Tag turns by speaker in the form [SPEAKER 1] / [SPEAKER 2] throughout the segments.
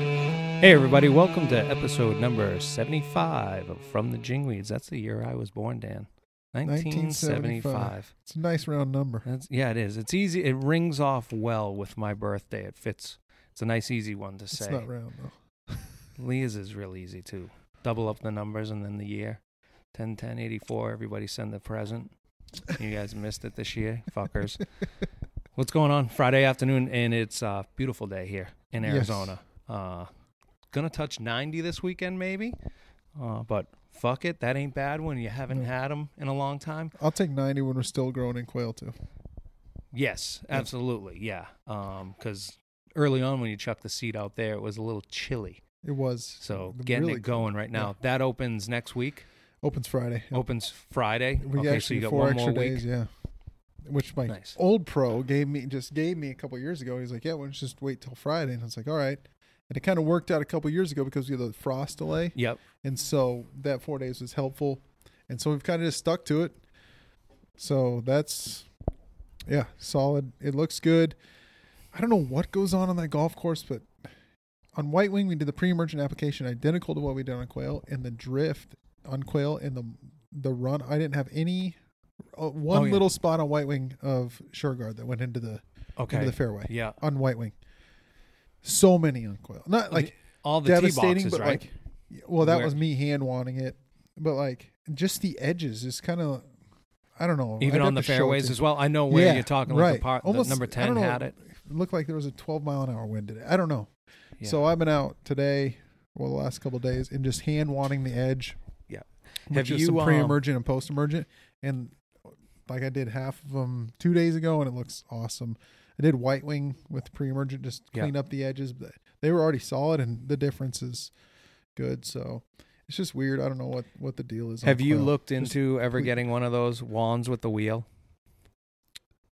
[SPEAKER 1] Hey, everybody, welcome to episode number 75 of From the Jingweeds. That's the year I was born, Dan. 1975.
[SPEAKER 2] 1975. It's a nice round number.
[SPEAKER 1] That's, yeah, it is. It's easy. It rings off well with my birthday. It fits. It's a nice, easy one to
[SPEAKER 2] It's
[SPEAKER 1] say.
[SPEAKER 2] not round though.
[SPEAKER 1] Leah's is real easy, too. Double up the numbers and then the year 10, 10, 84. Everybody send a present. You guys missed it this year, fuckers. What's going on? Friday afternoon, and it's a beautiful day here in
[SPEAKER 2] Yes.
[SPEAKER 1] Arizona. Uh, gonna touch 90 this weekend, maybe. Uh, but fuck it, that ain't bad when you haven't
[SPEAKER 2] No.
[SPEAKER 1] had 'em had them in a long time.
[SPEAKER 2] I'll take 90 when we're still growing in quail too.
[SPEAKER 1] Yes,
[SPEAKER 2] Yeah.
[SPEAKER 1] absolutely, yeah. Because early on when you chucked the seed out there, it was a little chilly.
[SPEAKER 2] It was.
[SPEAKER 1] So
[SPEAKER 2] the-
[SPEAKER 1] getting
[SPEAKER 2] really
[SPEAKER 1] it going right now. That opens next week.
[SPEAKER 2] Opens Friday. Yeah.
[SPEAKER 1] Opens Friday.
[SPEAKER 2] We
[SPEAKER 1] okay, so
[SPEAKER 2] actually
[SPEAKER 1] you got
[SPEAKER 2] four
[SPEAKER 1] one
[SPEAKER 2] extra
[SPEAKER 1] more week.
[SPEAKER 2] days, yeah. Which my
[SPEAKER 1] Nice.
[SPEAKER 2] old pro gave me just gave me a couple years ago. He's like, "Yeah, why don't you just wait till Friday?" And I was like, "All right." And it kind of worked out a couple years ago because we had the frost delay,
[SPEAKER 1] Yep.
[SPEAKER 2] and so that four days was helpful. And so we've kind of just stuck to it. So that's yeah, solid. It looks good. I don't know what goes on on that golf course, but on White Wing we did the pre-emergent application identical to what we did on Quail, and the drift on Quail and the the run. I didn't have any uh, one
[SPEAKER 1] Oh, yeah.
[SPEAKER 2] little spot on White Wing of Sureguard that went into the
[SPEAKER 1] Okay.
[SPEAKER 2] into the fairway
[SPEAKER 1] yeah.
[SPEAKER 2] on White Wing. So many on Quail, not like
[SPEAKER 1] all the tee
[SPEAKER 2] devastating,
[SPEAKER 1] boxes,
[SPEAKER 2] but,
[SPEAKER 1] right?
[SPEAKER 2] like, well, that
[SPEAKER 1] Where-
[SPEAKER 2] was me hand wanting it, but like just the edges is kind of, I don't know.
[SPEAKER 1] Even
[SPEAKER 2] I'd
[SPEAKER 1] on the
[SPEAKER 2] have to show it
[SPEAKER 1] fairways
[SPEAKER 2] to-
[SPEAKER 1] as well. I know where
[SPEAKER 2] Yeah,
[SPEAKER 1] you're talking. Like
[SPEAKER 2] right.
[SPEAKER 1] the, part,
[SPEAKER 2] Almost-
[SPEAKER 1] the number
[SPEAKER 2] I
[SPEAKER 1] ten
[SPEAKER 2] don't know.
[SPEAKER 1] had it.
[SPEAKER 2] It looked like there was a 12 mile an hour wind today. I don't know.
[SPEAKER 1] Yeah.
[SPEAKER 2] So uh, I've been out today, well, the last couple of days, and just hand wanting the edge.
[SPEAKER 1] Yeah.
[SPEAKER 2] Have
[SPEAKER 1] Have
[SPEAKER 2] you some
[SPEAKER 1] you, um,
[SPEAKER 2] pre-emergent and post-emergent, and like I did half of them two days ago, and it looks awesome. I did white wing with pre-emergent, just
[SPEAKER 1] Yeah.
[SPEAKER 2] clean up the edges. But they were already solid, and the difference is good. So it's just weird. I don't know what what the deal is. on
[SPEAKER 1] Have you
[SPEAKER 2] quail.
[SPEAKER 1] looked
[SPEAKER 2] uh, Just-
[SPEAKER 1] into ever
[SPEAKER 2] we-
[SPEAKER 1] getting one of those wands with the wheel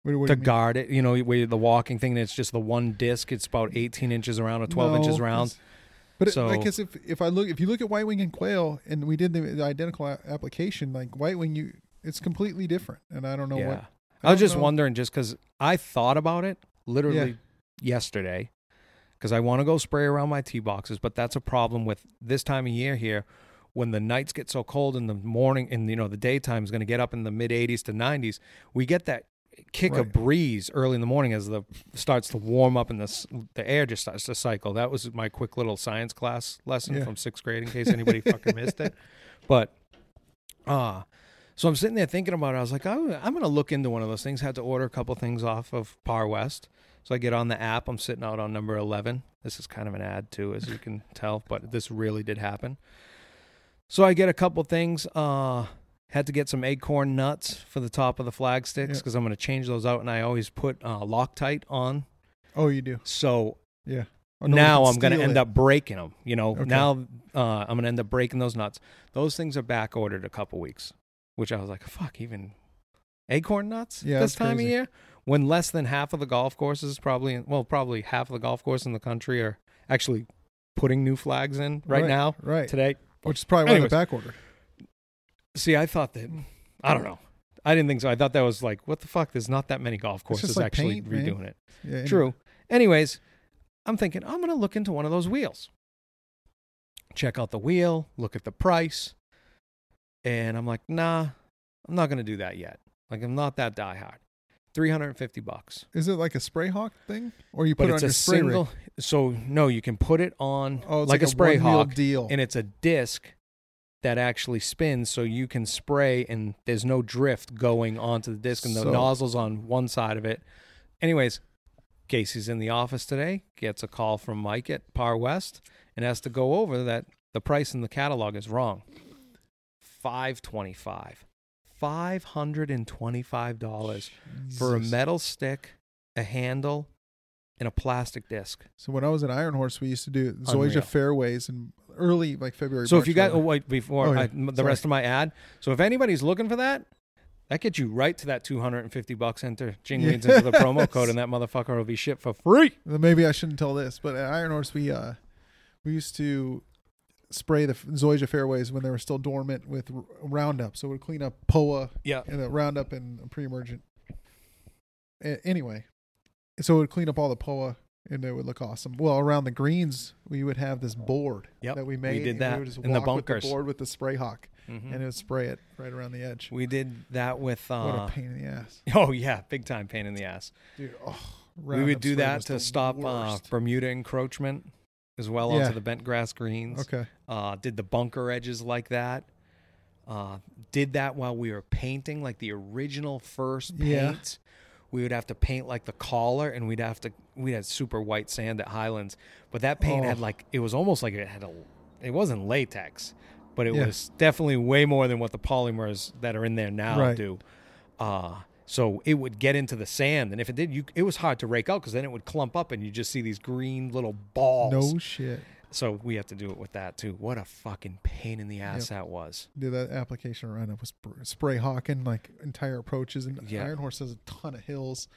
[SPEAKER 2] What, what
[SPEAKER 1] to
[SPEAKER 2] do you mean?
[SPEAKER 1] guard it? You know, where the walking thing. And it's just the one disc. It's about 18 inches around or 12 inches
[SPEAKER 2] No,
[SPEAKER 1] round.
[SPEAKER 2] it's- But
[SPEAKER 1] So-
[SPEAKER 2] so, I guess if if I look if you look at White Wing and Quail, and we did the, the identical a- application, like White Wing, you it's completely different, and I don't know
[SPEAKER 1] yeah.
[SPEAKER 2] what.
[SPEAKER 1] I, was
[SPEAKER 2] don't
[SPEAKER 1] just
[SPEAKER 2] know.
[SPEAKER 1] wondering, just because I thought about it literally yesterday, because I want to go spray around my tee boxes, but that's a problem with this time of year here, when the nights get so cold in the morning, and you know the daytime is going to get up in the mid 80s to 90s. We get that kick of
[SPEAKER 2] Right.
[SPEAKER 1] breeze early in the morning as the starts to warm up and the s- the air just starts to cycle. That was my quick little science class lesson
[SPEAKER 2] Yeah.
[SPEAKER 1] from sixth grade, in case anybody fucking missed it. But ah, so I'm sitting there thinking about it. I was like, I'm, I'm going to look into one of those things. Had to order a couple things off of Par West. So I get on the app. I'm sitting out on number 11. This is kind of an ad, too, as you can tell, but this really did happen. So I get a couple things. Uh, had to get some acorn nuts for the top of the flag sticks
[SPEAKER 2] Yeah.
[SPEAKER 1] because I'm going to change those out. And I always put uh, Loctite on.
[SPEAKER 2] Oh, you do.
[SPEAKER 1] So
[SPEAKER 2] Yeah. Oh, no, we
[SPEAKER 1] now
[SPEAKER 2] can
[SPEAKER 1] I'm going to
[SPEAKER 2] steal
[SPEAKER 1] end
[SPEAKER 2] it.
[SPEAKER 1] up breaking them. You know,
[SPEAKER 2] Okay.
[SPEAKER 1] now uh, I'm going to end up breaking those nuts. Those things are back ordered a couple weeks, which I was like, fuck, even acorn nuts
[SPEAKER 2] Yeah,
[SPEAKER 1] this
[SPEAKER 2] that's
[SPEAKER 1] time of
[SPEAKER 2] crazy.
[SPEAKER 1] year when less than half of the golf courses, probably well, probably half of the golf courses in the country are actually putting new flags in right, now
[SPEAKER 2] right?
[SPEAKER 1] today.
[SPEAKER 2] Which is probably why
[SPEAKER 1] Anyways.
[SPEAKER 2] the back order.
[SPEAKER 1] See, I thought that I don't know. I didn't think so. I thought that was like, what the fuck? There's not that many golf
[SPEAKER 2] just
[SPEAKER 1] courses
[SPEAKER 2] like
[SPEAKER 1] actually
[SPEAKER 2] paint, man.
[SPEAKER 1] redoing it.
[SPEAKER 2] Yeah, anyway.
[SPEAKER 1] True. Anyways, I'm thinking I'm going to look into one of those wheels. Check out the wheel, look at the price. And I'm like, "Nah, I'm not going to do that yet." Like I'm not that diehard. 350 bucks.
[SPEAKER 2] Is it like a spray hawk thing, or you put
[SPEAKER 1] But
[SPEAKER 2] it on
[SPEAKER 1] it's
[SPEAKER 2] your
[SPEAKER 1] a
[SPEAKER 2] spray rig?
[SPEAKER 1] single so no, you can put it on
[SPEAKER 2] Oh, it's
[SPEAKER 1] like, a, spray
[SPEAKER 2] one-wheel
[SPEAKER 1] hawk
[SPEAKER 2] deal.
[SPEAKER 1] and it's a disc that actually spins so you can spray and there's no drift going onto the disc and the
[SPEAKER 2] So-
[SPEAKER 1] nozzles on one side of it anyways casey's in the office today gets a call from mike at par west and has to go over that the price in the catalog is wrong 525 $525 for a
[SPEAKER 2] Jesus.
[SPEAKER 1] metal stick a handle and a plastic disc
[SPEAKER 2] So when I was at Iron Horse, we used to do
[SPEAKER 1] Unreal.
[SPEAKER 2] Zoysia fairways in early like February.
[SPEAKER 1] So if
[SPEAKER 2] March,
[SPEAKER 1] you got oh,
[SPEAKER 2] whatever.
[SPEAKER 1] wait before
[SPEAKER 2] Oh, yeah.
[SPEAKER 1] I- m- the
[SPEAKER 2] Sorry.
[SPEAKER 1] rest of my ad, so if anybody's looking for that, that gets you right to that two hundred and fifty bucks. Enter jingleans into the promo code,
[SPEAKER 2] Yes.
[SPEAKER 1] and that motherfucker will be shipped for free.
[SPEAKER 2] Then maybe I shouldn't tell this, but at Iron Horse we uh we used to spray the zoysia fairways when they were still dormant with r- Roundup, so it would clean up POA
[SPEAKER 1] Yeah,
[SPEAKER 2] and the Roundup and pre-emergent. A- anyway, so it would clean up all the POA and it would look awesome. Well, around the greens, we would have this board
[SPEAKER 1] Yep,
[SPEAKER 2] that we
[SPEAKER 1] we
[SPEAKER 2] made.
[SPEAKER 1] did
[SPEAKER 2] and
[SPEAKER 1] that
[SPEAKER 2] would just
[SPEAKER 1] in the
[SPEAKER 2] walk with
[SPEAKER 1] bunkers.
[SPEAKER 2] board with the spray hawk,
[SPEAKER 1] Mhm.
[SPEAKER 2] and it would spray it right around the edge.
[SPEAKER 1] We did that with.
[SPEAKER 2] what a
[SPEAKER 1] Uh,
[SPEAKER 2] pain in the ass,
[SPEAKER 1] oh yeah, big time pain in the ass.
[SPEAKER 2] dude. Oh,
[SPEAKER 1] we would
[SPEAKER 2] Roundup
[SPEAKER 1] do
[SPEAKER 2] spray
[SPEAKER 1] that
[SPEAKER 2] was
[SPEAKER 1] to
[SPEAKER 2] the
[SPEAKER 1] stop uh,
[SPEAKER 2] worst.
[SPEAKER 1] Bermuda encroachment as well
[SPEAKER 2] Yeah.
[SPEAKER 1] onto the bent grass greens.
[SPEAKER 2] okay,
[SPEAKER 1] Uh, did the bunker edges like that. Uh, did that while we were painting, like the original first paint.
[SPEAKER 2] Yeah.
[SPEAKER 1] We would have to paint like the collar, and we'd have to we had super white sand at Highlands, but that paint had
[SPEAKER 2] Oh.
[SPEAKER 1] like it was almost like it had a it wasn't latex, but it
[SPEAKER 2] Yeah.
[SPEAKER 1] was definitely way more than what the polymers that are in there now
[SPEAKER 2] Right.
[SPEAKER 1] do. Uh, so it would get into the sand, and if it did, you it was hard to rake out because then it would clump up, and you just see these green little balls.
[SPEAKER 2] no shit.
[SPEAKER 1] So we have to do it with that too. What a fucking pain in the ass that was.
[SPEAKER 2] Dude, that application roundup was br- spray hawking like entire approaches, and
[SPEAKER 1] Yeah.
[SPEAKER 2] Iron Horse has a ton of hills.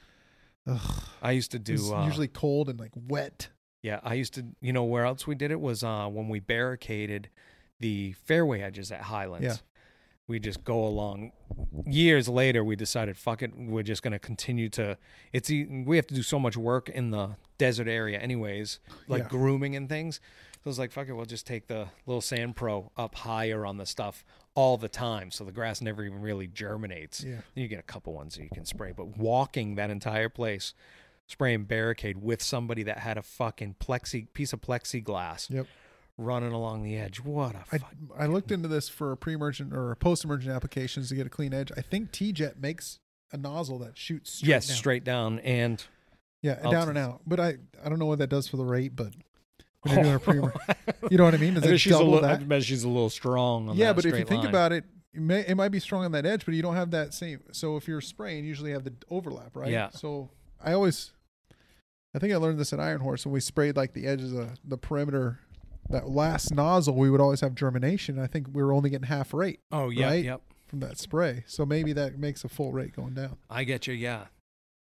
[SPEAKER 1] I used to
[SPEAKER 2] It was
[SPEAKER 1] do uh,
[SPEAKER 2] usually cold and like wet.
[SPEAKER 1] Yeah, I used to. You know where else we did it was uh, when we barricaded the fairway edges at Highlands.
[SPEAKER 2] Yeah.
[SPEAKER 1] We just go along. Years later, we decided, fuck it, we're just gonna continue to. It's e- we have to do so much work in the desert area, anyways, like
[SPEAKER 2] Yeah.
[SPEAKER 1] grooming and things. So it's like, fuck it, we'll just take the little sand pro up higher on the stuff all the time, so the grass never even really germinates.
[SPEAKER 2] Yeah.
[SPEAKER 1] You get a couple ones that you can spray, but walking that entire place, spraying barricade with somebody that had a fucking plexi piece of plexiglass
[SPEAKER 2] Yep.
[SPEAKER 1] running along the edge. What a
[SPEAKER 2] I,
[SPEAKER 1] fuck.
[SPEAKER 2] I looked into this for pre-emergent or post-emergent applications to get a clean edge. I think T-Jet makes a nozzle that shoots straight
[SPEAKER 1] yes,
[SPEAKER 2] down.
[SPEAKER 1] straight down and
[SPEAKER 2] yeah, and
[SPEAKER 1] I'll
[SPEAKER 2] down
[SPEAKER 1] t-
[SPEAKER 2] and out. But I I don't know what that does for the rate, but when you're doing a pre-emer- you know what I mean? Does
[SPEAKER 1] I bet
[SPEAKER 2] it
[SPEAKER 1] she's a
[SPEAKER 2] double
[SPEAKER 1] little, I
[SPEAKER 2] that?
[SPEAKER 1] bet she's a little strong on
[SPEAKER 2] Yeah,
[SPEAKER 1] that
[SPEAKER 2] but if you
[SPEAKER 1] straight
[SPEAKER 2] think
[SPEAKER 1] line.
[SPEAKER 2] about it, it, may, it might be strong on that edge, but you don't have that same. So if you're spraying, you usually have the overlap, right?
[SPEAKER 1] Yeah.
[SPEAKER 2] So I always, I think I learned this at Iron Horse when we sprayed like the edges of the perimeter. That last nozzle, we would always have germination. I think we were only getting half rate
[SPEAKER 1] oh yeah,
[SPEAKER 2] right?
[SPEAKER 1] yep.
[SPEAKER 2] from that spray, so maybe that makes a full rate going down
[SPEAKER 1] I get you. Yeah,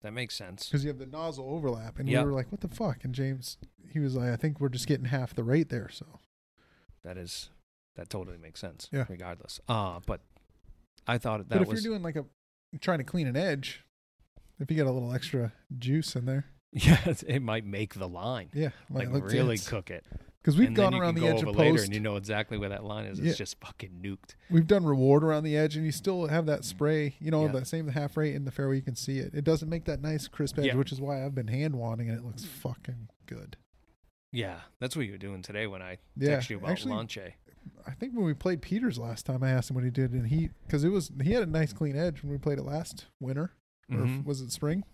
[SPEAKER 1] that makes sense.
[SPEAKER 2] because you have the nozzle overlap. And
[SPEAKER 1] Yeah.
[SPEAKER 2] we were like, "What the fuck?" And James, he was like, "I think we're just getting half the rate there." So
[SPEAKER 1] That is that totally makes sense.
[SPEAKER 2] Yeah.
[SPEAKER 1] Regardless, uh, but I thought
[SPEAKER 2] but
[SPEAKER 1] that
[SPEAKER 2] if
[SPEAKER 1] was
[SPEAKER 2] you're doing like a trying to clean an edge, if you get a little extra juice in there,
[SPEAKER 1] yeah, it might make the line
[SPEAKER 2] yeah,
[SPEAKER 1] like,
[SPEAKER 2] look
[SPEAKER 1] really
[SPEAKER 2] dense.
[SPEAKER 1] cook it.
[SPEAKER 2] Because we've
[SPEAKER 1] and
[SPEAKER 2] gone
[SPEAKER 1] then you
[SPEAKER 2] around
[SPEAKER 1] can go
[SPEAKER 2] the edge
[SPEAKER 1] over
[SPEAKER 2] of
[SPEAKER 1] later
[SPEAKER 2] post.
[SPEAKER 1] and you know exactly where that line is.
[SPEAKER 2] Yeah.
[SPEAKER 1] It's just fucking nuked.
[SPEAKER 2] We've done reward around the edge, and you still have that spray. You know,
[SPEAKER 1] Yeah.
[SPEAKER 2] the same half rate in the fairway. You can see it. It doesn't make that nice crisp edge,
[SPEAKER 1] Yeah.
[SPEAKER 2] which is why I've been hand wanding, and it looks fucking good.
[SPEAKER 1] Yeah, that's what you were doing today when I
[SPEAKER 2] Yeah,
[SPEAKER 1] texted you about
[SPEAKER 2] actually-
[SPEAKER 1] Lanche.
[SPEAKER 2] I think when we played Peters last time, I asked him what he did, and he because it was he had a nice clean edge when we played it last winter, or
[SPEAKER 1] Mhm.
[SPEAKER 2] f- was it spring?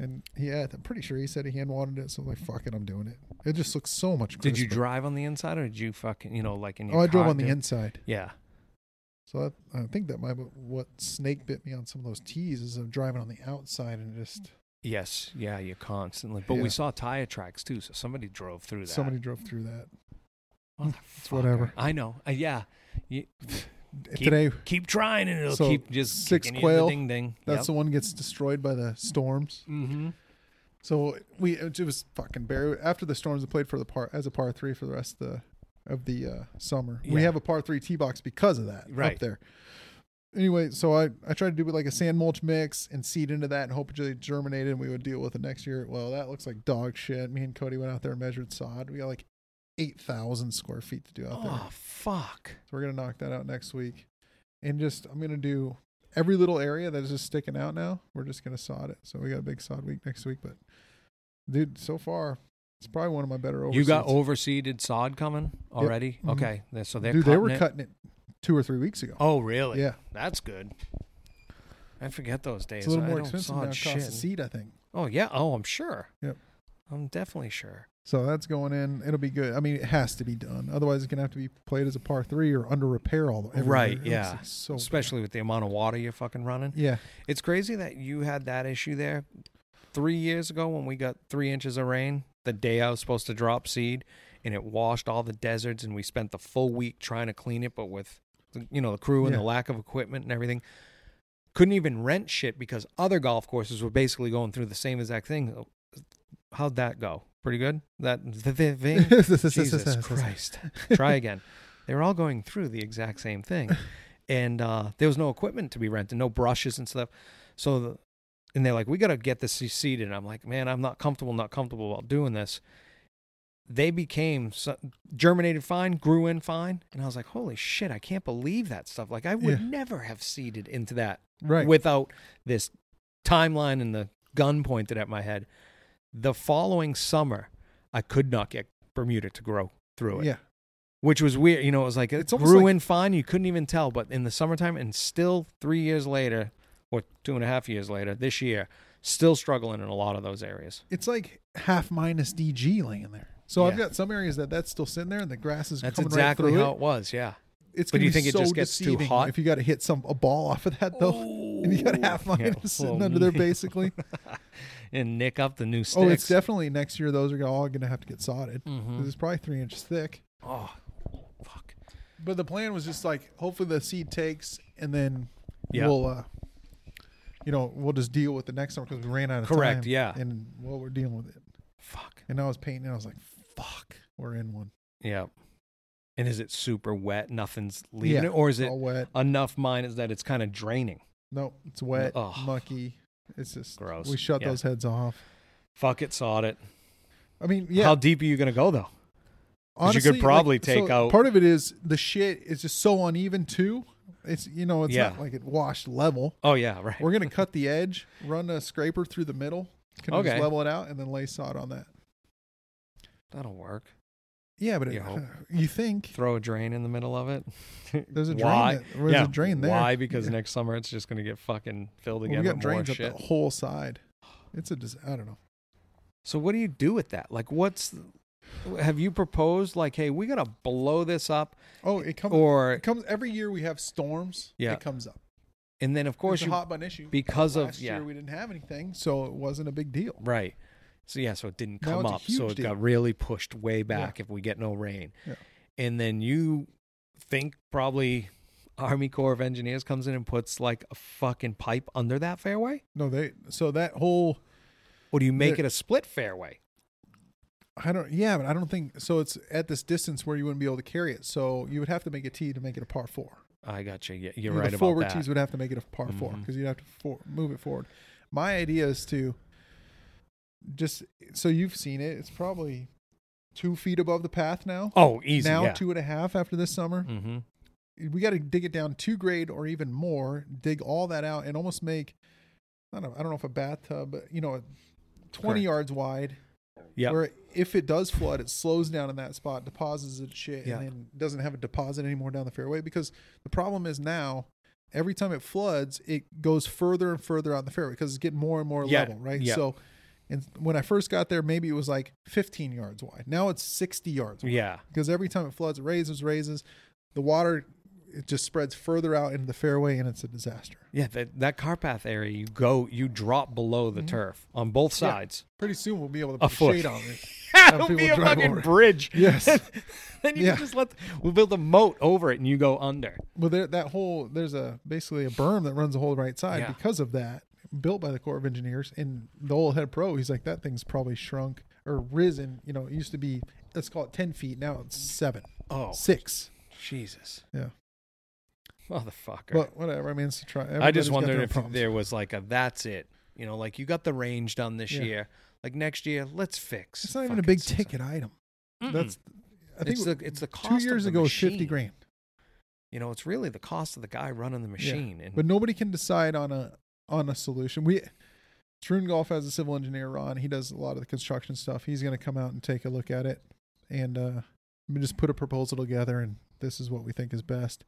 [SPEAKER 2] And yeah, I'm pretty sure he said he hand wanded it. So I'm like, fuck it, I'm doing it. It just looks so much. Crisper.
[SPEAKER 1] Did you drive on the inside or did you fucking you know like in your
[SPEAKER 2] Oh, I drove
[SPEAKER 1] car
[SPEAKER 2] on the
[SPEAKER 1] do-
[SPEAKER 2] inside.
[SPEAKER 1] Yeah.
[SPEAKER 2] So I, I think that might be what snake bit me on some of those tees is I'm driving on the outside and just
[SPEAKER 1] Yes. Yeah. You constantly. But
[SPEAKER 2] Yeah.
[SPEAKER 1] we saw tire tracks too, so somebody drove through that.
[SPEAKER 2] somebody drove through that.
[SPEAKER 1] Motherfucker.
[SPEAKER 2] whatever.
[SPEAKER 1] I know. Uh, yeah. You Keep-
[SPEAKER 2] Today,
[SPEAKER 1] keep trying and it'll
[SPEAKER 2] So,
[SPEAKER 1] keep just
[SPEAKER 2] six
[SPEAKER 1] kicking you in
[SPEAKER 2] quail,
[SPEAKER 1] The ding ding.
[SPEAKER 2] that's the one gets destroyed by the storms.
[SPEAKER 1] mm-hmm.
[SPEAKER 2] So we it was fucking bare after the storms. We played for the par as a par three for the rest of the of the uh, summer. We
[SPEAKER 1] Yeah.
[SPEAKER 2] have a par three tee box because of that up
[SPEAKER 1] Right.
[SPEAKER 2] there. Anyway, so I I tried to do like a sand mulch mix and seed into that and hope it really germinated and we would deal with it next year. Well, that looks like dog shit. Me and Cody went out there and measured sod. We got like eight thousand square feet to do out there.
[SPEAKER 1] Oh fuck.
[SPEAKER 2] So we're gonna knock that out next week. And just I'm gonna do every little area that is just sticking out now, we're just gonna sod it. So we got a big sod week next week, but dude, so far it's probably one of my better overseas.
[SPEAKER 1] You got overseeded sod coming already?
[SPEAKER 2] Mhm.
[SPEAKER 1] Okay. They're- So they're
[SPEAKER 2] dude, they were
[SPEAKER 1] it.
[SPEAKER 2] cutting it two or three weeks ago.
[SPEAKER 1] Oh really?
[SPEAKER 2] yeah.
[SPEAKER 1] That's good. I forget those days.
[SPEAKER 2] It's a little
[SPEAKER 1] I
[SPEAKER 2] more
[SPEAKER 1] don't
[SPEAKER 2] expensive
[SPEAKER 1] sod
[SPEAKER 2] now. It costs a
[SPEAKER 1] shit.
[SPEAKER 2] seed, I think.
[SPEAKER 1] Oh yeah. Oh, I'm sure.
[SPEAKER 2] Yep.
[SPEAKER 1] I'm definitely sure.
[SPEAKER 2] So that's going in. It'll be good. I mean, it has to be done. Otherwise, it's gonna have to be played as a par three or under repair all the every
[SPEAKER 1] Right,
[SPEAKER 2] year. It looks
[SPEAKER 1] yeah.
[SPEAKER 2] like So bad.
[SPEAKER 1] Especially with the amount of water you're fucking running.
[SPEAKER 2] yeah,
[SPEAKER 1] It's crazy that you had that issue there three years ago when we got three inches of rain the day I was supposed to drop seed, and it washed all the deserts, and we spent the full week trying to clean it, but with the- you know the crew and
[SPEAKER 2] Yeah.
[SPEAKER 1] the lack of equipment and everything. Couldn't even rent shit because other golf courses were basically going through the same exact thing. Oh, How'd that go? Pretty good. That the, the thing. Jesus Christ. Try again. They were all going through the exact same thing. And uh, there was no equipment to be rented, no brushes and stuff. So the, and they're like, we got to get this seated. And I'm like, man, I'm not comfortable, not comfortable while doing this. They became so, germinated fine, grew in fine. And I was like, holy shit, I can't believe that stuff. Like, I would
[SPEAKER 2] Yeah.
[SPEAKER 1] never have seeded into that
[SPEAKER 2] Right.
[SPEAKER 1] without this timeline and the gun pointed at my head. The following summer, I could not get Bermuda to grow through it,
[SPEAKER 2] yeah.
[SPEAKER 1] which was weird. You know, it was like it
[SPEAKER 2] It's almost
[SPEAKER 1] grew
[SPEAKER 2] like-
[SPEAKER 1] in fine. You couldn't even tell. But in the summertime, and still three years later, or two and a half years later, this year, still struggling in a lot of those areas.
[SPEAKER 2] It's like half minus DG laying there. So I've
[SPEAKER 1] Yeah.
[SPEAKER 2] got some areas that that's still sitting there and the grass is
[SPEAKER 1] That's
[SPEAKER 2] coming
[SPEAKER 1] exactly
[SPEAKER 2] right through
[SPEAKER 1] how
[SPEAKER 2] it.
[SPEAKER 1] it was. Yeah.
[SPEAKER 2] It's
[SPEAKER 1] but do
[SPEAKER 2] gonna
[SPEAKER 1] you
[SPEAKER 2] be
[SPEAKER 1] think it
[SPEAKER 2] so
[SPEAKER 1] just gets too
[SPEAKER 2] deceiving
[SPEAKER 1] hot?
[SPEAKER 2] If you got to hit some a ball off of that though, Oh. and you got half
[SPEAKER 1] Oh. Yeah,
[SPEAKER 2] minus sitting
[SPEAKER 1] well,
[SPEAKER 2] under there
[SPEAKER 1] yeah.
[SPEAKER 2] basically.
[SPEAKER 1] And nick up the new sticks.
[SPEAKER 2] Oh, it's definitely next year. Those are all going to have to get sodded.
[SPEAKER 1] Mhm.
[SPEAKER 2] 'Cause It's probably three inches thick.
[SPEAKER 1] oh, fuck.
[SPEAKER 2] But the plan was just like, hopefully the seed takes, and then
[SPEAKER 1] Yeah.
[SPEAKER 2] we'll, uh, you know, we'll just deal with the next one because we ran out of time.
[SPEAKER 1] Correct, yeah.
[SPEAKER 2] And well, we're dealing with it.
[SPEAKER 1] Fuck.
[SPEAKER 2] And I was painting, and I was like, fuck, we're in one.
[SPEAKER 1] Yeah. And is it super wet? Nothing's leaving
[SPEAKER 2] Yeah,
[SPEAKER 1] it, or is it
[SPEAKER 2] all wet?
[SPEAKER 1] enough mine is that it's kind of draining?
[SPEAKER 2] No, it's wet,
[SPEAKER 1] Ugh.
[SPEAKER 2] mucky. It's just
[SPEAKER 1] Gross.
[SPEAKER 2] We shut
[SPEAKER 1] Yeah.
[SPEAKER 2] those heads off.
[SPEAKER 1] Fuck it, sawed it.
[SPEAKER 2] I mean, yeah.
[SPEAKER 1] How deep are you gonna go though? 'Cause you could
[SPEAKER 2] honestly,
[SPEAKER 1] probably
[SPEAKER 2] like,
[SPEAKER 1] take
[SPEAKER 2] so
[SPEAKER 1] out-
[SPEAKER 2] Part of it is the shit is just so uneven too. It's you know, it's
[SPEAKER 1] Yeah.
[SPEAKER 2] not like it washed level.
[SPEAKER 1] Oh yeah, right.
[SPEAKER 2] We're gonna cut the edge, run a scraper through the middle, kind of
[SPEAKER 1] Okay.
[SPEAKER 2] just level it out, and then lay sod on that.
[SPEAKER 1] That'll work.
[SPEAKER 2] Yeah, but it,
[SPEAKER 1] You hope.
[SPEAKER 2] you think
[SPEAKER 1] Throw a drain in the middle of it.
[SPEAKER 2] there's a drain?
[SPEAKER 1] Why?
[SPEAKER 2] that- there's
[SPEAKER 1] yeah.
[SPEAKER 2] a drain there.
[SPEAKER 1] Why? Because
[SPEAKER 2] Yeah.
[SPEAKER 1] next summer it's just gonna get fucking filled
[SPEAKER 2] Well,
[SPEAKER 1] again
[SPEAKER 2] we got
[SPEAKER 1] with more
[SPEAKER 2] drains up
[SPEAKER 1] shit.
[SPEAKER 2] the whole side. It's a dis- I don't know.
[SPEAKER 1] So what do you do with that? Like, what's have you proposed? Like, hey, we gotta blow this up,
[SPEAKER 2] Oh, it comes.
[SPEAKER 1] or
[SPEAKER 2] it comes every year. We have storms.
[SPEAKER 1] Yeah.
[SPEAKER 2] it comes up.
[SPEAKER 1] and then of
[SPEAKER 2] It's
[SPEAKER 1] course
[SPEAKER 2] a
[SPEAKER 1] you
[SPEAKER 2] hot button issue.
[SPEAKER 1] because of
[SPEAKER 2] Last
[SPEAKER 1] yeah
[SPEAKER 2] year we didn't have anything, so it wasn't a big deal.
[SPEAKER 1] Right. So yeah, so it didn't
[SPEAKER 2] Now
[SPEAKER 1] come
[SPEAKER 2] it's a
[SPEAKER 1] up. So
[SPEAKER 2] huge
[SPEAKER 1] it
[SPEAKER 2] deal.
[SPEAKER 1] got really pushed way back if we get no rain.
[SPEAKER 2] Yeah.
[SPEAKER 1] And then you think probably Army Corps of Engineers comes in and puts like a fucking pipe under that fairway?
[SPEAKER 2] No, they. So that whole
[SPEAKER 1] Or do you make
[SPEAKER 2] There-
[SPEAKER 1] it a split fairway?
[SPEAKER 2] I don't. Yeah, but I don't think so. It's at this distance where you wouldn't be able to carry it, so you would have to make a tee to make it a par four.
[SPEAKER 1] I got you. Yeah, you're
[SPEAKER 2] You know,
[SPEAKER 1] right
[SPEAKER 2] the
[SPEAKER 1] about
[SPEAKER 2] forward
[SPEAKER 1] that.
[SPEAKER 2] tees would have to make it a par four
[SPEAKER 1] Mhm.
[SPEAKER 2] because you'd have to for, move it forward. My idea is to just so you've seen it. It's probably two feet above the path now.
[SPEAKER 1] oh, easy.
[SPEAKER 2] now
[SPEAKER 1] yeah.
[SPEAKER 2] two and a half after this summer.
[SPEAKER 1] Mhm.
[SPEAKER 2] We got to dig it down two grade or even more. Dig all that out and almost make. I don't. Know, I don't know if a bathtub, but you know, a twenty
[SPEAKER 1] Correct.
[SPEAKER 2] yards wide
[SPEAKER 1] Yeah.
[SPEAKER 2] where if it does flood, it slows down in that spot, deposits its shit,
[SPEAKER 1] Yeah.
[SPEAKER 2] and then doesn't have a deposit anymore down the fairway. Because the problem is now, every time it floods, it goes further and further out the fairway because it's getting more and more
[SPEAKER 1] Yeah,
[SPEAKER 2] level, right?
[SPEAKER 1] yeah.
[SPEAKER 2] So, and when I first got there, maybe it was like 15 yards wide. Now it's 60 yards wide
[SPEAKER 1] Yeah.
[SPEAKER 2] because every time it floods, it raises, raises. The water, it just spreads further out into the fairway, and it's a disaster.
[SPEAKER 1] Yeah, that, that car path area, you go, you drop below the turf on both
[SPEAKER 2] Mm-hmm. Yeah.
[SPEAKER 1] sides.
[SPEAKER 2] Pretty soon we'll be able to
[SPEAKER 1] A
[SPEAKER 2] put a
[SPEAKER 1] foot.
[SPEAKER 2] shade on it.
[SPEAKER 1] It'll be
[SPEAKER 2] people
[SPEAKER 1] a
[SPEAKER 2] drive
[SPEAKER 1] fucking
[SPEAKER 2] over it.
[SPEAKER 1] bridge.
[SPEAKER 2] Yes.
[SPEAKER 1] then you
[SPEAKER 2] Yeah.
[SPEAKER 1] can just let, we'll build a moat over it and you go under.
[SPEAKER 2] Well, there, that whole there's a basically a berm that runs the whole right side
[SPEAKER 1] Yeah.
[SPEAKER 2] because of that, built by the Corps of Engineers and the old head pro. He's like that thing's probably shrunk or risen. You know, it used to be let's call it ten feet, now it's seven,
[SPEAKER 1] Oh,
[SPEAKER 2] six.
[SPEAKER 1] Jesus.
[SPEAKER 2] Yeah,
[SPEAKER 1] Motherfucker.
[SPEAKER 2] but whatever. I mean, it's a try.
[SPEAKER 1] I just
[SPEAKER 2] everybody's got
[SPEAKER 1] wondered
[SPEAKER 2] their
[SPEAKER 1] if
[SPEAKER 2] problems.
[SPEAKER 1] there was like a that's it. You know, like you got the range done this
[SPEAKER 2] Yeah.
[SPEAKER 1] year. Like next year, let's fix.
[SPEAKER 2] It's not even a
[SPEAKER 1] fucking
[SPEAKER 2] big
[SPEAKER 1] system.
[SPEAKER 2] ticket item.
[SPEAKER 1] Mm-mm.
[SPEAKER 2] That's I think
[SPEAKER 1] it's the it's the cost.
[SPEAKER 2] two years
[SPEAKER 1] of the
[SPEAKER 2] ago, it was
[SPEAKER 1] machine.
[SPEAKER 2] fifty grand.
[SPEAKER 1] You know, it's really the cost of the guy running the machine. And
[SPEAKER 2] But nobody can decide on a on a solution. We Troon Golf has a civil engineer, Ron. He does a lot of the construction stuff. He's going to come out and take a look at it, and uh, we just put a proposal together. And this is what we think is best.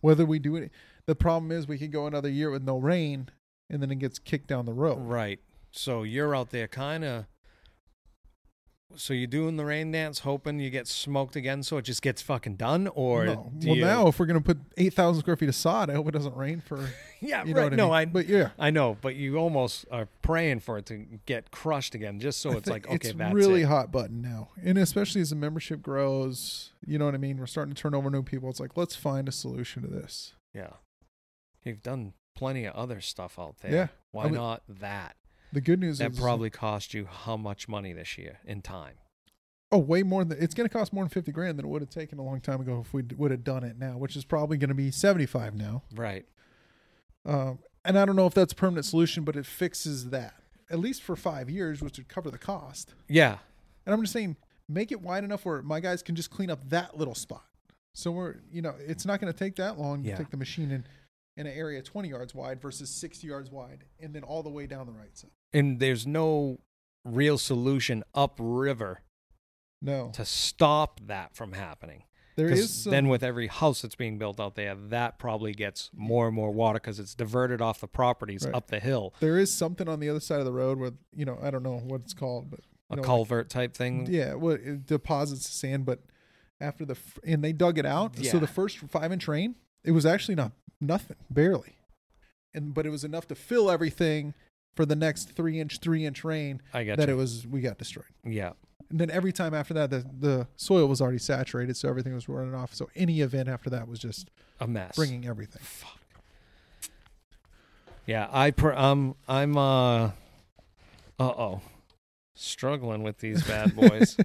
[SPEAKER 2] Whether we do it, the problem is we could go another year with no rain, and then it gets kicked down the road.
[SPEAKER 1] right, so you're out there kind of. So you're doing the rain dance, hoping you get smoked again, so it just gets fucking done, or
[SPEAKER 2] No.
[SPEAKER 1] do
[SPEAKER 2] Well,
[SPEAKER 1] you-
[SPEAKER 2] now if we're going to put eight thousand square feet of sod, I hope it doesn't rain for
[SPEAKER 1] yeah,
[SPEAKER 2] you know
[SPEAKER 1] right.
[SPEAKER 2] what I
[SPEAKER 1] no,
[SPEAKER 2] mean?
[SPEAKER 1] I
[SPEAKER 2] but yeah,
[SPEAKER 1] I know, but you almost are praying for it to get crushed again, just so
[SPEAKER 2] I
[SPEAKER 1] it's like
[SPEAKER 2] think
[SPEAKER 1] okay,
[SPEAKER 2] it's
[SPEAKER 1] that's
[SPEAKER 2] really
[SPEAKER 1] it.
[SPEAKER 2] hot button now, and especially as the membership grows, you know what I mean. We're starting to turn over new people. It's like let's find a solution to this.
[SPEAKER 1] Yeah. You've done plenty of other stuff out there.
[SPEAKER 2] Yeah.
[SPEAKER 1] Why
[SPEAKER 2] I mean,
[SPEAKER 1] not that?
[SPEAKER 2] The good news
[SPEAKER 1] That
[SPEAKER 2] is
[SPEAKER 1] probably cost you how much money this year in time?
[SPEAKER 2] oh way more than it's going to cost more than fifty grand than it would have taken a long time ago if we would have done it now, which is probably going to be seventy five now.
[SPEAKER 1] Right.
[SPEAKER 2] Um, and I don't know if that's a permanent solution, but it fixes that at least for five years, which would cover the cost.
[SPEAKER 1] Yeah.
[SPEAKER 2] And I'm just saying, make it wide enough where my guys can just clean up that little spot. So we're, you know, it's not going to take that long
[SPEAKER 1] Yeah.
[SPEAKER 2] to take the machine in in an area 20 yards wide versus 60 yards wide, and then all the way down the right side.
[SPEAKER 1] And there's no real solution upriver
[SPEAKER 2] No,
[SPEAKER 1] to stop that from happening.
[SPEAKER 2] there
[SPEAKER 1] 'Cause
[SPEAKER 2] is some,
[SPEAKER 1] then with every house that's being built out there, that probably gets more and more water because it's diverted off the properties
[SPEAKER 2] Right.
[SPEAKER 1] up the hill,
[SPEAKER 2] there is something on the other side of the road where you know I don't know what it's called, but
[SPEAKER 1] a
[SPEAKER 2] you know,
[SPEAKER 1] culvert type thing.
[SPEAKER 2] Yeah, well, it deposits the sand, but after the f- and they dug it out. So
[SPEAKER 1] Yeah.
[SPEAKER 2] the first five inch rain, it was actually not nothing, barely, and but it was enough to fill everything for the next three inch, three inch rain
[SPEAKER 1] I got
[SPEAKER 2] that
[SPEAKER 1] you.
[SPEAKER 2] it was we got destroyed.
[SPEAKER 1] yeah,
[SPEAKER 2] And then every time after that, the the soil was already saturated, so everything was running off. So any event after that was just
[SPEAKER 1] a mess.
[SPEAKER 2] bringing everything.
[SPEAKER 1] Yeah, I per, um I'm uh uh oh struggling with these bad boys.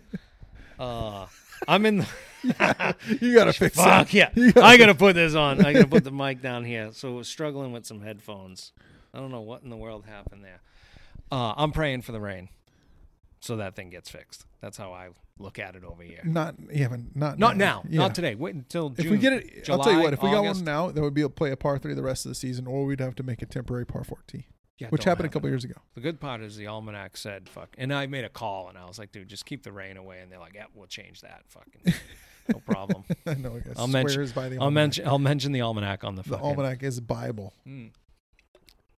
[SPEAKER 1] uh I'm in the
[SPEAKER 2] you gotta fix
[SPEAKER 1] fuck
[SPEAKER 2] it.
[SPEAKER 1] yeah. I gotta put this on. I gotta put the mic down here. So struggling with some headphones. I don't know what in the world happened there. Uh I'm praying for the rain. So that thing gets fixed. That's how I look at it over here.
[SPEAKER 2] Not yeah, but not
[SPEAKER 1] Not now.
[SPEAKER 2] Yeah.
[SPEAKER 1] Not today. Wait until June.
[SPEAKER 2] If we get it, I'll tell you
[SPEAKER 1] July,
[SPEAKER 2] what. If we got
[SPEAKER 1] August.
[SPEAKER 2] one now, that would be a play a par three the rest of the season, or we'd have to make a temporary par four tee,
[SPEAKER 1] Yeah,
[SPEAKER 2] which
[SPEAKER 1] don't
[SPEAKER 2] happened a
[SPEAKER 1] happen.
[SPEAKER 2] couple years ago.
[SPEAKER 1] The good part is the almanac said fuck, and I made a call and I was like, dude, just keep the rain away, and they're like, yeah, we'll change that, fucking, no problem.
[SPEAKER 2] I know. I guess
[SPEAKER 1] I'll
[SPEAKER 2] swears
[SPEAKER 1] mention-
[SPEAKER 2] by the
[SPEAKER 1] I'll
[SPEAKER 2] almanac.
[SPEAKER 1] mention I'll mention the almanac on the
[SPEAKER 2] the
[SPEAKER 1] fucking.
[SPEAKER 2] almanac is Bible.
[SPEAKER 1] Mm.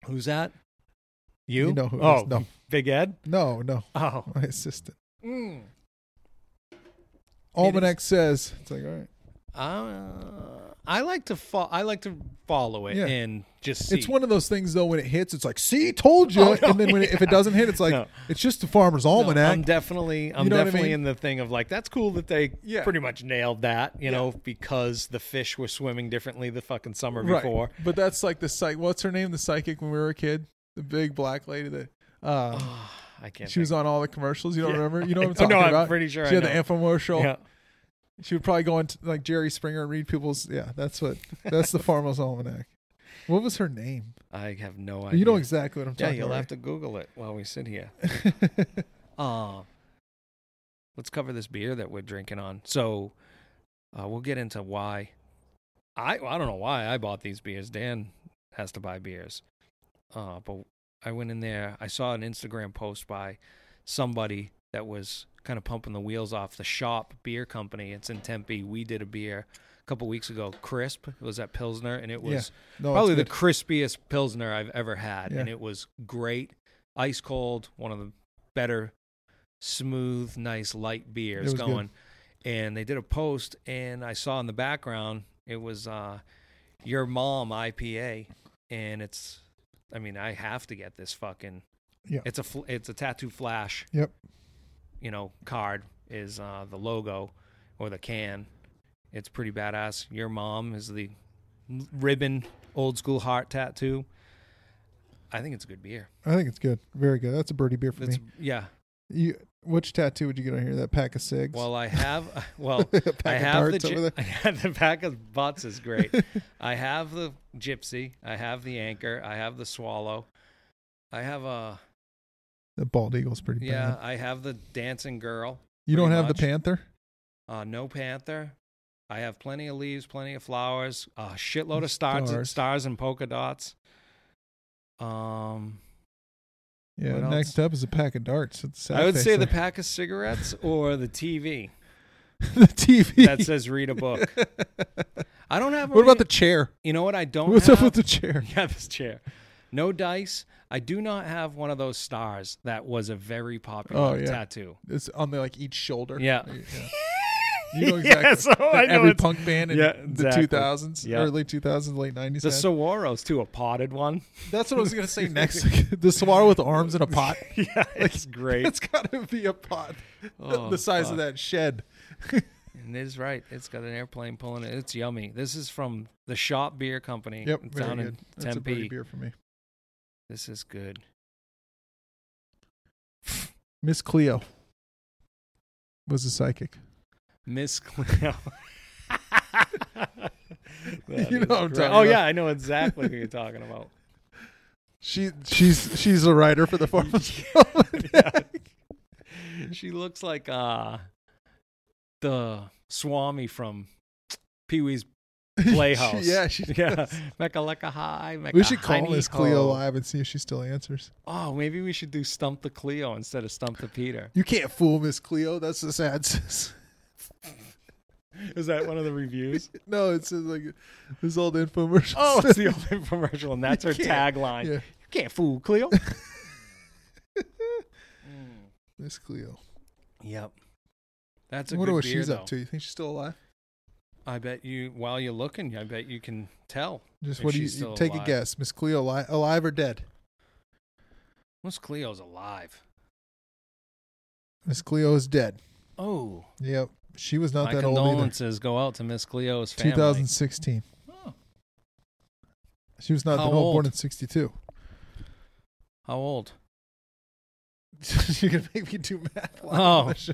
[SPEAKER 1] Who's that? You?
[SPEAKER 2] You know who? it
[SPEAKER 1] Oh,
[SPEAKER 2] is. no,
[SPEAKER 1] Big Ed.
[SPEAKER 2] no, no.
[SPEAKER 1] Oh,
[SPEAKER 2] My assistant.
[SPEAKER 1] mm.
[SPEAKER 2] Almanac says it's like all right.
[SPEAKER 1] uh, I like to fo- I like to follow it
[SPEAKER 2] Yeah.
[SPEAKER 1] and just see.
[SPEAKER 2] It's one of those things though. When it hits, it's like, see, told you.
[SPEAKER 1] Oh, no,
[SPEAKER 2] and then when it, if it doesn't hit, it's like
[SPEAKER 1] No.
[SPEAKER 2] it's just the farmer's
[SPEAKER 1] No,
[SPEAKER 2] almanac.
[SPEAKER 1] I'm definitely I'm
[SPEAKER 2] You know what I
[SPEAKER 1] definitely
[SPEAKER 2] mean?
[SPEAKER 1] in the thing of like that's cool that they
[SPEAKER 2] Yeah.
[SPEAKER 1] pretty much nailed that, you know, because the fish were swimming differently the fucking summer before.
[SPEAKER 2] But that's like the psych. What's her name? The psychic when we were a kid, the big black lady that. Uh,
[SPEAKER 1] Oh, I can't.
[SPEAKER 2] She was on all the commercials. You don't
[SPEAKER 1] Yeah.
[SPEAKER 2] remember? You know what I'm
[SPEAKER 1] Oh,
[SPEAKER 2] talking
[SPEAKER 1] no, I'm
[SPEAKER 2] about?
[SPEAKER 1] pretty sure
[SPEAKER 2] she
[SPEAKER 1] I
[SPEAKER 2] had
[SPEAKER 1] know.
[SPEAKER 2] the infomercial.
[SPEAKER 1] Yeah.
[SPEAKER 2] She would probably go into like Jerry Springer and read people's. Yeah, that's what. That's the Farmer's Almanac. What was her name?
[SPEAKER 1] I have no idea.
[SPEAKER 2] You know exactly what I'm
[SPEAKER 1] Yeah,
[SPEAKER 2] talking
[SPEAKER 1] you'll have
[SPEAKER 2] about.
[SPEAKER 1] to Google it while we sit here.
[SPEAKER 2] Yeah, you'll have to.
[SPEAKER 1] Uh, let's cover this beer that we're drinking on. So uh, we'll get into why. I I don't know why I bought these beers. Dan has to buy beers. Uh, but I went in there. I saw an Instagram post by somebody that was kind of pumping the wheels off the shop beer company. It's in Tempe. We did a beer a couple weeks ago. Crisp. It was at Pilsner, and it was
[SPEAKER 2] Yeah. No, it's
[SPEAKER 1] probably the
[SPEAKER 2] good.
[SPEAKER 1] crispiest pilsner I've ever had, and
[SPEAKER 2] Yeah.
[SPEAKER 1] it was great, ice cold, one of the better, smooth, nice light beers
[SPEAKER 2] was good.
[SPEAKER 1] going. And they did a post, and I saw in the background it was uh, your mom IPA, and it's, I mean, I have to get this fucking,
[SPEAKER 2] Yeah.
[SPEAKER 1] it's a fl- it's a tattoo flash,
[SPEAKER 2] Yep.
[SPEAKER 1] you know, card is uh, the logo or the can. It's pretty badass. Your mom is the ribbon old school heart tattoo. I think it's a good beer.
[SPEAKER 2] I think it's good. Very good. That's a birdie beer for
[SPEAKER 1] It's,
[SPEAKER 2] me.
[SPEAKER 1] yeah.
[SPEAKER 2] You, which tattoo would you get on here? That pack of cigs.
[SPEAKER 1] Well, I have. uh, Well,
[SPEAKER 2] pack
[SPEAKER 1] I
[SPEAKER 2] of
[SPEAKER 1] have the
[SPEAKER 2] darts
[SPEAKER 1] gy-
[SPEAKER 2] over there.
[SPEAKER 1] I have the pack of butts is great. I have the gypsy. I have the anchor. I have the swallow. I have a
[SPEAKER 2] The bald eagle's pretty
[SPEAKER 1] yeah.
[SPEAKER 2] bad.
[SPEAKER 1] I have the dancing girl.
[SPEAKER 2] You don't
[SPEAKER 1] pretty
[SPEAKER 2] have
[SPEAKER 1] much.
[SPEAKER 2] the panther.
[SPEAKER 1] Uh, no panther. I have plenty of leaves, plenty of flowers, a shitload of stars,
[SPEAKER 2] Stars.
[SPEAKER 1] stars, stars and polka dots. Um,
[SPEAKER 2] Yeah.
[SPEAKER 1] What
[SPEAKER 2] next up is a pack of darts. It's
[SPEAKER 1] I would
[SPEAKER 2] sad
[SPEAKER 1] say
[SPEAKER 2] face
[SPEAKER 1] the
[SPEAKER 2] there.
[SPEAKER 1] pack of cigarettes or the TV
[SPEAKER 2] the TV.
[SPEAKER 1] that says read a book. I don't have. a
[SPEAKER 2] what about
[SPEAKER 1] read-
[SPEAKER 2] the chair?
[SPEAKER 1] You know what I don't.
[SPEAKER 2] What's
[SPEAKER 1] have?
[SPEAKER 2] up with the chair?
[SPEAKER 1] Yeah, this chair. No dice. I do not have one of those stars that was a very popular
[SPEAKER 2] Oh, yeah.
[SPEAKER 1] tattoo.
[SPEAKER 2] It's on the like each shoulder.
[SPEAKER 1] Yeah.
[SPEAKER 2] You know
[SPEAKER 1] Yeah,
[SPEAKER 2] exactly.
[SPEAKER 1] so I know
[SPEAKER 2] every
[SPEAKER 1] it's-
[SPEAKER 2] punk band in
[SPEAKER 1] Yeah,
[SPEAKER 2] the
[SPEAKER 1] exactly.
[SPEAKER 2] two thousands,
[SPEAKER 1] Yeah.
[SPEAKER 2] early two thousands, late nineties.
[SPEAKER 1] The Saguaros too, a potted one.
[SPEAKER 2] That's what I was gonna say next. the swallow with arms in a pot.
[SPEAKER 1] yeah, it's great.
[SPEAKER 2] It's gotta be a pot
[SPEAKER 1] Oh,
[SPEAKER 2] the size
[SPEAKER 1] fuck.
[SPEAKER 2] of that shed.
[SPEAKER 1] And it is right. It's got an airplane pulling it. It's yummy. This is from the Shop Beer Company
[SPEAKER 2] Yep, very
[SPEAKER 1] down in
[SPEAKER 2] good. That's a pretty
[SPEAKER 1] Tempe.
[SPEAKER 2] beer for me.
[SPEAKER 1] This is good.
[SPEAKER 2] Miss Cleo was a psychic.
[SPEAKER 1] Miss Cleo. That
[SPEAKER 2] You
[SPEAKER 1] is
[SPEAKER 2] know what I'm
[SPEAKER 1] great.
[SPEAKER 2] talking
[SPEAKER 1] Oh
[SPEAKER 2] about.
[SPEAKER 1] yeah, I know exactly who you're talking about.
[SPEAKER 2] She she's she's a writer for the farmers.
[SPEAKER 1] she looks like uh the Swami from Pee Wee's Playhouse.
[SPEAKER 2] yeah, she
[SPEAKER 1] yeah. Mecca Lecca High. Mecca
[SPEAKER 2] We should call
[SPEAKER 1] honey
[SPEAKER 2] Miss Cleo
[SPEAKER 1] ho.
[SPEAKER 2] live and see if she still answers.
[SPEAKER 1] Oh, maybe we should do Stump the Cleo instead of Stump the Peter.
[SPEAKER 2] You can't fool Miss Cleo. That's the sad. s-
[SPEAKER 1] Is that one of the reviews?
[SPEAKER 2] no, it says like this old infomercial.
[SPEAKER 1] Oh, it's the old infomercial, and that's her
[SPEAKER 2] You can't-
[SPEAKER 1] tagline.
[SPEAKER 2] yeah,
[SPEAKER 1] You can't fool Cleo. Mm,
[SPEAKER 2] Miss Cleo.
[SPEAKER 1] yep. That's a
[SPEAKER 2] I wonder
[SPEAKER 1] good
[SPEAKER 2] what
[SPEAKER 1] beer,
[SPEAKER 2] she's
[SPEAKER 1] though.
[SPEAKER 2] up to. You think she's still alive?
[SPEAKER 1] I bet you, while you're looking, I bet you can tell.
[SPEAKER 2] Just
[SPEAKER 1] If
[SPEAKER 2] what do you,
[SPEAKER 1] she's
[SPEAKER 2] you
[SPEAKER 1] still
[SPEAKER 2] take
[SPEAKER 1] alive.
[SPEAKER 2] a guess? Miss Cleo alive, alive or dead?
[SPEAKER 1] Miss Cleo's alive.
[SPEAKER 2] Miss Cleo is dead.
[SPEAKER 1] Oh,
[SPEAKER 2] Yep, she was not
[SPEAKER 1] my
[SPEAKER 2] that old either.
[SPEAKER 1] condolences go out to Miss Cleo's family.
[SPEAKER 2] 2016.
[SPEAKER 1] Oh,
[SPEAKER 2] She was not
[SPEAKER 1] How
[SPEAKER 2] that old.
[SPEAKER 1] old?
[SPEAKER 2] Born in 62.
[SPEAKER 1] how old?
[SPEAKER 2] You're gonna make me do math. live
[SPEAKER 1] Oh.
[SPEAKER 2] on the show.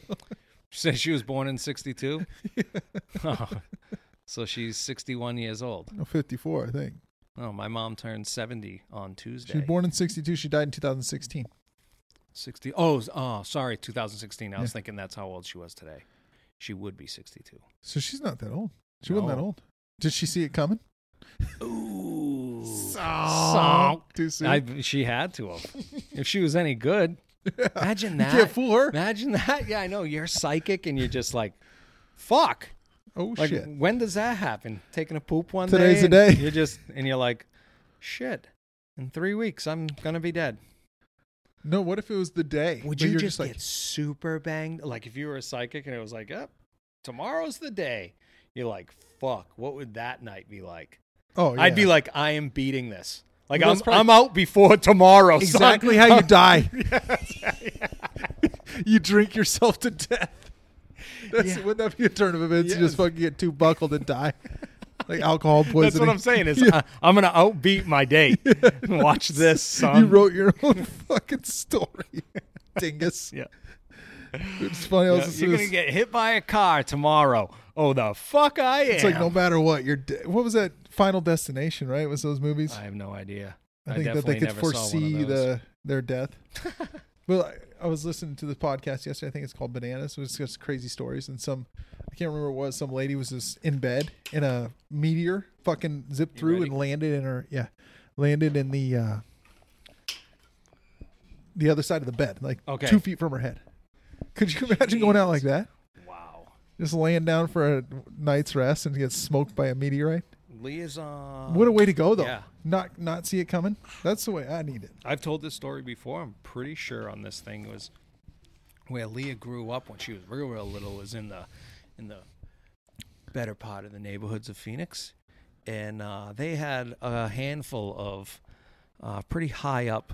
[SPEAKER 1] She said she was born in 62. oh, so she's 61 years old.
[SPEAKER 2] no, 54, I think.
[SPEAKER 1] Oh, my mom turned 70 on Tuesday.
[SPEAKER 2] She was born in 62. She died in 2016.
[SPEAKER 1] 60. Oh, s- oh, sorry, 2016. I was
[SPEAKER 2] Yeah.
[SPEAKER 1] thinking that's how old she was today. She would be 62.
[SPEAKER 2] So she's not that old. She wasn't that
[SPEAKER 1] No.
[SPEAKER 2] old. Did she see it coming?
[SPEAKER 1] Ooh.
[SPEAKER 2] Too soon.
[SPEAKER 1] Oh. I, she had to have. if she was any good, imagine
[SPEAKER 2] you
[SPEAKER 1] that.
[SPEAKER 2] can't fool her.
[SPEAKER 1] Imagine that. Yeah, I know. You're psychic and you're just like, fuck.
[SPEAKER 2] Oh
[SPEAKER 1] Like,
[SPEAKER 2] shit.
[SPEAKER 1] when does that happen? Taking a poop one
[SPEAKER 2] Today's
[SPEAKER 1] day.
[SPEAKER 2] the
[SPEAKER 1] and
[SPEAKER 2] day.
[SPEAKER 1] You're just, and you're like, shit. In three weeks, I'm going to be dead.
[SPEAKER 2] No. What if it was the day?
[SPEAKER 1] Would
[SPEAKER 2] where
[SPEAKER 1] you
[SPEAKER 2] you're
[SPEAKER 1] just, get super banged? Like if you were a psychic and it was like, "Yep, tomorrow's the day," you're like, "Fuck, what would that night be like?"
[SPEAKER 2] Oh,
[SPEAKER 1] I'd be
[SPEAKER 2] yeah.
[SPEAKER 1] like, "I am beating this. Like
[SPEAKER 2] Well,
[SPEAKER 1] I'm,
[SPEAKER 2] that's probably-
[SPEAKER 1] I'm out before tomorrow." son."
[SPEAKER 2] exactly how you die. you drink yourself to death. That's,
[SPEAKER 1] Yeah.
[SPEAKER 2] Wouldn't that be a turn of events? You
[SPEAKER 1] Yes.
[SPEAKER 2] just fucking get too buckled and die, like alcohol poisoning.
[SPEAKER 1] That's what I'm saying. Is
[SPEAKER 2] Yeah.
[SPEAKER 1] I, I'm gonna outbeat my day. Watch this, son.
[SPEAKER 2] you wrote your own fucking story, dingus.
[SPEAKER 1] yeah.
[SPEAKER 2] It's funny. I was
[SPEAKER 1] Yeah,
[SPEAKER 2] just-
[SPEAKER 1] You're gonna get hit by a car tomorrow. Oh, the fuck I am.
[SPEAKER 2] it's like no matter what, you're. De- what was that Final Destination? Right? Was those movies?
[SPEAKER 1] I have no idea.
[SPEAKER 2] I think that
[SPEAKER 1] definitely
[SPEAKER 2] they could
[SPEAKER 1] never saw one of
[SPEAKER 2] foresee
[SPEAKER 1] those.
[SPEAKER 2] the their death. well, I, I was listening to the podcast yesterday. I think it's called Bananas. It was just crazy stories, and some I can't remember what it was. Some lady was just in bed, and a meteor fucking zipped through
[SPEAKER 1] ready?
[SPEAKER 2] and landed in her. Yeah, landed in the uh, the other side of the bed, like
[SPEAKER 1] Okay.
[SPEAKER 2] two feet from her head. Could you imagine going out like that?
[SPEAKER 1] Wow.
[SPEAKER 2] Just laying down for a night's rest and get smoked by a meteorite.
[SPEAKER 1] liaison.
[SPEAKER 2] What a way to go, though.
[SPEAKER 1] yeah.
[SPEAKER 2] Not not see it coming. That's the way I need it.
[SPEAKER 1] I've told this story before. I'm pretty sure on this thing was where Leah grew up when she was real, real little. Was in the in the better part of the neighborhoods of Phoenix, and uh, they had a handful of uh, pretty high up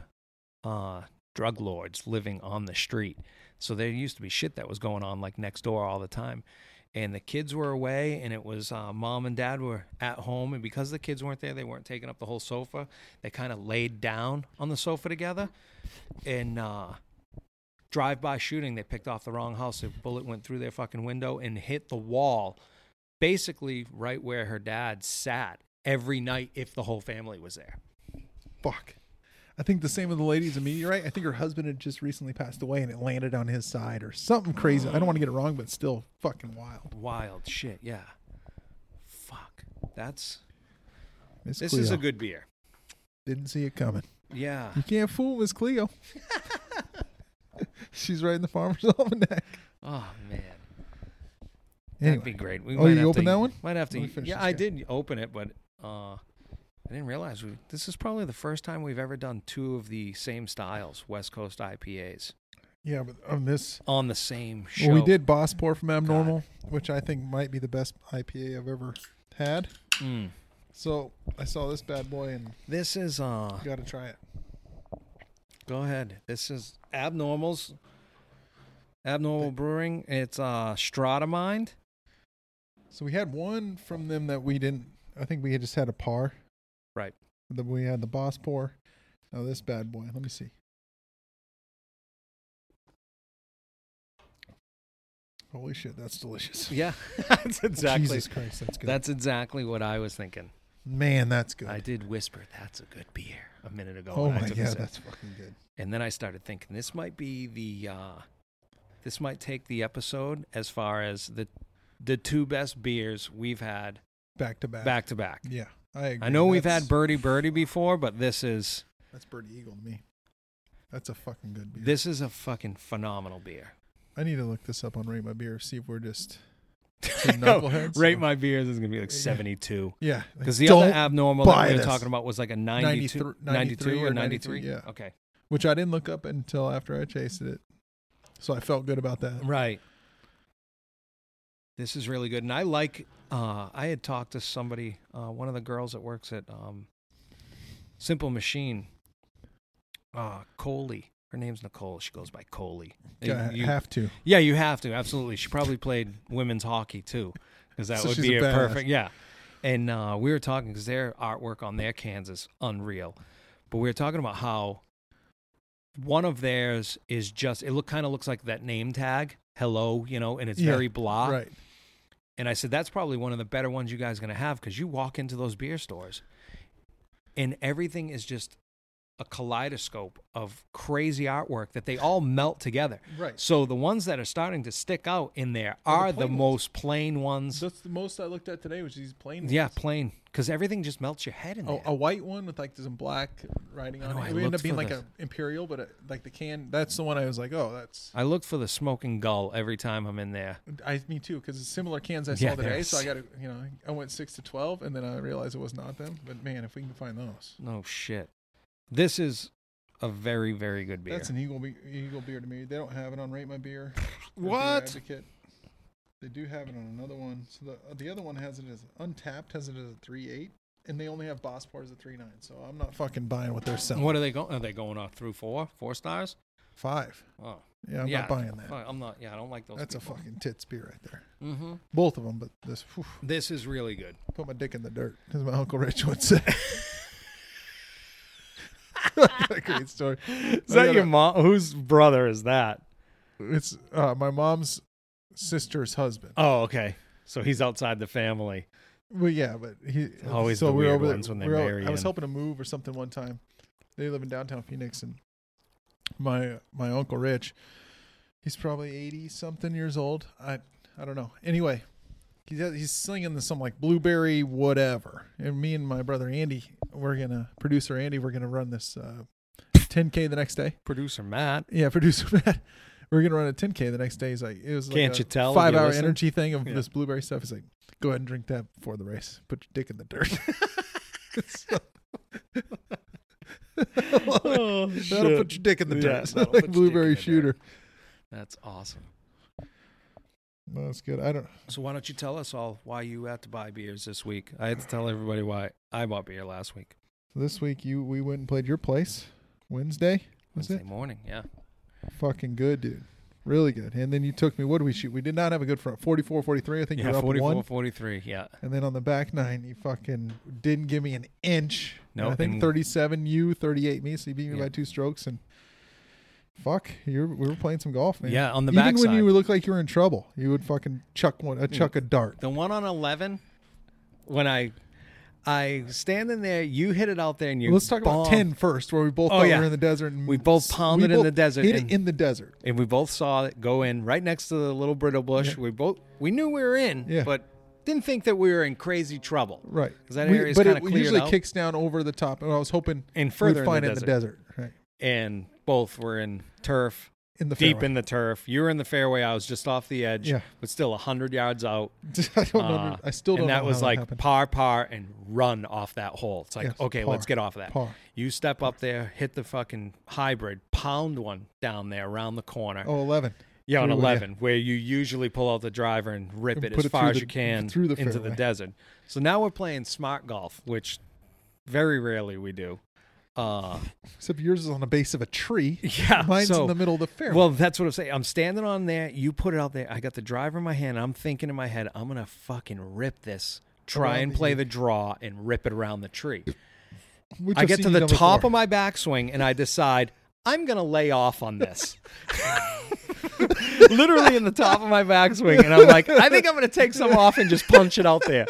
[SPEAKER 1] uh, drug lords living on the street. So there used to be shit that was going on like next door all the time. And the kids were away, and it was uh, mom and dad were at home. And because the kids weren't there, they weren't taking up the whole sofa. They kind of laid down on the sofa together. And uh, drive by shooting, they picked off the wrong house. A bullet went through their fucking window and hit the wall, basically right where her dad sat every night if the whole family was there.
[SPEAKER 2] Fuck. I think the same with the lady as a meteorite. I think her husband had just recently passed away and it landed on his side or something crazy. I don't want to get it wrong, but still fucking wild.
[SPEAKER 1] Wild shit, yeah. Fuck. That's
[SPEAKER 2] Miss
[SPEAKER 1] this
[SPEAKER 2] Cleo
[SPEAKER 1] is a good beer.
[SPEAKER 2] didn't see it coming.
[SPEAKER 1] Yeah.
[SPEAKER 2] You can't fool Miss Cleo. She's writing the farmer's almanac.
[SPEAKER 1] Oh man. That'd be
[SPEAKER 2] Anyway,
[SPEAKER 1] great. We
[SPEAKER 2] Oh,
[SPEAKER 1] might
[SPEAKER 2] you
[SPEAKER 1] have to-
[SPEAKER 2] opened that one?
[SPEAKER 1] Might have
[SPEAKER 2] Let
[SPEAKER 1] to.
[SPEAKER 2] me finish
[SPEAKER 1] Yeah,
[SPEAKER 2] this
[SPEAKER 1] I
[SPEAKER 2] guy.
[SPEAKER 1] did open it, but uh, I didn't realize we. This is probably the first time we've ever done two of the same styles, West Coast IPAs,
[SPEAKER 2] yeah, but on this,
[SPEAKER 1] on the same show.
[SPEAKER 2] well, we did Boss Pour from Abnormal, which I think might be the best IPA I've ever had.
[SPEAKER 1] Mm.
[SPEAKER 2] So I saw this bad boy and
[SPEAKER 1] This is uh.
[SPEAKER 2] got to try it.
[SPEAKER 1] Go ahead. This is Abnormals. Abnormal Brewing. It's uh Stratomind.
[SPEAKER 2] So we had one from them that we didn't. I think we had just had a par.
[SPEAKER 1] Right.
[SPEAKER 2] That we had the boss pour. Now this bad boy. Let me see. Holy shit, that's delicious.
[SPEAKER 1] Yeah, that's exactly
[SPEAKER 2] Jesus Christ, that's good.
[SPEAKER 1] that's exactly what I was thinking.
[SPEAKER 2] Man, that's good.
[SPEAKER 1] I did whisper, "That's a good beer." A minute ago.
[SPEAKER 2] oh
[SPEAKER 1] when I
[SPEAKER 2] my
[SPEAKER 1] took a
[SPEAKER 2] god,
[SPEAKER 1] sip.
[SPEAKER 2] that's fucking good.
[SPEAKER 1] And then I started thinking this might be the uh, this might take the episode as far as the the two best beers we've had
[SPEAKER 2] Back to back.
[SPEAKER 1] back to back.
[SPEAKER 2] Yeah, I agree.
[SPEAKER 1] I know we've
[SPEAKER 2] That's-
[SPEAKER 1] had Birdie Birdie before, but this is
[SPEAKER 2] That's Birdie Eagle to me. That's a fucking good beer.
[SPEAKER 1] this is a fucking phenomenal beer.
[SPEAKER 2] I need to look this up on Rate My Beer. See if we're just
[SPEAKER 1] I
[SPEAKER 2] two
[SPEAKER 1] know.
[SPEAKER 2] knuckleheads.
[SPEAKER 1] Rate my beers is gonna be like
[SPEAKER 2] Yeah.
[SPEAKER 1] seventy two.
[SPEAKER 2] Yeah, like,
[SPEAKER 1] Because the
[SPEAKER 2] don't-
[SPEAKER 1] other abnormal that
[SPEAKER 2] buy
[SPEAKER 1] we were
[SPEAKER 2] this.
[SPEAKER 1] talking about was like a 92,
[SPEAKER 2] 93
[SPEAKER 1] 92 or 93?
[SPEAKER 2] 93, yeah.
[SPEAKER 1] Okay.
[SPEAKER 2] which I didn't look up until after I tasted it, so I felt good about that.
[SPEAKER 1] Right. This is really good. And I like, uh, I had talked to somebody, uh, one of the girls that works at um, Simple Machine, uh, Coley. Her name's Nicole. She goes by Coley. And
[SPEAKER 2] Yeah,
[SPEAKER 1] you-
[SPEAKER 2] have to.
[SPEAKER 1] yeah, you have to. Absolutely. She probably played women's hockey too, because that
[SPEAKER 2] So
[SPEAKER 1] would
[SPEAKER 2] she's
[SPEAKER 1] be
[SPEAKER 2] a
[SPEAKER 1] a
[SPEAKER 2] badass.
[SPEAKER 1] perfect. Yeah. And uh, we were talking because their artwork on their cans is unreal. But we were talking about how one of theirs is just, it look kind of looks like that name tag, hello, you know, and it's
[SPEAKER 2] Yeah,
[SPEAKER 1] very blah.
[SPEAKER 2] right.
[SPEAKER 1] And I said, that's probably one of the better ones you guys are going to have because you walk into those beer stores and everything is just a kaleidoscope of crazy artwork that they all melt together.
[SPEAKER 2] Right.
[SPEAKER 1] So the ones that are starting to stick out in there
[SPEAKER 2] Are the
[SPEAKER 1] are the,
[SPEAKER 2] plain ones.
[SPEAKER 1] most plain ones.
[SPEAKER 2] That's the most I looked at today, was these plain.
[SPEAKER 1] yeah, plain. Because everything just melts your head in
[SPEAKER 2] Oh,
[SPEAKER 1] there.
[SPEAKER 2] a white one with like some black writing
[SPEAKER 1] I
[SPEAKER 2] on
[SPEAKER 1] know,
[SPEAKER 2] it.
[SPEAKER 1] I
[SPEAKER 2] It would end
[SPEAKER 1] looked
[SPEAKER 2] up being
[SPEAKER 1] for
[SPEAKER 2] like
[SPEAKER 1] this.
[SPEAKER 2] a imperial, but a, like the can. That's the one I was like, oh, that's.
[SPEAKER 1] I look for the smoking gull every time I'm in there.
[SPEAKER 2] I me too because it's similar cans I
[SPEAKER 1] Yeah,
[SPEAKER 2] saw today.
[SPEAKER 1] there's-
[SPEAKER 2] So I got to you know I went six to twelve, and then I realized it was not them. But man, if we can find those,
[SPEAKER 1] No shit. This is a very, very good beer.
[SPEAKER 2] that's an eagle be- eagle beer to me. They don't have it on Rate My Beer. or Beer Advocate. They do have it on another one. So the uh, the other one has it as Untapped has it as a three eight, and they only have Boss Bars at three nine. So I'm not fucking buying what they're selling.
[SPEAKER 1] What are they going? Are they going up through four? Four stars?
[SPEAKER 2] Five.
[SPEAKER 1] Oh,
[SPEAKER 2] Yeah, I'm
[SPEAKER 1] yeah.
[SPEAKER 2] not buying that.
[SPEAKER 1] fuck, I'm not. Yeah, I don't like those.
[SPEAKER 2] That's a fucking tits beer right there.
[SPEAKER 1] Mm-hmm.
[SPEAKER 2] Both of them, but this whew,
[SPEAKER 1] This is really good.
[SPEAKER 2] put my dick in the dirt, as my uncle Rich would say. a great story.
[SPEAKER 1] Is
[SPEAKER 2] that your
[SPEAKER 1] mom? Whose brother is that?
[SPEAKER 2] It's uh, my mom's sister's husband.
[SPEAKER 1] Oh, okay. So he's outside the family.
[SPEAKER 2] Well, yeah, but he
[SPEAKER 1] always the weird ones when they
[SPEAKER 2] we were-
[SPEAKER 1] marry
[SPEAKER 2] I was
[SPEAKER 1] in.
[SPEAKER 2] helping to move or something one time. They live in downtown Phoenix, and my my uncle Rich, he's probably eighty something years old. I I don't know. Anyway, he's he's slinging the some like blueberry whatever, and me and my brother Andy, we're gonna producer Andy, we're gonna run this uh, 10k the next day.
[SPEAKER 1] Producer Matt.
[SPEAKER 2] Yeah, producer Matt. We are gonna run a 10k the next day. He's like, it was like
[SPEAKER 1] Can't
[SPEAKER 2] a
[SPEAKER 1] you tell if
[SPEAKER 2] five
[SPEAKER 1] you
[SPEAKER 2] hour
[SPEAKER 1] listen?
[SPEAKER 2] energy thing of
[SPEAKER 1] Yeah.
[SPEAKER 2] this blueberry stuff. He's like, go ahead and drink that before the race. Put your dick in the dirt. So-
[SPEAKER 1] Oh,
[SPEAKER 2] That'll put your dick in the
[SPEAKER 1] Yeah,
[SPEAKER 2] dirt.
[SPEAKER 1] that'll put your dick
[SPEAKER 2] like
[SPEAKER 1] in
[SPEAKER 2] blueberry
[SPEAKER 1] the dirt.
[SPEAKER 2] shooter.
[SPEAKER 1] That's awesome.
[SPEAKER 2] No, that's good. I don't.
[SPEAKER 1] So why don't you tell us all why you had to buy beers this week? I had to tell everybody why I bought beer last week.
[SPEAKER 2] This week you we went and played your place Wednesday. Was
[SPEAKER 1] Wednesday
[SPEAKER 2] it
[SPEAKER 1] morning, yeah.
[SPEAKER 2] fucking good, dude? Really good. And then you took me. What did we shoot? We did not have a good front. 44, 43. I think you
[SPEAKER 1] Yeah,
[SPEAKER 2] were up one.
[SPEAKER 1] 44, 43, yeah.
[SPEAKER 2] And then on the back nine, you fucking didn't give me an inch.
[SPEAKER 1] No,
[SPEAKER 2] And I think
[SPEAKER 1] and-
[SPEAKER 2] 37 you, 38 me. So you beat me
[SPEAKER 1] Yeah.
[SPEAKER 2] by two strokes. And fuck, you were- we were playing some golf, man.
[SPEAKER 1] Yeah, on the
[SPEAKER 2] Even
[SPEAKER 1] backside.
[SPEAKER 2] when you would look like you were in trouble, you would fucking chuck one, a chuck a dart.
[SPEAKER 1] The one on 11, when I I stand in there, you hit it out there and you
[SPEAKER 2] Let's talk about
[SPEAKER 1] bomb-
[SPEAKER 2] 10 first, where we both
[SPEAKER 1] Oh,
[SPEAKER 2] thought we
[SPEAKER 1] yeah.
[SPEAKER 2] were in the desert. And
[SPEAKER 1] We both
[SPEAKER 2] s-
[SPEAKER 1] pounded in the desert
[SPEAKER 2] Hit it
[SPEAKER 1] and-
[SPEAKER 2] in the desert.
[SPEAKER 1] And we both saw it go in right next to the little brittle bush. We both we knew we were in,
[SPEAKER 2] Yeah.
[SPEAKER 1] but didn't think that we were in crazy trouble.
[SPEAKER 2] Right.
[SPEAKER 1] 'Cause that
[SPEAKER 2] We-
[SPEAKER 1] area's
[SPEAKER 2] but
[SPEAKER 1] kinda
[SPEAKER 2] it
[SPEAKER 1] cleared
[SPEAKER 2] usually
[SPEAKER 1] out.
[SPEAKER 2] kicks down over the top. And I was hoping
[SPEAKER 1] And further
[SPEAKER 2] we'd
[SPEAKER 1] in
[SPEAKER 2] find
[SPEAKER 1] the
[SPEAKER 2] it in the desert. Right.
[SPEAKER 1] And both were in turf.
[SPEAKER 2] In the
[SPEAKER 1] deep
[SPEAKER 2] fairway.
[SPEAKER 1] in the turf. You were in the fairway. I was just off the edge,
[SPEAKER 2] Yeah.
[SPEAKER 1] but still hundred yards out.
[SPEAKER 2] I don't
[SPEAKER 1] Uh,
[SPEAKER 2] know. I still don't
[SPEAKER 1] and
[SPEAKER 2] know.
[SPEAKER 1] that was
[SPEAKER 2] how
[SPEAKER 1] like
[SPEAKER 2] happened.
[SPEAKER 1] par, par, and run off that hole. It's like,
[SPEAKER 2] Yes,
[SPEAKER 1] okay,
[SPEAKER 2] par,
[SPEAKER 1] let's get off of that.
[SPEAKER 2] par.
[SPEAKER 1] You step up there, hit the fucking hybrid, pound one down there around the corner.
[SPEAKER 2] Oh, 11.
[SPEAKER 1] yeah, on
[SPEAKER 2] Three wood,
[SPEAKER 1] 11, where you usually pull out the driver and rip
[SPEAKER 2] And
[SPEAKER 1] it
[SPEAKER 2] put
[SPEAKER 1] as
[SPEAKER 2] it
[SPEAKER 1] far
[SPEAKER 2] through
[SPEAKER 1] as
[SPEAKER 2] the-
[SPEAKER 1] you can
[SPEAKER 2] through the
[SPEAKER 1] into the
[SPEAKER 2] fairway.
[SPEAKER 1] desert. So now we're playing smart golf, which very rarely we do. Uh,
[SPEAKER 2] Except yours is on the base of a tree.
[SPEAKER 1] Yeah,
[SPEAKER 2] Mine's in
[SPEAKER 1] so-
[SPEAKER 2] the middle of the fairway.
[SPEAKER 1] Well, that's what I'm saying. I'm standing on there. You put it out there. I got the driver in my hand. I'm thinking in my head, I'm gonna fucking rip this. Try
[SPEAKER 2] Around
[SPEAKER 1] and
[SPEAKER 2] the-
[SPEAKER 1] play the draw and rip it around the tree.
[SPEAKER 2] Which
[SPEAKER 1] I
[SPEAKER 2] I've
[SPEAKER 1] get to
[SPEAKER 2] seen
[SPEAKER 1] the
[SPEAKER 2] you done
[SPEAKER 1] top
[SPEAKER 2] before.
[SPEAKER 1] of my backswing and I decide I'm gonna lay off on this. Literally in the top of my backswing, and I'm like, I think I'm gonna take some off and just punch it out there.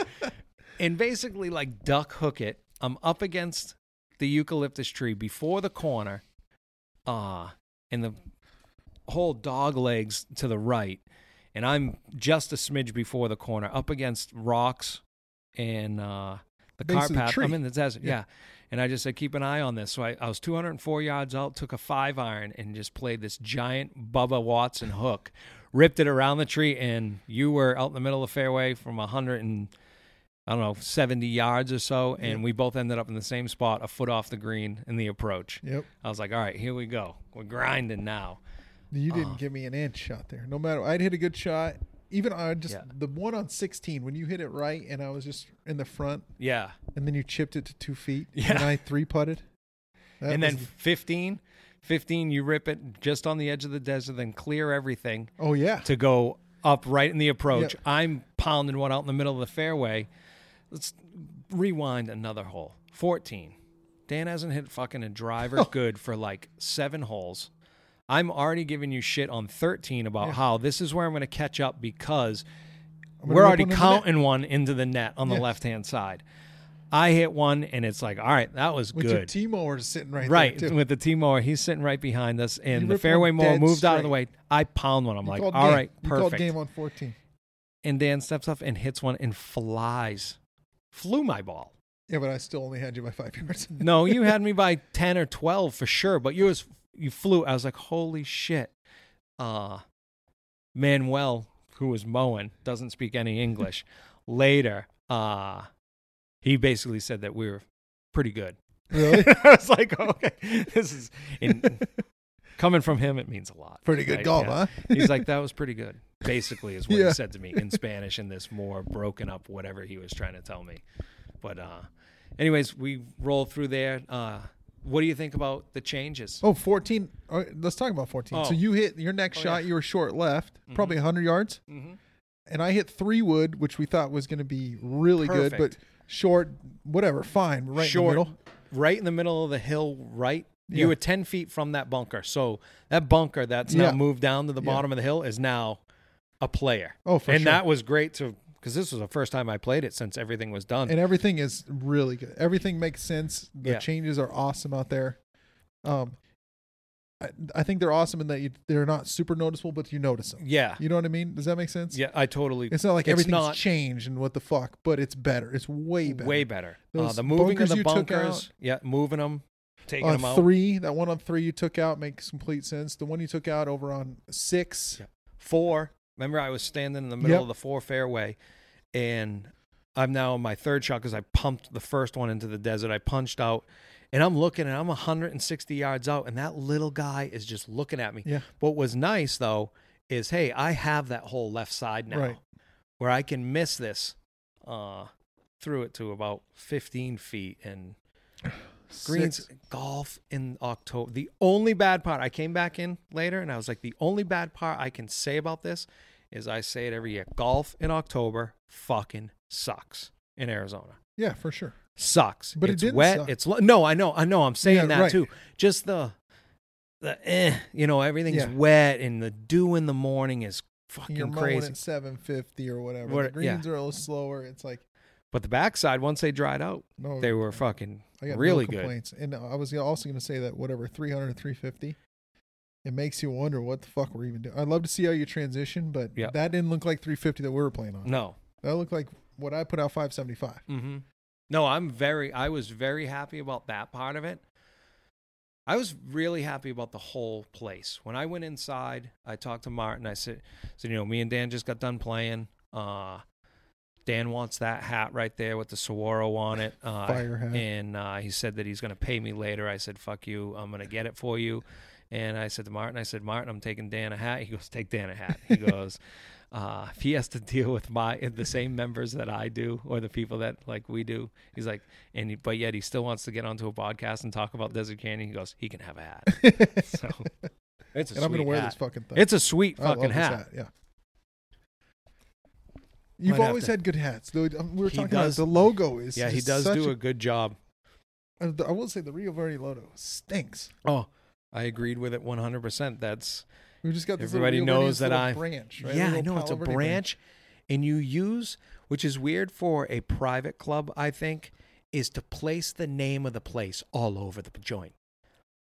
[SPEAKER 1] and basically like duck hook it. I'm up against the eucalyptus tree before the corner, ah, and the whole dog legs to the right, and I'm just a smidge before the corner, up against rocks and uh, the
[SPEAKER 2] Base
[SPEAKER 1] car
[SPEAKER 2] of the
[SPEAKER 1] path.
[SPEAKER 2] tree.
[SPEAKER 1] I'm in the desert,
[SPEAKER 2] Yeah.
[SPEAKER 1] yeah. And I just said, keep an eye on this. So I, I was 204 yards out, took a five iron, and just played this giant Bubba Watson hook, ripped it around the tree, and you were out in the middle of the fairway from 100 and I don't know 70 yards or so, and
[SPEAKER 2] Yeah.
[SPEAKER 1] we both ended up in the same spot, a foot off the green in the approach.
[SPEAKER 2] Yep.
[SPEAKER 1] I was like, all right, here we go. We're grinding now.
[SPEAKER 2] You didn't
[SPEAKER 1] Uh.
[SPEAKER 2] give me an inch shot there. No matter, I'd hit a good shot. Even I just
[SPEAKER 1] Yeah.
[SPEAKER 2] the one on 16 when you hit it right, and I was just in the front,
[SPEAKER 1] Yeah.
[SPEAKER 2] and then you chipped it to two feet, and
[SPEAKER 1] Yeah.
[SPEAKER 2] I three putted. That
[SPEAKER 1] and then
[SPEAKER 2] was-
[SPEAKER 1] 15, 15, you rip it just on the edge of the desert, then clear everything.
[SPEAKER 2] oh yeah,
[SPEAKER 1] to go up right in the approach. I'm pounding one out in the middle of the fairway. Let's rewind another hole. 14. Dan hasn't hit fucking a driver good for like seven holes. I'm already giving you shit on 13 about how this is where I'm going to catch up because
[SPEAKER 2] gonna
[SPEAKER 1] we're
[SPEAKER 2] rip
[SPEAKER 1] already
[SPEAKER 2] one in the net.
[SPEAKER 1] counting one into the net on the
[SPEAKER 2] Yeah.
[SPEAKER 1] left hand side. I hit one and it's like, all right, that was
[SPEAKER 2] with your
[SPEAKER 1] good.
[SPEAKER 2] T mower sitting right,
[SPEAKER 1] Right,
[SPEAKER 2] there too.
[SPEAKER 1] with the T mower, he's sitting right behind us,
[SPEAKER 2] You
[SPEAKER 1] and
[SPEAKER 2] rip
[SPEAKER 1] the
[SPEAKER 2] one
[SPEAKER 1] fairway mower
[SPEAKER 2] dead
[SPEAKER 1] moved out of the way.
[SPEAKER 2] straight.
[SPEAKER 1] I pound one. I'm like, all
[SPEAKER 2] Called
[SPEAKER 1] right,
[SPEAKER 2] game. You
[SPEAKER 1] perfect
[SPEAKER 2] called game on 14.
[SPEAKER 1] and Dan steps up and hits one and flies. Flew my ball.
[SPEAKER 2] Yeah, but I still only had you by five yards.
[SPEAKER 1] No, you had me by 10 or 12 for sure, but you was you flew. I was like, "Holy shit." Uh Manuel, who was mowing, doesn't speak any English. Later, uh he basically said that we were pretty good.
[SPEAKER 2] really?
[SPEAKER 1] I was like, "Okay, this is and coming from him it means a lot."
[SPEAKER 2] Pretty good
[SPEAKER 1] Right?
[SPEAKER 2] golf,
[SPEAKER 1] Yeah.
[SPEAKER 2] huh?
[SPEAKER 1] He's like, that was pretty good. Basically, is what
[SPEAKER 2] Yeah.
[SPEAKER 1] he said to me in Spanish in this more broken up whatever he was trying to tell me. But uh, anyways, we rolled through there. Uh, what do you think about the changes?
[SPEAKER 2] Oh, 14. All right, let's talk about 14. So
[SPEAKER 1] Oh.
[SPEAKER 2] you hit your next
[SPEAKER 1] Oh,
[SPEAKER 2] shot,
[SPEAKER 1] yeah.
[SPEAKER 2] you were short left, probably 100 yards.
[SPEAKER 1] Mm-hmm.
[SPEAKER 2] And I hit three wood, which we thought was going to be really good, but
[SPEAKER 1] Perfect.
[SPEAKER 2] short, whatever, fine, right in the middle.
[SPEAKER 1] right in the middle of the hill, right.
[SPEAKER 2] Yeah.
[SPEAKER 1] You were ten feet from that bunker, so that bunker that's
[SPEAKER 2] Yeah.
[SPEAKER 1] now moved down to the
[SPEAKER 2] Yeah.
[SPEAKER 1] bottom of the hill is now a player.
[SPEAKER 2] Oh, for
[SPEAKER 1] and
[SPEAKER 2] sure.
[SPEAKER 1] that was great to because this was the first time I played it since everything was done.
[SPEAKER 2] And everything is really good. Everything makes sense. The
[SPEAKER 1] Yeah.
[SPEAKER 2] changes are awesome out there. Um, I, I think they're awesome in that you, they're not super noticeable, but you notice them.
[SPEAKER 1] yeah,
[SPEAKER 2] You know what I mean? Does that make sense?
[SPEAKER 1] yeah, I totally.
[SPEAKER 2] It's not like
[SPEAKER 1] It's
[SPEAKER 2] everything's
[SPEAKER 1] not-
[SPEAKER 2] changed and what the fuck, but it's better. It's way better.
[SPEAKER 1] Way better. Uh,
[SPEAKER 2] Those
[SPEAKER 1] the moving
[SPEAKER 2] bunkers
[SPEAKER 1] of the
[SPEAKER 2] you took
[SPEAKER 1] bunkers. Yeah, moving them, taking
[SPEAKER 2] on
[SPEAKER 1] them out.
[SPEAKER 2] three, that one on three you took out makes complete sense. The one you took out over on six,
[SPEAKER 1] Four. Remember, I was standing in the middle
[SPEAKER 2] Yep.
[SPEAKER 1] of the four fairway, and I'm now on my third shot because I pumped the first one into the desert. I punched out, and I'm looking, and I'm 160 yards out, and that little guy is just looking at me.
[SPEAKER 2] Yeah.
[SPEAKER 1] What was nice though is, hey, I have that whole left side now,
[SPEAKER 2] Right.
[SPEAKER 1] where I can miss this. Uh, threw it to about 15 feet and Greens
[SPEAKER 2] six.
[SPEAKER 1] golf in October. The only bad part, I came back in later and I was like, the only bad part I can say about this is I say it every year golf in October fucking sucks in Arizona.
[SPEAKER 2] Yeah, for sure.
[SPEAKER 1] Sucks.
[SPEAKER 2] But it
[SPEAKER 1] it's
[SPEAKER 2] didn't
[SPEAKER 1] wet.
[SPEAKER 2] suck.
[SPEAKER 1] It's lo- no, I know, I know. I'm saying
[SPEAKER 2] Yeah,
[SPEAKER 1] that
[SPEAKER 2] right.
[SPEAKER 1] too. Just the, the eh, you know, everything's
[SPEAKER 2] Yeah.
[SPEAKER 1] wet and the dew in the morning is fucking
[SPEAKER 2] You're mowing
[SPEAKER 1] crazy.
[SPEAKER 2] at seven fifty or whatever.
[SPEAKER 1] What-
[SPEAKER 2] the
[SPEAKER 1] yeah.
[SPEAKER 2] greens are a little slower. It's like
[SPEAKER 1] But the backside, once they dried out,
[SPEAKER 2] no,
[SPEAKER 1] they were fucking
[SPEAKER 2] Oh, I got
[SPEAKER 1] really
[SPEAKER 2] no
[SPEAKER 1] good.
[SPEAKER 2] complaints. And I was also going to say that whatever 300 350, it makes you wonder what the fuck we're even doing. I'd love to see how you transition, but
[SPEAKER 1] Yeah. Mm.
[SPEAKER 2] that didn't look like 350 that we were playing on.
[SPEAKER 1] No,
[SPEAKER 2] That looked like what I put out 575.
[SPEAKER 1] Mm-hmm. No, I'm very. I was very happy about that part of it. I was really happy about the whole place. When I went inside, I talked to Martin. I said, "said You know, me and Dan just got done playing. Uh, Dan wants that hat right there with the Saguaro on it. Uh,
[SPEAKER 2] Fire hat.
[SPEAKER 1] And uh, he said that he's going to pay me later. I said, "Fuck you. I'm going to get it for you." And I said to Martin, "I said, Martin, I'm taking Dan a hat." He goes, "Take Dan a hat." He goes, uh, if he has to deal with my the same members that I do or the people that like we do, he's like, and he- but yet he still wants to get onto a podcast and talk about Desert Canyon. He goes, he can have a hat. So it's a
[SPEAKER 2] and I'm going
[SPEAKER 1] sweet
[SPEAKER 2] to wear
[SPEAKER 1] hat.
[SPEAKER 2] this fucking thing.
[SPEAKER 1] It's a sweet
[SPEAKER 2] I love
[SPEAKER 1] fucking
[SPEAKER 2] this
[SPEAKER 1] hat.
[SPEAKER 2] Yeah. You've
[SPEAKER 1] Might have
[SPEAKER 2] always
[SPEAKER 1] to-
[SPEAKER 2] had good hats. Though um, we were
[SPEAKER 1] He
[SPEAKER 2] talking
[SPEAKER 1] does-
[SPEAKER 2] about the logo is
[SPEAKER 1] Yeah, he
[SPEAKER 2] just
[SPEAKER 1] does
[SPEAKER 2] such
[SPEAKER 1] do a good job.
[SPEAKER 2] a- I will say the Rio Verde logo stinks.
[SPEAKER 1] Oh, I agreed with it 100. percent That's
[SPEAKER 2] We just got this
[SPEAKER 1] Everybody
[SPEAKER 2] little Rio
[SPEAKER 1] knows
[SPEAKER 2] Verde's
[SPEAKER 1] that
[SPEAKER 2] little
[SPEAKER 1] I-
[SPEAKER 2] branch, right?
[SPEAKER 1] yeah,
[SPEAKER 2] Little
[SPEAKER 1] I know it's a
[SPEAKER 2] Palo Verde
[SPEAKER 1] branch,
[SPEAKER 2] branch.
[SPEAKER 1] and you use, which is weird for a private club, I think, is to place the name of the place all over the joint.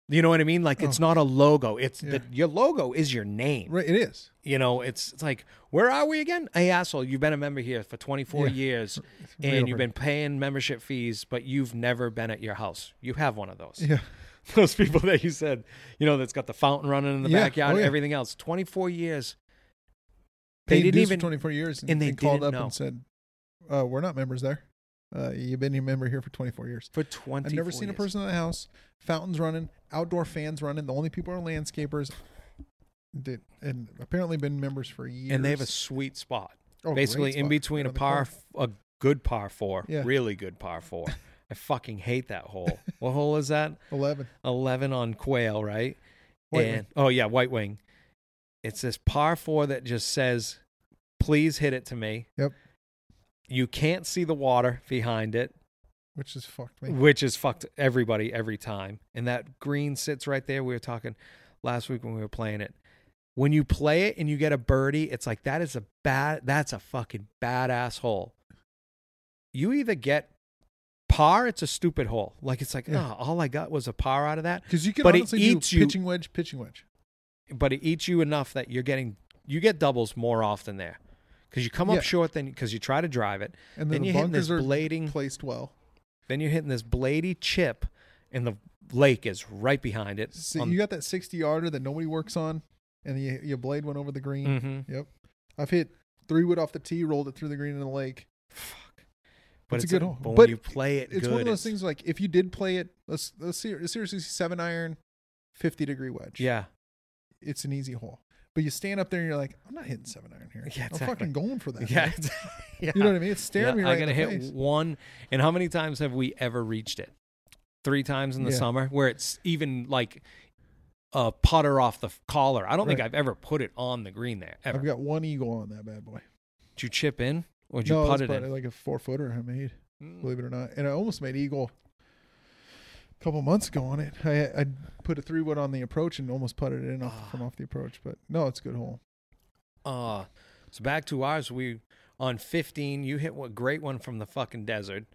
[SPEAKER 1] You know what I mean? Like it's not a logo. It's
[SPEAKER 2] Oh. Yeah.
[SPEAKER 1] the, your logo is your name.
[SPEAKER 2] Right, it is.
[SPEAKER 1] You know, it's, it's like, where are we again? Hey, asshole, you've been a member here for 24
[SPEAKER 2] Yeah.
[SPEAKER 1] years
[SPEAKER 2] It's right
[SPEAKER 1] and
[SPEAKER 2] over
[SPEAKER 1] you've been paying membership fees, but you've never been at your house. You have one of those.
[SPEAKER 2] Yeah,
[SPEAKER 1] Those people that you said, you know, that's got the fountain running in the
[SPEAKER 2] Yeah.
[SPEAKER 1] backyard
[SPEAKER 2] Oh,
[SPEAKER 1] and
[SPEAKER 2] yeah.
[SPEAKER 1] everything else. 24 years. They
[SPEAKER 2] paid
[SPEAKER 1] didn't
[SPEAKER 2] dues for
[SPEAKER 1] even-
[SPEAKER 2] 24 years, and,
[SPEAKER 1] and they
[SPEAKER 2] and called up
[SPEAKER 1] didn't know.
[SPEAKER 2] and said, uh, "We're not members there. Uh, you've been a member here for 24 years."
[SPEAKER 1] for 20
[SPEAKER 2] I've never seen a person in the house. Fountains running, outdoor fans running. The only people are landscapers. Did and apparently been members for years.
[SPEAKER 1] and they have a sweet spot
[SPEAKER 2] Oh, great
[SPEAKER 1] basically in
[SPEAKER 2] spot.
[SPEAKER 1] between a
[SPEAKER 2] Another
[SPEAKER 1] par
[SPEAKER 2] par.
[SPEAKER 1] f- a good par four
[SPEAKER 2] Yeah.
[SPEAKER 1] really good par four i fucking hate that hole what hole is that
[SPEAKER 2] 11.
[SPEAKER 1] 11 on quail right
[SPEAKER 2] White
[SPEAKER 1] and oh yeah white wing it's this par four that just says please hit it to me
[SPEAKER 2] Yep.
[SPEAKER 1] you can't see the water behind it
[SPEAKER 2] which is fucked me.
[SPEAKER 1] which is fucked everybody every time. And that green sits right there. We were talking last week when we were playing it. When you play it and you get a birdie, it's like that is a bad. That's a fucking badass hole. You either get par. It's a stupid hole. Like it's like
[SPEAKER 2] Yeah.
[SPEAKER 1] ah, all I got was a par out of that.
[SPEAKER 2] Because you can
[SPEAKER 1] But it
[SPEAKER 2] honestly
[SPEAKER 1] eats
[SPEAKER 2] do
[SPEAKER 1] you-
[SPEAKER 2] pitching wedge, pitching wedge.
[SPEAKER 1] But it eats you enough that you're getting you get doubles more often there because you come up
[SPEAKER 2] Yeah.
[SPEAKER 1] short then because you try to drive it.
[SPEAKER 2] And
[SPEAKER 1] Then
[SPEAKER 2] then,
[SPEAKER 1] you're
[SPEAKER 2] the
[SPEAKER 1] hitting this
[SPEAKER 2] bunkers are
[SPEAKER 1] blading-
[SPEAKER 2] placed well.
[SPEAKER 1] Then you're hitting this bladey chip, and the lake is right behind it.
[SPEAKER 2] So you got that 60 yarder that nobody works on, and you, your blade went over the green.
[SPEAKER 1] mm-hmm.
[SPEAKER 2] Yep. I've hit three wood off the tee, rolled it through the green in the lake.
[SPEAKER 1] Fuck. But
[SPEAKER 2] It's
[SPEAKER 1] it's,
[SPEAKER 2] a good
[SPEAKER 1] a-
[SPEAKER 2] hole.
[SPEAKER 1] But when
[SPEAKER 2] But
[SPEAKER 1] you play it,
[SPEAKER 2] It's
[SPEAKER 1] good,
[SPEAKER 2] one of those things like if you did play it, let's, let's ser- seriously seven iron, 50 degree wedge.
[SPEAKER 1] Yeah,
[SPEAKER 2] It's an easy hole. But you stand up there and you're like, I'm not hitting seven iron here.
[SPEAKER 1] Yeah,
[SPEAKER 2] I'm
[SPEAKER 1] exactly.
[SPEAKER 2] fucking going for that.
[SPEAKER 1] yeah,
[SPEAKER 2] man."
[SPEAKER 1] it's- yeah.
[SPEAKER 2] You know what I mean? It's staring
[SPEAKER 1] Yeah,
[SPEAKER 2] me right
[SPEAKER 1] I'm
[SPEAKER 2] in the
[SPEAKER 1] gonna hit
[SPEAKER 2] face.
[SPEAKER 1] one. And how many times have we ever reached it? Three times in the
[SPEAKER 2] Yeah.
[SPEAKER 1] summer, where it's even like a putter off the f- collar. I don't think
[SPEAKER 2] Right.
[SPEAKER 1] I've ever put it on the green there. Ever?
[SPEAKER 2] I've got one eagle on that bad boy.
[SPEAKER 1] Did you chip in or did you
[SPEAKER 2] no,
[SPEAKER 1] put putt
[SPEAKER 2] it
[SPEAKER 1] it
[SPEAKER 2] was
[SPEAKER 1] in?
[SPEAKER 2] probably like a four footer I made.
[SPEAKER 1] Mm.
[SPEAKER 2] believe it or not. And I almost made eagle a couple months ago on it. I I put a three wood on the approach and almost putted it in off,
[SPEAKER 1] Ah.
[SPEAKER 2] from off the approach. But no, it's a good hole.
[SPEAKER 1] Uh, so back to ours. We on 15. You hit what great one from the fucking desert,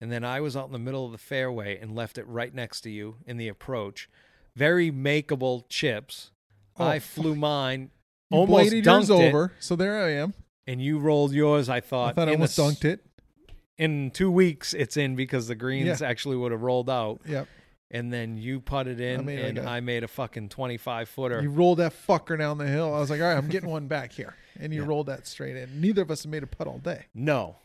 [SPEAKER 1] and then I was out in the middle of the fairway and left it right next to you in the approach. Very makeable chips.
[SPEAKER 2] Oh,
[SPEAKER 1] I flew mine,
[SPEAKER 2] You
[SPEAKER 1] almost
[SPEAKER 2] bladed
[SPEAKER 1] dunked
[SPEAKER 2] yours
[SPEAKER 1] it,
[SPEAKER 2] over, so there I am.
[SPEAKER 1] and you rolled yours. I thought.
[SPEAKER 2] I thought I
[SPEAKER 1] in
[SPEAKER 2] almost
[SPEAKER 1] the s-
[SPEAKER 2] dunked it.
[SPEAKER 1] In two weeks, it's in because the greens actually would have rolled out,
[SPEAKER 2] Yep.
[SPEAKER 1] and then you putted in,
[SPEAKER 2] made like
[SPEAKER 1] and
[SPEAKER 2] a-
[SPEAKER 1] I made a fucking 25 footer.
[SPEAKER 2] You rolled that fucker down the hill. I was like, all right, I'm getting one back here, and you
[SPEAKER 1] Yeah.
[SPEAKER 2] rolled that straight in. Neither of us have made a putt all day.
[SPEAKER 1] No.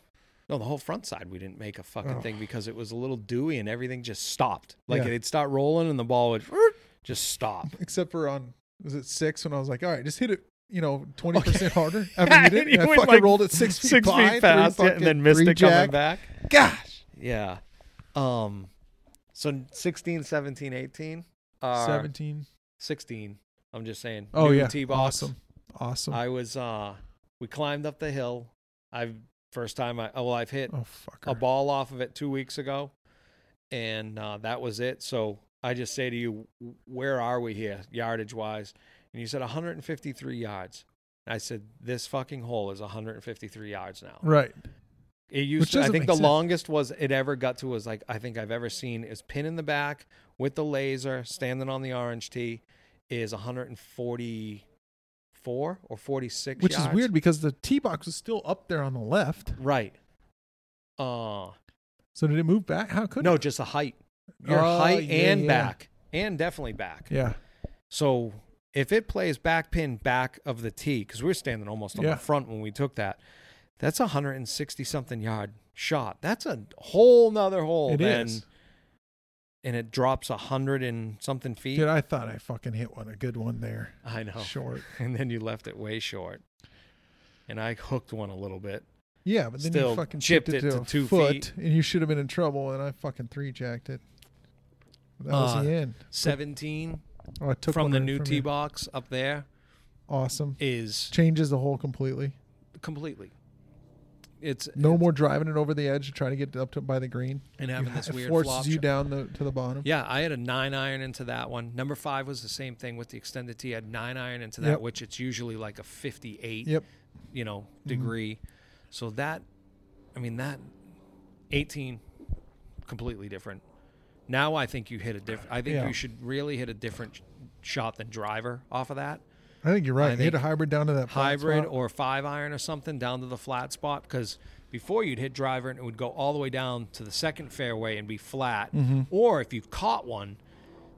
[SPEAKER 1] No, the whole front side we didn't make a fucking
[SPEAKER 2] Oh.
[SPEAKER 1] thing because it was a little dewy and everything just stopped. Like
[SPEAKER 2] Yeah.
[SPEAKER 1] it'd start rolling and the ball would just stop.
[SPEAKER 2] Except for on was it six when I was like, all right, just hit it. You know, twenty percent harder. I
[SPEAKER 1] Yeah,
[SPEAKER 2] mean, you
[SPEAKER 1] and
[SPEAKER 2] didn't.
[SPEAKER 1] you
[SPEAKER 2] I
[SPEAKER 1] went
[SPEAKER 2] fucking
[SPEAKER 1] like
[SPEAKER 2] rolled it six feet,
[SPEAKER 1] Six
[SPEAKER 2] by,
[SPEAKER 1] feet
[SPEAKER 2] three
[SPEAKER 1] past it
[SPEAKER 2] fucking-
[SPEAKER 1] and then missed
[SPEAKER 2] three
[SPEAKER 1] it coming
[SPEAKER 2] jack.
[SPEAKER 1] back.
[SPEAKER 2] Gosh,
[SPEAKER 1] Yeah. Um so 16, 17, 18 are
[SPEAKER 2] seventeen.
[SPEAKER 1] 16. I'm just saying.
[SPEAKER 2] Oh
[SPEAKER 1] New
[SPEAKER 2] yeah,
[SPEAKER 1] Tee box.
[SPEAKER 2] awesome, awesome.
[SPEAKER 1] I was uh we climbed up the hill. I've first time I oh well, I've hit
[SPEAKER 2] oh fuck.
[SPEAKER 1] a ball off of it two weeks ago, and uh, that was it. So I just say to you, w- where are we here, yardage wise? And you said 153 yards. And I said, this fucking hole is 153 yards now.
[SPEAKER 2] Right.
[SPEAKER 1] It
[SPEAKER 2] Which
[SPEAKER 1] used to, I
[SPEAKER 2] doesn't
[SPEAKER 1] think
[SPEAKER 2] make
[SPEAKER 1] the
[SPEAKER 2] sense.
[SPEAKER 1] longest was it ever got to was like I think I've ever seen is pin in the back with the laser standing on the orange tee is 144 or 46
[SPEAKER 2] Which
[SPEAKER 1] yards.
[SPEAKER 2] is weird because the tee box was still up there on the left.
[SPEAKER 1] Right. Uh
[SPEAKER 2] So did it move back? How could
[SPEAKER 1] no,
[SPEAKER 2] it?
[SPEAKER 1] just the height. Your
[SPEAKER 2] Oh,
[SPEAKER 1] height
[SPEAKER 2] yeah,
[SPEAKER 1] and
[SPEAKER 2] yeah.
[SPEAKER 1] back, and definitely back.
[SPEAKER 2] Yeah.
[SPEAKER 1] So if it plays back pin back of the tee, because we are standing almost on
[SPEAKER 2] Yeah.
[SPEAKER 1] the front when we took that, that's a hundred and sixty something yard shot. That's a whole nother hole.
[SPEAKER 2] It
[SPEAKER 1] than-
[SPEAKER 2] is.
[SPEAKER 1] And it drops a hundred and something feet.
[SPEAKER 2] Dude, I thought I fucking hit one, a good one there.
[SPEAKER 1] I know.
[SPEAKER 2] Short.
[SPEAKER 1] And then you left it way short. And I hooked one a little bit.
[SPEAKER 2] Yeah, but then
[SPEAKER 1] Still
[SPEAKER 2] you fucking
[SPEAKER 1] chipped
[SPEAKER 2] chipped it,
[SPEAKER 1] it
[SPEAKER 2] to,
[SPEAKER 1] to
[SPEAKER 2] a
[SPEAKER 1] two
[SPEAKER 2] foot,
[SPEAKER 1] feet.
[SPEAKER 2] and you should have been in trouble. And I fucking three jacked it. That was
[SPEAKER 1] Uh,
[SPEAKER 2] the end.
[SPEAKER 1] Seventeen
[SPEAKER 2] Oh, I took
[SPEAKER 1] from
[SPEAKER 2] one
[SPEAKER 1] the
[SPEAKER 2] right
[SPEAKER 1] new
[SPEAKER 2] from
[SPEAKER 1] tee
[SPEAKER 2] you.
[SPEAKER 1] box up there
[SPEAKER 2] Awesome.
[SPEAKER 1] is
[SPEAKER 2] Changes the hole completely.
[SPEAKER 1] completely. It's
[SPEAKER 2] No more driving it over the edge to try to get up to by the green.
[SPEAKER 1] and
[SPEAKER 2] You
[SPEAKER 1] having
[SPEAKER 2] ha-
[SPEAKER 1] this
[SPEAKER 2] it
[SPEAKER 1] weird
[SPEAKER 2] forces
[SPEAKER 1] flop
[SPEAKER 2] you
[SPEAKER 1] shot.
[SPEAKER 2] down the, to the bottom.
[SPEAKER 1] Yeah, I had a nine iron into that one. Number five was the same thing with the extended tee. I had nine iron into that,
[SPEAKER 2] Yep.
[SPEAKER 1] which it's usually like a 58,
[SPEAKER 2] Yep. Mm-hmm.
[SPEAKER 1] you know, degree. So that, I mean, that 18, completely different. Now I think you hit a different. I think
[SPEAKER 2] Yeah.
[SPEAKER 1] you should really hit a different sh- shot than driver off of that
[SPEAKER 2] I think you're right.
[SPEAKER 1] I
[SPEAKER 2] They hit a
[SPEAKER 1] think
[SPEAKER 2] hybrid down to that flat
[SPEAKER 1] hybrid
[SPEAKER 2] spot.
[SPEAKER 1] or five iron or something down to the flat spot because before you'd hit driver and it would go all the way down to the second fairway and be flat. Or if you caught one,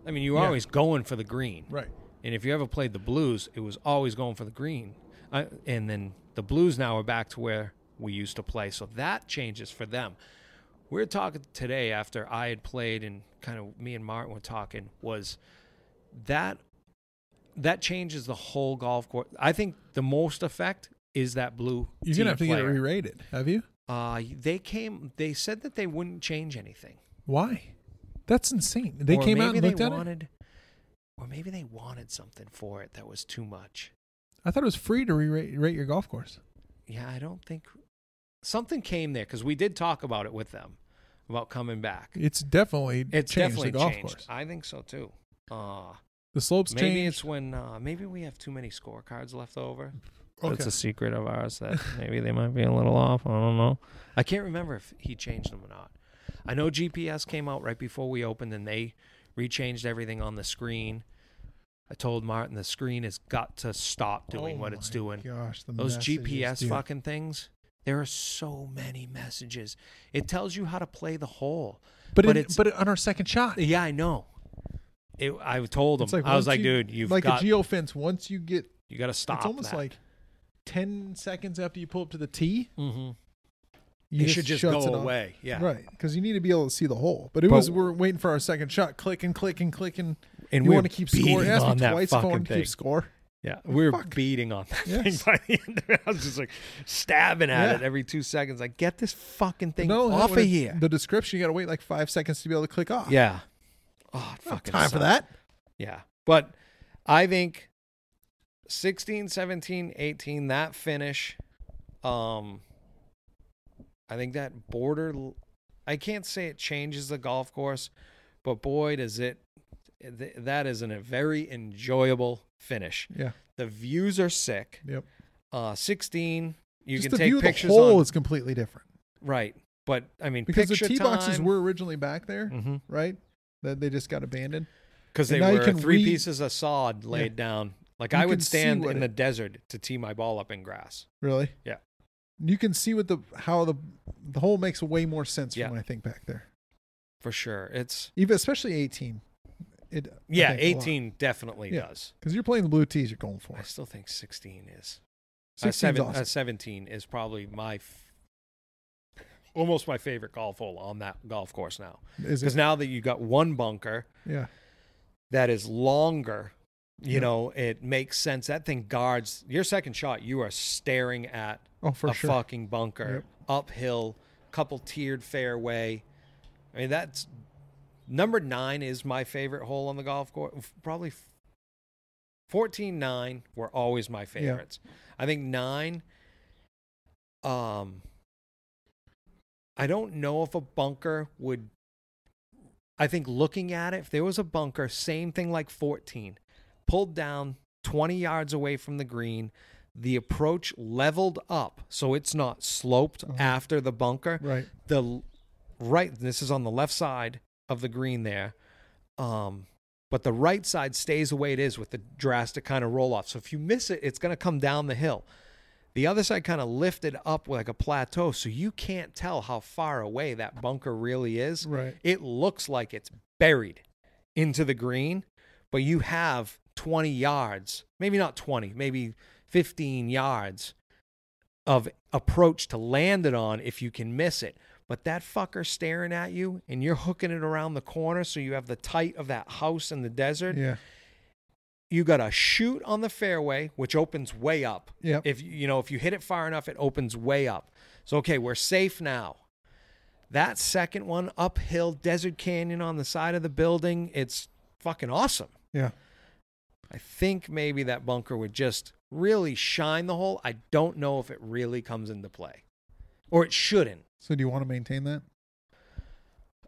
[SPEAKER 1] I mean, you were
[SPEAKER 2] Mm-hmm. Yeah.
[SPEAKER 1] always going for the green.
[SPEAKER 2] right.
[SPEAKER 1] And if you ever played the blues, it was always going for the green. I, and then the blues now are back to where we used to play. So that changes for them. We're talking today after I had played and kind of me and Martin were talking was that that changes the whole golf course. I think the most effect is that blue.
[SPEAKER 2] You're
[SPEAKER 1] team
[SPEAKER 2] gonna have to get it
[SPEAKER 1] player.
[SPEAKER 2] re-rated. Have you?
[SPEAKER 1] Uh, they came. They said that they wouldn't change anything.
[SPEAKER 2] Why? That's insane. They
[SPEAKER 1] Or
[SPEAKER 2] came out
[SPEAKER 1] maybe
[SPEAKER 2] and
[SPEAKER 1] they
[SPEAKER 2] looked at it.
[SPEAKER 1] wanted, or maybe they wanted something for it that was too much.
[SPEAKER 2] I thought it was free to re-rate rate your golf course.
[SPEAKER 1] yeah, I don't think something came there because we did talk about it with them about coming back.
[SPEAKER 2] It's definitely
[SPEAKER 1] It's
[SPEAKER 2] changed
[SPEAKER 1] definitely
[SPEAKER 2] the golf
[SPEAKER 1] changed.
[SPEAKER 2] course.
[SPEAKER 1] I think so too. Uh,
[SPEAKER 2] The slopes
[SPEAKER 1] maybe
[SPEAKER 2] changed.
[SPEAKER 1] it's when uh, maybe we have too many scorecards left over.
[SPEAKER 2] okay.
[SPEAKER 1] That's a secret of ours that maybe they might be a little off. I don't know. I can't remember if he changed them or not. I know GPS came out right before we opened and they rechanged everything on the screen. I told Martin the screen has got to stop doing
[SPEAKER 2] Oh
[SPEAKER 1] what it's
[SPEAKER 2] my
[SPEAKER 1] doing
[SPEAKER 2] Gosh, the
[SPEAKER 1] those
[SPEAKER 2] messages,
[SPEAKER 1] GPS
[SPEAKER 2] dude.
[SPEAKER 1] fucking things. There are so many messages. It tells you how to play the hole.
[SPEAKER 2] But,
[SPEAKER 1] But
[SPEAKER 2] it,
[SPEAKER 1] it's-
[SPEAKER 2] but it- on our second shot,
[SPEAKER 1] Yeah, I know. It, I told him.
[SPEAKER 2] It's like
[SPEAKER 1] I was
[SPEAKER 2] once
[SPEAKER 1] like,
[SPEAKER 2] you-
[SPEAKER 1] dude, you've
[SPEAKER 2] like
[SPEAKER 1] got
[SPEAKER 2] a geofence. Once you get,
[SPEAKER 1] you got to stop.
[SPEAKER 2] it's almost
[SPEAKER 1] that.
[SPEAKER 2] like ten seconds after you pull up to the tee,
[SPEAKER 1] Mhm.
[SPEAKER 2] you
[SPEAKER 1] it should just
[SPEAKER 2] shuts
[SPEAKER 1] go
[SPEAKER 2] it off.
[SPEAKER 1] away. Yeah,
[SPEAKER 2] Right, because you need to be able to see the hole. But it
[SPEAKER 1] But-
[SPEAKER 2] was we're waiting for our second shot, clicking, clicking, clicking.
[SPEAKER 1] And
[SPEAKER 2] you
[SPEAKER 1] we
[SPEAKER 2] want
[SPEAKER 1] were
[SPEAKER 2] to keep
[SPEAKER 1] beating
[SPEAKER 2] score? It asked me
[SPEAKER 1] on that
[SPEAKER 2] twice if I
[SPEAKER 1] fucking
[SPEAKER 2] wanted to
[SPEAKER 1] thing.
[SPEAKER 2] keep score.
[SPEAKER 1] Yeah, we were
[SPEAKER 2] Fuck.
[SPEAKER 1] beating on that thing
[SPEAKER 2] Yes.
[SPEAKER 1] by the end. Of it. I was just like stabbing at
[SPEAKER 2] Yeah.
[SPEAKER 1] it every two seconds. Like, get this fucking thing
[SPEAKER 2] No,
[SPEAKER 1] off of
[SPEAKER 2] it-
[SPEAKER 1] here.
[SPEAKER 2] The description you got to wait like five seconds to be able to click off.
[SPEAKER 1] yeah. Oh, it
[SPEAKER 2] Not
[SPEAKER 1] fucking
[SPEAKER 2] time for
[SPEAKER 1] sucks.
[SPEAKER 2] that.
[SPEAKER 1] Yeah. But I think 16, 17, 18, that finish, um, I think that border, I can't say it changes the golf course, but boy, does it, th- that is an, a very enjoyable finish.
[SPEAKER 2] Yeah.
[SPEAKER 1] The views are sick.
[SPEAKER 2] Yep.
[SPEAKER 1] Uh, 16, you
[SPEAKER 2] just
[SPEAKER 1] can
[SPEAKER 2] the
[SPEAKER 1] take
[SPEAKER 2] view of
[SPEAKER 1] pictures
[SPEAKER 2] the hole
[SPEAKER 1] on,
[SPEAKER 2] is completely different
[SPEAKER 1] right. But I mean,
[SPEAKER 2] because the
[SPEAKER 1] picture
[SPEAKER 2] tee boxes
[SPEAKER 1] time-
[SPEAKER 2] were originally back there,
[SPEAKER 1] Mhm.
[SPEAKER 2] right? That they just got abandoned.
[SPEAKER 1] because
[SPEAKER 2] And
[SPEAKER 1] they
[SPEAKER 2] now you
[SPEAKER 1] were
[SPEAKER 2] can
[SPEAKER 1] three
[SPEAKER 2] re-
[SPEAKER 1] pieces of sod laid down. Like
[SPEAKER 2] You
[SPEAKER 1] I would
[SPEAKER 2] can see
[SPEAKER 1] stand
[SPEAKER 2] what
[SPEAKER 1] in
[SPEAKER 2] it-
[SPEAKER 1] the desert to tee my ball up in grass.
[SPEAKER 2] Really?
[SPEAKER 1] Yeah.
[SPEAKER 2] You can see what the how the the hole makes way more sense
[SPEAKER 1] Yeah.
[SPEAKER 2] from when I think back there.
[SPEAKER 1] For sure, it's
[SPEAKER 2] Even especially eighteen. It I
[SPEAKER 1] yeah,
[SPEAKER 2] think, a lot.
[SPEAKER 1] eighteen definitely
[SPEAKER 2] Yeah.
[SPEAKER 1] does.
[SPEAKER 2] Because you're playing the blue tees, you're going for.
[SPEAKER 1] I still think sixteen is. Uh,
[SPEAKER 2] 16's
[SPEAKER 1] seven,
[SPEAKER 2] awesome.
[SPEAKER 1] uh, seventeen is probably my f- almost my favorite golf hole on that golf course now
[SPEAKER 2] Is
[SPEAKER 1] because
[SPEAKER 2] it?
[SPEAKER 1] now that you got one bunker
[SPEAKER 2] Yeah.
[SPEAKER 1] that is longer. You
[SPEAKER 2] Yeah.
[SPEAKER 1] know, it makes sense. That thing guards your second shot. You are staring at
[SPEAKER 2] Oh, for
[SPEAKER 1] a
[SPEAKER 2] sure.
[SPEAKER 1] fucking bunker
[SPEAKER 2] Yep.
[SPEAKER 1] uphill couple tiered fairway i mean that's number nine is my favorite hole on the golf course probably f- 14 9 were always my favorites i think nine um i don't know if a bunker would i think looking at it if there was a bunker same thing like 14 pulled down 20 yards away from the green the approach leveled up so it's not sloped
[SPEAKER 2] Uh-huh.
[SPEAKER 1] after the bunker
[SPEAKER 2] Right.
[SPEAKER 1] the l- right this is on the left side of the green there um but the right side stays the way it is with the drastic kind of roll off so if you miss it it's going to come down the hill the other side kind of lifted up like a plateau so you can't tell how far away that bunker really is
[SPEAKER 2] Right.
[SPEAKER 1] it looks like it's buried into the green, but you have 20 yards, maybe not 20, maybe 15 yards of approach to land it on if you can miss it. But that fucker staring at you and you're hooking it around the corner so you have the tight of that house in the desert.
[SPEAKER 2] Yeah.
[SPEAKER 1] You got to shoot on the fairway, which opens way up.
[SPEAKER 2] Yep.
[SPEAKER 1] If you know, if you hit it far enough, it opens way up. So okay, we're safe now. That second one uphill, desert canyon on the side of the building. It's fucking awesome.
[SPEAKER 2] Yeah.
[SPEAKER 1] I think maybe that bunker would just really shine the hole. I don't know if it really comes into play, or it shouldn't.
[SPEAKER 2] So do you want to maintain that?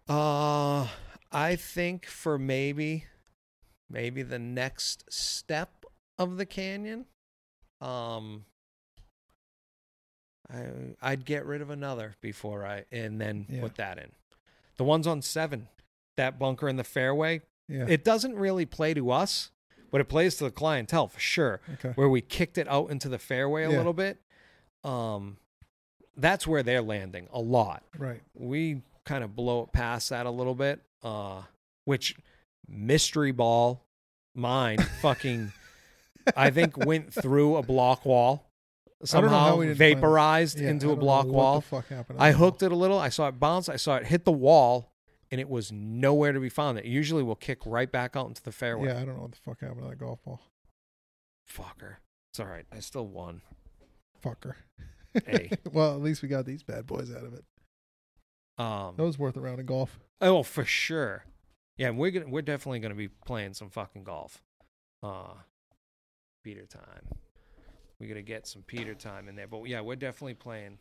[SPEAKER 1] Uh, I think for maybe, maybe the next step of the canyon, um, I, I'd get rid of another before I and then
[SPEAKER 2] Yeah.
[SPEAKER 1] put that in. The ones on seven, that bunker in the fairway,
[SPEAKER 2] Yeah.
[SPEAKER 1] it doesn't really play to us, but it plays to the clientele for sure.
[SPEAKER 2] okay.
[SPEAKER 1] Where we kicked it out into the fairway a
[SPEAKER 2] Yeah.
[SPEAKER 1] little bit, um, that's where they're landing a lot
[SPEAKER 2] Right.
[SPEAKER 1] we kind of blow it past that a little bit. Uh, which mystery ball, mine fucking, I think went through a block wall.
[SPEAKER 2] I don't know how
[SPEAKER 1] Somehow
[SPEAKER 2] we didn't find it.
[SPEAKER 1] vaporized
[SPEAKER 2] Yeah, I
[SPEAKER 1] into a
[SPEAKER 2] don't know
[SPEAKER 1] block
[SPEAKER 2] what
[SPEAKER 1] wall.
[SPEAKER 2] The fuck happened to
[SPEAKER 1] I
[SPEAKER 2] that ball.
[SPEAKER 1] hooked it a little. I saw it bounce. I saw it hit the wall, and it was nowhere to be found. It usually will kick right back out into the fairway.
[SPEAKER 2] Yeah, I don't know what the fuck happened to that golf ball.
[SPEAKER 1] Fucker. It's all right. I still won.
[SPEAKER 2] Fucker.
[SPEAKER 1] Hey.
[SPEAKER 2] well, at least we got these bad boys out of it.
[SPEAKER 1] Um,
[SPEAKER 2] That was worth a round of golf.
[SPEAKER 1] Oh, for sure. Yeah, and we're gonna, we're definitely going to be playing some fucking golf. Uh Peter time. We're going to get some Peter time in there. But yeah, we're definitely playing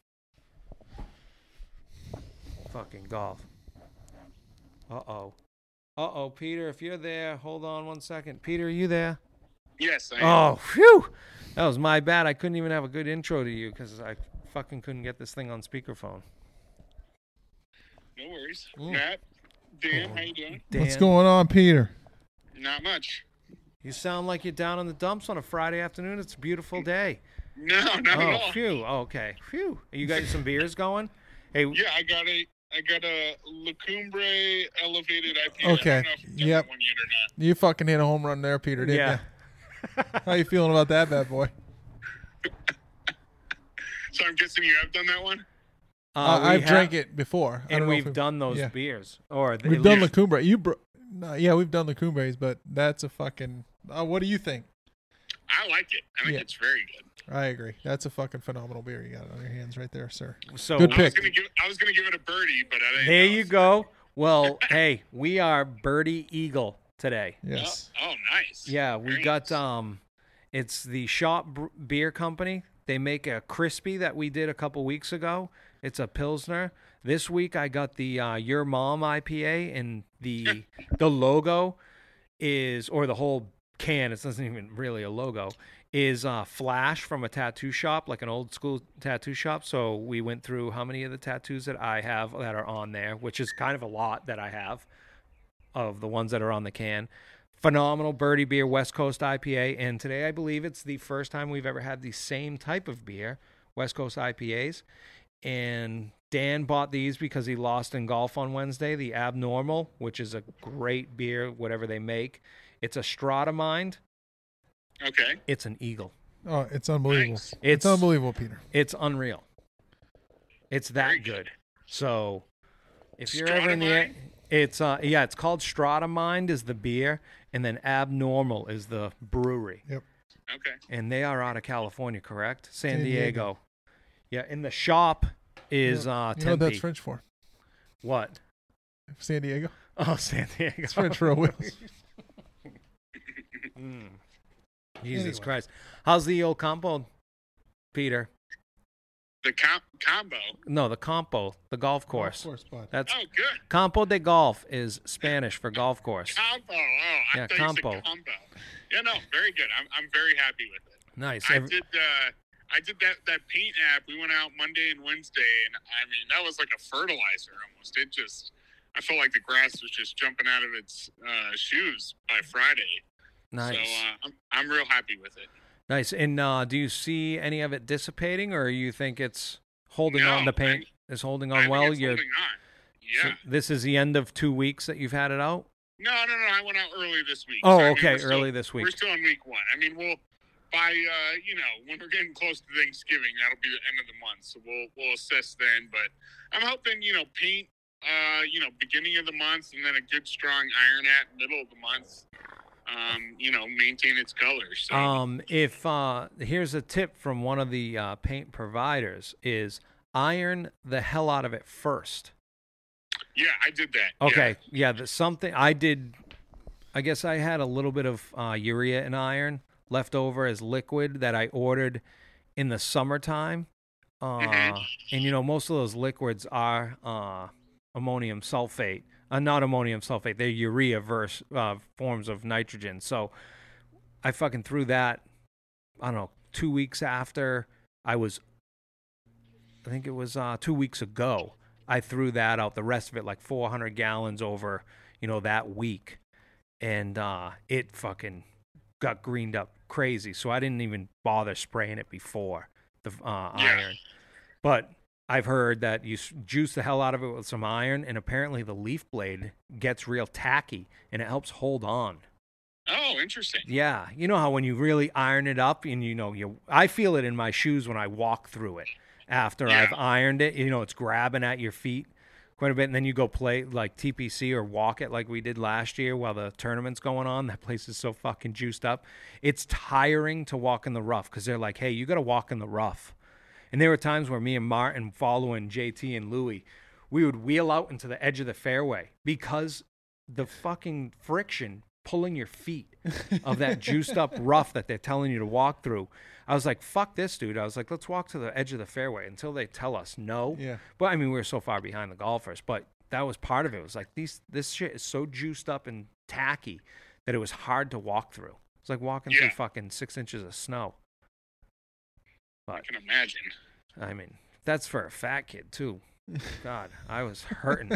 [SPEAKER 1] fucking golf. Uh-oh. Uh-oh, Peter, if you're there, hold on one second. Peter, are you there?
[SPEAKER 3] Yes, I am.
[SPEAKER 1] Oh, phew. That was my bad. I couldn't even have a good intro to you cuz I fucking couldn't get this thing on speakerphone.
[SPEAKER 3] No worries.
[SPEAKER 1] Mm. Oh.
[SPEAKER 3] Matt, Dan, how you doing?
[SPEAKER 1] Dan,
[SPEAKER 2] What's going on, Peter?
[SPEAKER 3] Not much.
[SPEAKER 1] You sound like you're down in the dumps on a Friday afternoon. It's a beautiful day.
[SPEAKER 3] No, not at
[SPEAKER 1] Oh,
[SPEAKER 3] all.
[SPEAKER 1] phew. Okay. Phew. You got some beers going? Hey,
[SPEAKER 3] Yeah, I got a I got a Lacumbre elevated IPA.
[SPEAKER 2] Okay,
[SPEAKER 3] I don't know if you've done
[SPEAKER 2] yep.
[SPEAKER 3] that one yet or not.
[SPEAKER 2] You fucking hit a home run there, Peter, didn't
[SPEAKER 1] yeah.
[SPEAKER 2] you? How you feeling about that bad boy?
[SPEAKER 3] So I'm guessing you have done that one.
[SPEAKER 2] Uh,
[SPEAKER 1] we
[SPEAKER 2] I've
[SPEAKER 1] have-
[SPEAKER 2] drank it before. I don't
[SPEAKER 1] And
[SPEAKER 2] know
[SPEAKER 1] we've
[SPEAKER 2] if we-
[SPEAKER 1] done those
[SPEAKER 2] yeah.
[SPEAKER 1] beers. Or the,
[SPEAKER 2] We've done La Cumbre. You bro- no, yeah, we've done the Cumbres, but that's a fucking. Uh, what do you think?
[SPEAKER 3] I like it. I think
[SPEAKER 2] Yeah.
[SPEAKER 3] it's very good.
[SPEAKER 2] I agree. That's a fucking phenomenal beer you got on your hands right there, sir.
[SPEAKER 1] so
[SPEAKER 2] Good
[SPEAKER 3] I was
[SPEAKER 2] pick.
[SPEAKER 3] gonna give I was gonna give it a birdie, but I didn't.
[SPEAKER 1] There
[SPEAKER 3] know.
[SPEAKER 1] you go. Well, hey, we are Birdie Eagle today.
[SPEAKER 2] Yes.
[SPEAKER 3] Oh, oh, nice.
[SPEAKER 1] Yeah, we
[SPEAKER 3] Very
[SPEAKER 1] got
[SPEAKER 3] nice.
[SPEAKER 1] um it's the Shop Br- Beer Company. They make a crispy that we did a couple weeks ago. It's a pilsner. This week I got the uh, Your Mom IPA and the the logo is or the whole can, it doesn't even really a logo, is uh Flash from a tattoo shop, like an old school tattoo shop. So we went through how many of the tattoos that I have that are on there, which is kind of a lot that I have of the ones that are on the can. Phenomenal birdie beer, West Coast IPA. And today I believe it's the first time we've ever had the same type of beer, West Coast IPAs. And Dan bought these because he lost in golf on Wednesday, the Abnormal, which is a great beer, whatever they make. It's a Stratomind.
[SPEAKER 3] Okay.
[SPEAKER 1] It's an eagle.
[SPEAKER 2] Oh, it's unbelievable.
[SPEAKER 3] Nice.
[SPEAKER 2] It's,
[SPEAKER 1] It's
[SPEAKER 2] unbelievable, Peter.
[SPEAKER 1] it's unreal. It's
[SPEAKER 3] Very
[SPEAKER 1] that
[SPEAKER 3] good.
[SPEAKER 1] good. So if you're ever in the air,
[SPEAKER 3] Stratamine?
[SPEAKER 1] it's uh yeah, it's called Stratomind is the beer, and then Abnormal is the brewery.
[SPEAKER 2] Yep.
[SPEAKER 3] Okay.
[SPEAKER 1] and they are out of California, correct? San,
[SPEAKER 2] San
[SPEAKER 1] Diego.
[SPEAKER 2] Diego.
[SPEAKER 1] Yeah, and the shop is
[SPEAKER 2] you know,
[SPEAKER 1] uh
[SPEAKER 2] you know what
[SPEAKER 1] Tempe.
[SPEAKER 2] that's French for?
[SPEAKER 1] What?
[SPEAKER 2] San Diego.
[SPEAKER 1] Oh, San Diego.
[SPEAKER 2] It's French for a wheel.
[SPEAKER 1] Mm. Jesus
[SPEAKER 2] Anyway.
[SPEAKER 1] Christ. How's the old compo, Peter?
[SPEAKER 3] The com- combo.
[SPEAKER 1] No, the compo, the golf course.
[SPEAKER 2] Of course, bud.
[SPEAKER 1] That's
[SPEAKER 3] Oh, good.
[SPEAKER 1] Campo de Golf is Spanish for golf course.
[SPEAKER 3] Combo. Oh, I
[SPEAKER 1] Yeah,
[SPEAKER 3] thought you said
[SPEAKER 1] combo.
[SPEAKER 3] combo. Yeah, no, very good. I'm I'm very happy with it.
[SPEAKER 1] Nice.
[SPEAKER 3] I
[SPEAKER 1] Every-
[SPEAKER 3] did. Uh, I did that that paint app. We went out Monday and Wednesday, and I mean that was like a fertilizer almost. It just, I felt like the grass was just jumping out of its uh, shoes by Friday.
[SPEAKER 1] nice.
[SPEAKER 3] So uh, I'm I'm real happy with it.
[SPEAKER 1] nice. And uh, do you see any of it dissipating or you think it's holding
[SPEAKER 3] No,
[SPEAKER 1] on the paint is holding on
[SPEAKER 3] I
[SPEAKER 1] well?
[SPEAKER 3] think it's
[SPEAKER 1] You're
[SPEAKER 3] holding on.
[SPEAKER 1] So
[SPEAKER 3] Yeah.
[SPEAKER 1] this is the end of two weeks that you've had it out.
[SPEAKER 3] no, no, no. I went out early this week.
[SPEAKER 1] Oh,
[SPEAKER 3] So, I mean,
[SPEAKER 1] okay,
[SPEAKER 3] we're still-
[SPEAKER 1] early this
[SPEAKER 3] We're
[SPEAKER 1] week.
[SPEAKER 3] still on week one. I mean, we'll by uh, you know when we're getting close to Thanksgiving, that'll be the end of the month. So we'll we'll assess then. But I'm hoping you know paint, uh, you know beginning of the month, and then a good strong iron at middle of the month. Um, you know, maintain its colors. So
[SPEAKER 1] Um, if uh, here's a tip from one of the uh, paint providers is iron the hell out of it first.
[SPEAKER 3] yeah, I did that. Yeah.
[SPEAKER 1] Okay, yeah, the, something I did. I guess I had a little bit of uh, urea and iron left over as liquid that I ordered in the summertime. Uh,
[SPEAKER 3] Mhm.
[SPEAKER 1] And you know, most of those liquids are uh, ammonium sulfate, uh, not ammonium sulfate. They're urea verse uh, forms of nitrogen. So I fucking threw that. I don't know, two weeks after I was I think it was uh, two weeks ago. I threw that out. The rest of it, like 400 gallons over, you know, that week, and uh, it fucking got greened up crazy. So I didn't even bother spraying it before the uh,
[SPEAKER 3] Yeah.
[SPEAKER 1] iron. But I've heard that you s- juice the hell out of it with some iron, and apparently the leaf blade gets real tacky and it helps hold on.
[SPEAKER 3] Oh, interesting.
[SPEAKER 1] Yeah, you know how when you really iron it up, and you know you, I feel it in my shoes when I walk through it. After
[SPEAKER 3] Yeah.
[SPEAKER 1] I've ironed it, you know it's grabbing at your feet quite a bit, and then you go play like TPC or walk it like we did last year while the tournament's going on. That place is so fucking juiced up. It's tiring to walk in the rough because they're like, hey, you got to walk in the rough. And there were times where me and Martin, following JT and Louie, we would wheel out into the edge of the fairway because the fucking friction pulling your feet of that juiced up rough that they're telling you to walk through. I was like, fuck this, dude. I was like, let's walk to the edge of the fairway until they tell us no.
[SPEAKER 2] Yeah.
[SPEAKER 1] But I mean, we were so far behind the golfers, but that was part of it. It was like, these, this shit is so juiced up and tacky that it was hard to walk through. It's like walking through
[SPEAKER 3] Yeah.
[SPEAKER 1] fucking six inches of snow.
[SPEAKER 3] I can imagine.
[SPEAKER 1] I mean, that's for a fat kid too. God, I was hurting.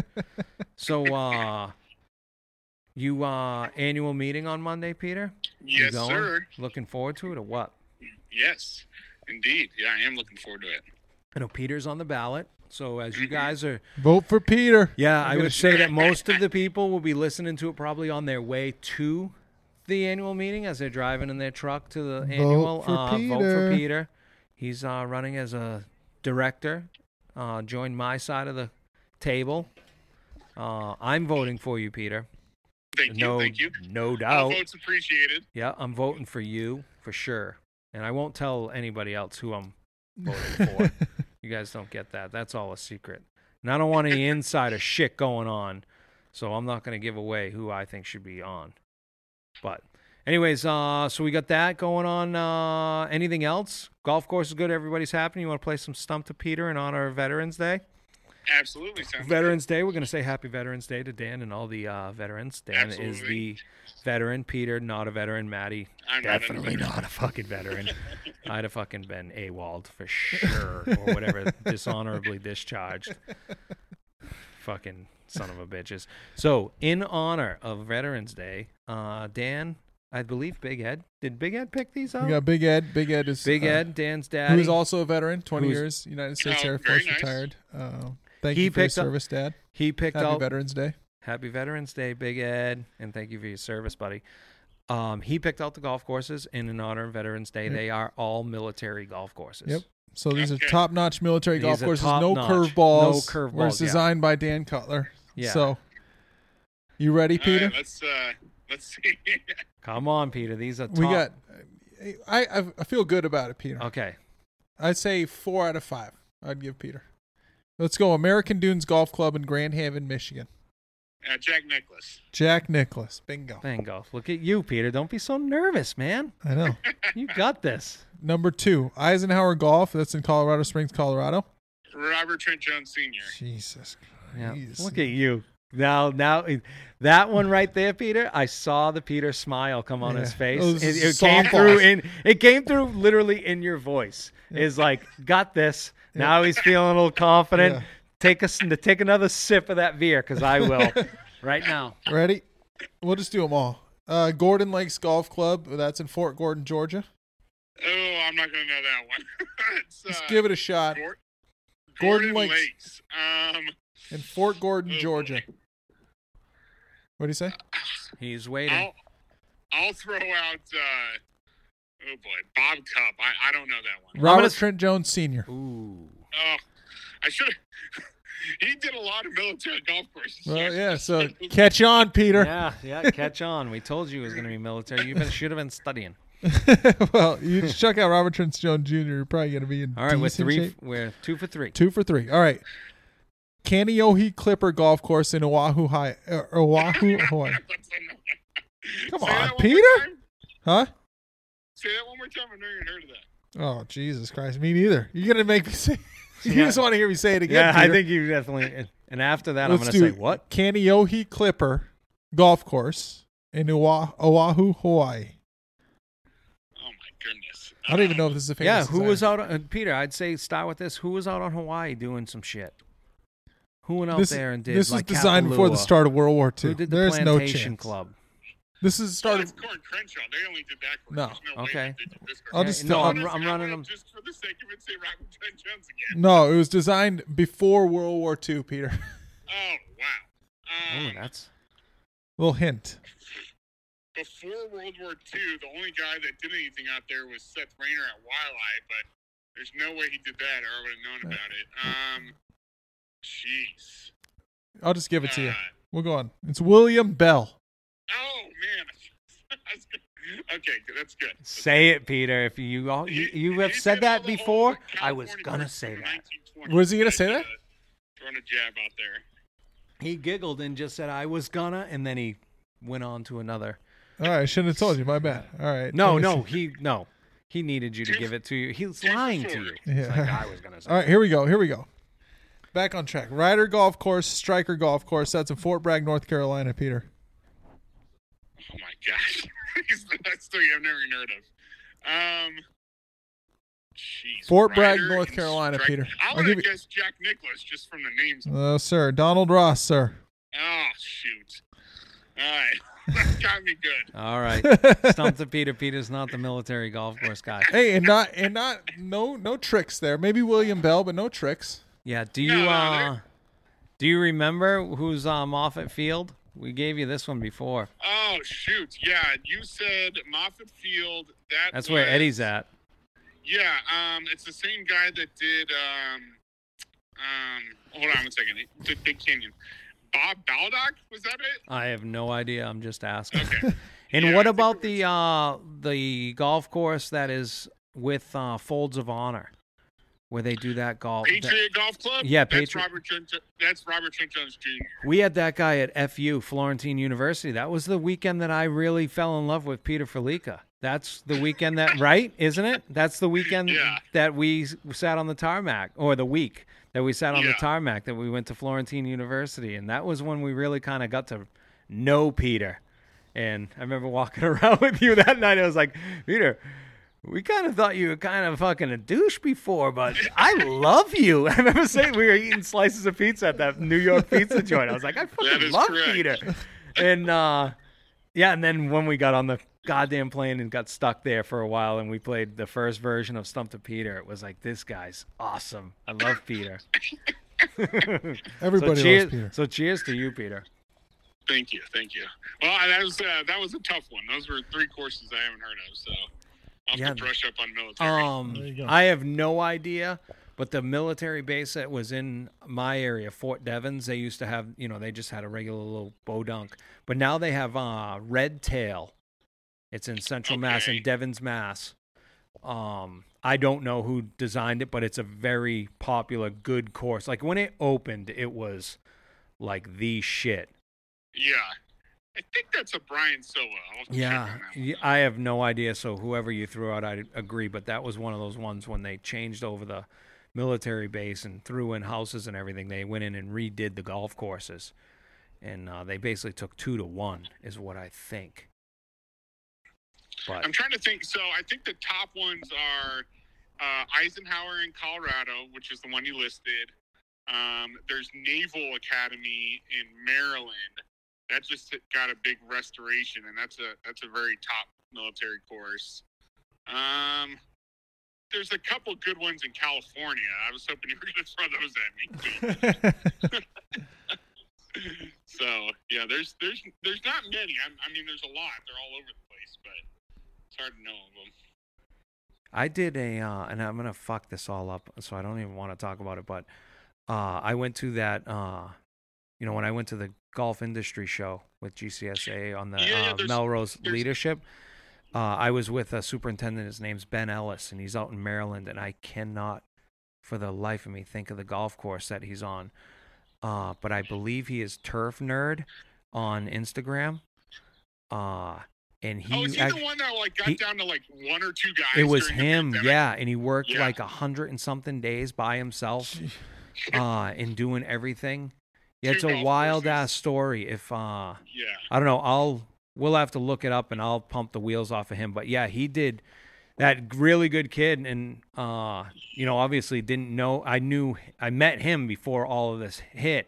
[SPEAKER 1] so uh you uh annual meeting on Monday, Peter? You
[SPEAKER 3] Yes,
[SPEAKER 1] going?
[SPEAKER 3] sir.
[SPEAKER 1] Looking forward to it or what?
[SPEAKER 3] Yes, indeed. Yeah, I am looking forward to it.
[SPEAKER 1] I know Peter's on the ballot. So as
[SPEAKER 3] Mm-hmm.
[SPEAKER 1] you guys are
[SPEAKER 2] Vote for Peter.
[SPEAKER 1] Yeah,
[SPEAKER 2] I'm
[SPEAKER 1] I
[SPEAKER 2] gonna
[SPEAKER 1] would
[SPEAKER 2] sh-
[SPEAKER 1] say that most of the people will be listening to it probably on their way to the annual meeting as they're driving in their truck to the annual
[SPEAKER 2] for
[SPEAKER 1] uh, vote for
[SPEAKER 2] Peter.
[SPEAKER 1] Peter. He's uh, running as a director. Uh, join my side of the table. Uh, I'm voting for you, Peter.
[SPEAKER 3] Thank you.
[SPEAKER 1] no,
[SPEAKER 3] Thank you.
[SPEAKER 1] no
[SPEAKER 3] All
[SPEAKER 1] doubt.
[SPEAKER 3] votes appreciated.
[SPEAKER 1] Yeah, I'm voting for you for sure. And I won't tell anybody else who I'm voting for. you guys don't get that. That's all a secret. And I don't want any insider shit going on. So I'm not going to give away who I think should be on. But anyways, uh so we got that going on. Uh anything else? Golf course is good. Everybody's happy. You want to play some stump to Peter in honor of Veterans Day?
[SPEAKER 3] Absolutely. Sounds
[SPEAKER 1] Veterans Day. We're going to say Happy Veterans Day to Dan and all the uh, veterans. Dan is
[SPEAKER 3] Absolutely.
[SPEAKER 1] the veteran. Peter, not a veteran. Maddie,
[SPEAKER 3] I'm not a
[SPEAKER 1] definitely not a, fucking veteran. I'd have fucking been AWOL'd for sure, or whatever, dishonorably discharged. fucking son of a bitches. So, in honor of Veterans Day, uh, Dan, I believe Big Ed. Did Big Ed pick these
[SPEAKER 2] We
[SPEAKER 1] out?
[SPEAKER 2] got Big Ed. Big Ed is
[SPEAKER 1] Big
[SPEAKER 2] uh,
[SPEAKER 1] Ed, Dan's dad.
[SPEAKER 2] who is also a veteran, 20
[SPEAKER 1] Who's-
[SPEAKER 2] years, United States
[SPEAKER 3] Oh,
[SPEAKER 2] Air
[SPEAKER 3] very
[SPEAKER 2] Force
[SPEAKER 3] nice.
[SPEAKER 2] retired. Uh, thank
[SPEAKER 1] He
[SPEAKER 2] you for your
[SPEAKER 1] picked up-
[SPEAKER 2] service, Dad.
[SPEAKER 1] he picked
[SPEAKER 2] Happy
[SPEAKER 1] out
[SPEAKER 2] Veterans Day.
[SPEAKER 1] Happy Veterans Day, Big Ed, and thank you for your service, buddy. Um, he picked out the golf courses, and in honor of Veterans Day,
[SPEAKER 2] Yep.
[SPEAKER 1] they are all military golf courses.
[SPEAKER 2] Yep. So these are
[SPEAKER 3] Okay.
[SPEAKER 2] top-notch military
[SPEAKER 1] These
[SPEAKER 2] golf
[SPEAKER 1] are
[SPEAKER 2] courses. No
[SPEAKER 1] top-notch.
[SPEAKER 2] curveballs.
[SPEAKER 1] No curveballs,
[SPEAKER 2] Where it's
[SPEAKER 1] yeah.
[SPEAKER 2] designed by Dan Cutler.
[SPEAKER 1] Yeah.
[SPEAKER 2] So, you ready,
[SPEAKER 3] All right,
[SPEAKER 2] Peter?
[SPEAKER 3] let's uh, let's see.
[SPEAKER 1] Come on, Peter. These are top.
[SPEAKER 2] we got. I, I I feel good about it, Peter.
[SPEAKER 1] okay.
[SPEAKER 2] I'd say four out of five. I'd give Peter. Let's go. American Dunes Golf Club in Grand Haven, Michigan.
[SPEAKER 3] uh, Jack Necklace.
[SPEAKER 2] Jack Nicholas. Bingo.
[SPEAKER 1] Bingo. Look at you, Peter. Don't be so nervous, man.
[SPEAKER 2] I know.
[SPEAKER 1] You got this.
[SPEAKER 2] Number two, Eisenhower Golf. That's in Colorado Springs, Colorado.
[SPEAKER 3] Robert Trent Jones Sr.
[SPEAKER 2] Jesus
[SPEAKER 1] Yeah.
[SPEAKER 2] Christ.
[SPEAKER 1] Look at you. Now, now, that one right there, Peter. I saw the Peter smile come on his
[SPEAKER 2] Yeah.
[SPEAKER 1] face.
[SPEAKER 2] Those
[SPEAKER 1] It, it came
[SPEAKER 2] softballs.
[SPEAKER 1] through in. It came through literally in your voice. Is like, got this. Now he's feeling a little confident.
[SPEAKER 2] Yeah.
[SPEAKER 1] Take us to take another sip of that beer, because I will, right now.
[SPEAKER 2] Ready? We'll just do them all. Uh, Gordon Lakes Golf Club. That's in Fort Gordon, Georgia.
[SPEAKER 3] Oh, I'm not gonna know that one. it's, uh,
[SPEAKER 2] Just give it a shot.
[SPEAKER 3] Gor-
[SPEAKER 2] Gordon
[SPEAKER 3] Gordon
[SPEAKER 2] Lakes.
[SPEAKER 3] Lakes. Um,
[SPEAKER 2] In Fort Gordon, Georgia. What do you say?
[SPEAKER 1] He's waiting.
[SPEAKER 3] I'll I'll throw out. Uh, oh boy, Bob Cup. I, I don't know that one.
[SPEAKER 2] Robert
[SPEAKER 1] gonna-
[SPEAKER 2] Trent Jones Sr.
[SPEAKER 1] Ooh.
[SPEAKER 3] Oh, I should. he did a lot of military golf courses.
[SPEAKER 2] Well, yeah. So catch on, Peter.
[SPEAKER 1] Yeah, yeah. Catch on. We told you it was going to be military. You been, should have been studying.
[SPEAKER 2] well, you just check out Robert Trent Jones Jr. You're probably going to be in
[SPEAKER 1] All right, we're
[SPEAKER 2] decent
[SPEAKER 1] three.
[SPEAKER 2] shape.
[SPEAKER 1] We're two for three.
[SPEAKER 2] Two for three. All right. Kaneohe Clipper Golf Course in Oahu, Hi- uh, Oahu, Hawaii. Come on,
[SPEAKER 3] Say that one more
[SPEAKER 2] Peter.
[SPEAKER 3] time.
[SPEAKER 2] Huh?
[SPEAKER 3] Say that one more time. I've never even heard of that.
[SPEAKER 2] Oh, Jesus Christ. Me neither. You're going to make me say You just want to hear me say it
[SPEAKER 1] Yeah,
[SPEAKER 2] again.
[SPEAKER 1] I
[SPEAKER 2] Peter.
[SPEAKER 1] think you definitely. And after that,
[SPEAKER 2] Let's
[SPEAKER 1] I'm
[SPEAKER 2] do
[SPEAKER 1] going to say what?
[SPEAKER 2] Kaneohe Clipper Golf Course in Oa- Oahu, Hawaii.
[SPEAKER 3] Oh my goodness.
[SPEAKER 2] I don't even know if this is a famous.
[SPEAKER 1] yeah, who
[SPEAKER 2] designer.
[SPEAKER 1] was out? On, Peter, I'd say start with this. Who was out on Hawaii doing some shit? Who went out
[SPEAKER 2] this,
[SPEAKER 1] there and did?
[SPEAKER 2] This
[SPEAKER 1] like
[SPEAKER 2] was designed before the
[SPEAKER 1] Kapalua?
[SPEAKER 2] start of World War II.
[SPEAKER 1] Who did the
[SPEAKER 2] There's no
[SPEAKER 1] Plantation
[SPEAKER 2] chance.
[SPEAKER 1] Club?
[SPEAKER 2] This is the start
[SPEAKER 3] That's
[SPEAKER 2] of.
[SPEAKER 3] Corn Crenshaw. They only did that. for-
[SPEAKER 2] No.
[SPEAKER 3] there's way
[SPEAKER 1] Okay.
[SPEAKER 3] that they did this for-
[SPEAKER 2] I'll just-
[SPEAKER 1] Yeah, no,
[SPEAKER 2] I'll-
[SPEAKER 1] I'm, I'm
[SPEAKER 3] Honestly, I
[SPEAKER 1] running
[SPEAKER 3] will
[SPEAKER 1] them.
[SPEAKER 3] Just for the sake of it, say Robert John Jones again.
[SPEAKER 2] No, it was designed before World War II, Peter.
[SPEAKER 3] Oh wow.
[SPEAKER 1] Oh,
[SPEAKER 3] Um,
[SPEAKER 1] that's
[SPEAKER 2] Little hint.
[SPEAKER 3] before World War II, the only guy that did anything out there was Seth Rayner at Wildlife, but there's no way he did that, or I would have known about it. Um, jeez.
[SPEAKER 2] I'll just give it to you.
[SPEAKER 3] Uh,
[SPEAKER 2] We'll go on. It's William Bell.
[SPEAKER 3] oh man. I was gonna- okay, good, that's good.
[SPEAKER 1] say it, Peter. If you all you, you have
[SPEAKER 3] did
[SPEAKER 1] said
[SPEAKER 3] all
[SPEAKER 1] that
[SPEAKER 3] the old
[SPEAKER 1] before, I was
[SPEAKER 3] California
[SPEAKER 1] gonna
[SPEAKER 3] versions
[SPEAKER 1] say
[SPEAKER 3] of
[SPEAKER 1] that.
[SPEAKER 3] 1920s.
[SPEAKER 2] Was he gonna say that?
[SPEAKER 3] Uh, Throwing a jab out there.
[SPEAKER 1] He giggled and just said, "I was gonna," and then he went on to another.
[SPEAKER 2] All right, I shouldn't have told you. My bad. All right.
[SPEAKER 1] No,
[SPEAKER 2] Let me
[SPEAKER 1] no,
[SPEAKER 2] see.
[SPEAKER 1] he no, he needed you to give it to you. He's lying to you. It's
[SPEAKER 2] Yeah.
[SPEAKER 1] like I was gonna say.
[SPEAKER 2] All right, here we go. Here we go. Back on track. Ryder Golf Course, Striker Golf Course. That's in Fort Bragg, North Carolina, Peter.
[SPEAKER 3] Oh my gosh. that's three I've never even heard of. Um jeez,
[SPEAKER 2] Fort Bragg,
[SPEAKER 3] Ryder
[SPEAKER 2] North
[SPEAKER 3] and
[SPEAKER 2] Carolina,
[SPEAKER 3] Strike-
[SPEAKER 2] Peter.
[SPEAKER 3] I
[SPEAKER 2] I'll
[SPEAKER 3] would
[SPEAKER 2] give
[SPEAKER 3] have
[SPEAKER 2] you- Mm.
[SPEAKER 3] guessed Jack Nicholas just from the names.
[SPEAKER 2] No, Uh, sir. Donald Ross, sir.
[SPEAKER 3] Oh shoot. Alright. that got me good.
[SPEAKER 1] All right. Stump the Peter. Peter's not the military golf course guy.
[SPEAKER 2] hey, and not and not no no tricks there. Maybe William Bell, but no tricks.
[SPEAKER 1] Yeah. Do you
[SPEAKER 3] No, no,
[SPEAKER 1] uh,
[SPEAKER 3] they're-
[SPEAKER 1] do you remember who's uh, Moffat Field? We gave you this one before.
[SPEAKER 3] Oh shoot. Yeah, you said Moffett Field. That
[SPEAKER 1] That's where
[SPEAKER 3] was-
[SPEAKER 1] Eddie's at.
[SPEAKER 3] Yeah, um, it's the same guy that did. Um, um, hold on one second. He did Big Canyon. Bob Baldock was that it?
[SPEAKER 1] I have no idea. I'm just asking.
[SPEAKER 3] Okay.
[SPEAKER 1] And
[SPEAKER 3] Yeah, I
[SPEAKER 1] what
[SPEAKER 3] think
[SPEAKER 1] about
[SPEAKER 3] it
[SPEAKER 1] the uh, the golf course that is with uh, Folds of Honor, where they do Oh, that golf? that-
[SPEAKER 3] Patriot Golf Club.
[SPEAKER 1] Yeah,
[SPEAKER 3] that's
[SPEAKER 1] Patriot-
[SPEAKER 3] Robert. Trent, that's Robert Trent Jones Jr.
[SPEAKER 1] we had that guy at FU Florentine University. That was the weekend that I really fell in love with Peter Felica. That's the weekend that right, isn't it? That's the weekend
[SPEAKER 3] Yeah.
[SPEAKER 1] that we s- sat on the tarmac, or the week that we sat on the
[SPEAKER 3] Yeah.
[SPEAKER 1] tarmac that we went to Florentine University, and that was when we really kind of got to know Peter. And I remember walking around with you that night. I was like, Peter, we kind of thought you were kind of fucking a douche before, but I love you. I remember saying we were eating slices of pizza at that New York pizza joint. I was like, I
[SPEAKER 3] That
[SPEAKER 1] fucking
[SPEAKER 3] is
[SPEAKER 1] love
[SPEAKER 3] correct.
[SPEAKER 1] Peter. And uh, yeah, and then when we got on the goddamn plane and got stuck there for a while, and we played the first version of Stump to Peter, it was like, this guy's awesome. I love Peter. So
[SPEAKER 2] Everybody loves Peter.
[SPEAKER 1] cheers, so cheers to you, Peter.
[SPEAKER 3] Thank you, thank you. Well, I- that was uh, that was a tough one. Those were three courses I haven't heard of, so I'll
[SPEAKER 1] Yeah.
[SPEAKER 3] have to brush up on military.
[SPEAKER 1] Um,
[SPEAKER 2] you go.
[SPEAKER 1] I have no idea, but the military base that was in my area, Fort Devens, they used to have, you know, they just had a regular little bow dunk, but now they have uh, Red Tail. It's in Central Mass, in
[SPEAKER 3] Okay.
[SPEAKER 1] Devens, Mass. Um, I don't know who designed it, but it's a very popular, good course. Like when it opened, it was like the shit.
[SPEAKER 3] yeah, I think that's a Brian Silva. I'll have to check
[SPEAKER 1] Yeah,
[SPEAKER 3] on that one.
[SPEAKER 1] y- I have no idea. So whoever you threw out, I agree. But that was one of those ones when they changed over the military base and threw in houses and everything. They went in and redid the golf courses, and uh, they basically took two to one, is what I think. But
[SPEAKER 3] I'm trying to think. So I think the top ones are uh, Eisenhower in Colorado, which is the one you listed. Um, there's Naval Academy in Maryland. That just got a big restoration, and that's a that's a very top military course. Um, there's a couple good ones in California. I was hoping you were going to throw those at me. So yeah, there's there's there's not many. I, I mean, there's a lot. They're all over the place, but it's hard to know of them.
[SPEAKER 1] I did a, uh, and I'm gonna fuck this all up, so I don't even want to talk about it. But uh, I went to that, uh, you know, when I went to the golf industry show with GCSA on the
[SPEAKER 3] Yeah, yeah,
[SPEAKER 1] uh,
[SPEAKER 3] there's-
[SPEAKER 1] Melrose
[SPEAKER 3] there's-
[SPEAKER 1] leadership. Uh, I was with a superintendent. His name's Ben Ellis, and he's out in Maryland. And I cannot, for the life of me, think of the golf course that he's on. Uh, but I believe he is Turf Nerd on Instagram. Uh, and he
[SPEAKER 3] oh, is he
[SPEAKER 1] act-
[SPEAKER 3] the one that like got
[SPEAKER 1] he-
[SPEAKER 3] down to like one or two guys?
[SPEAKER 1] it was
[SPEAKER 3] during the
[SPEAKER 1] him,
[SPEAKER 3] pandemic?
[SPEAKER 1] yeah, and he worked
[SPEAKER 3] Yeah.
[SPEAKER 1] like a hundred and something days by himself, uh, in doing everything. Yeah, it's
[SPEAKER 3] Two
[SPEAKER 1] a
[SPEAKER 3] golf
[SPEAKER 1] wild
[SPEAKER 3] courses.
[SPEAKER 1] ass story. If uh, I
[SPEAKER 3] Yeah.
[SPEAKER 1] don't know, I'll we'll have to look it up and I'll pump the wheels off of him. But yeah, he did that really good kid, and uh, you know, obviously didn't know. I knew I met him before all of this hit,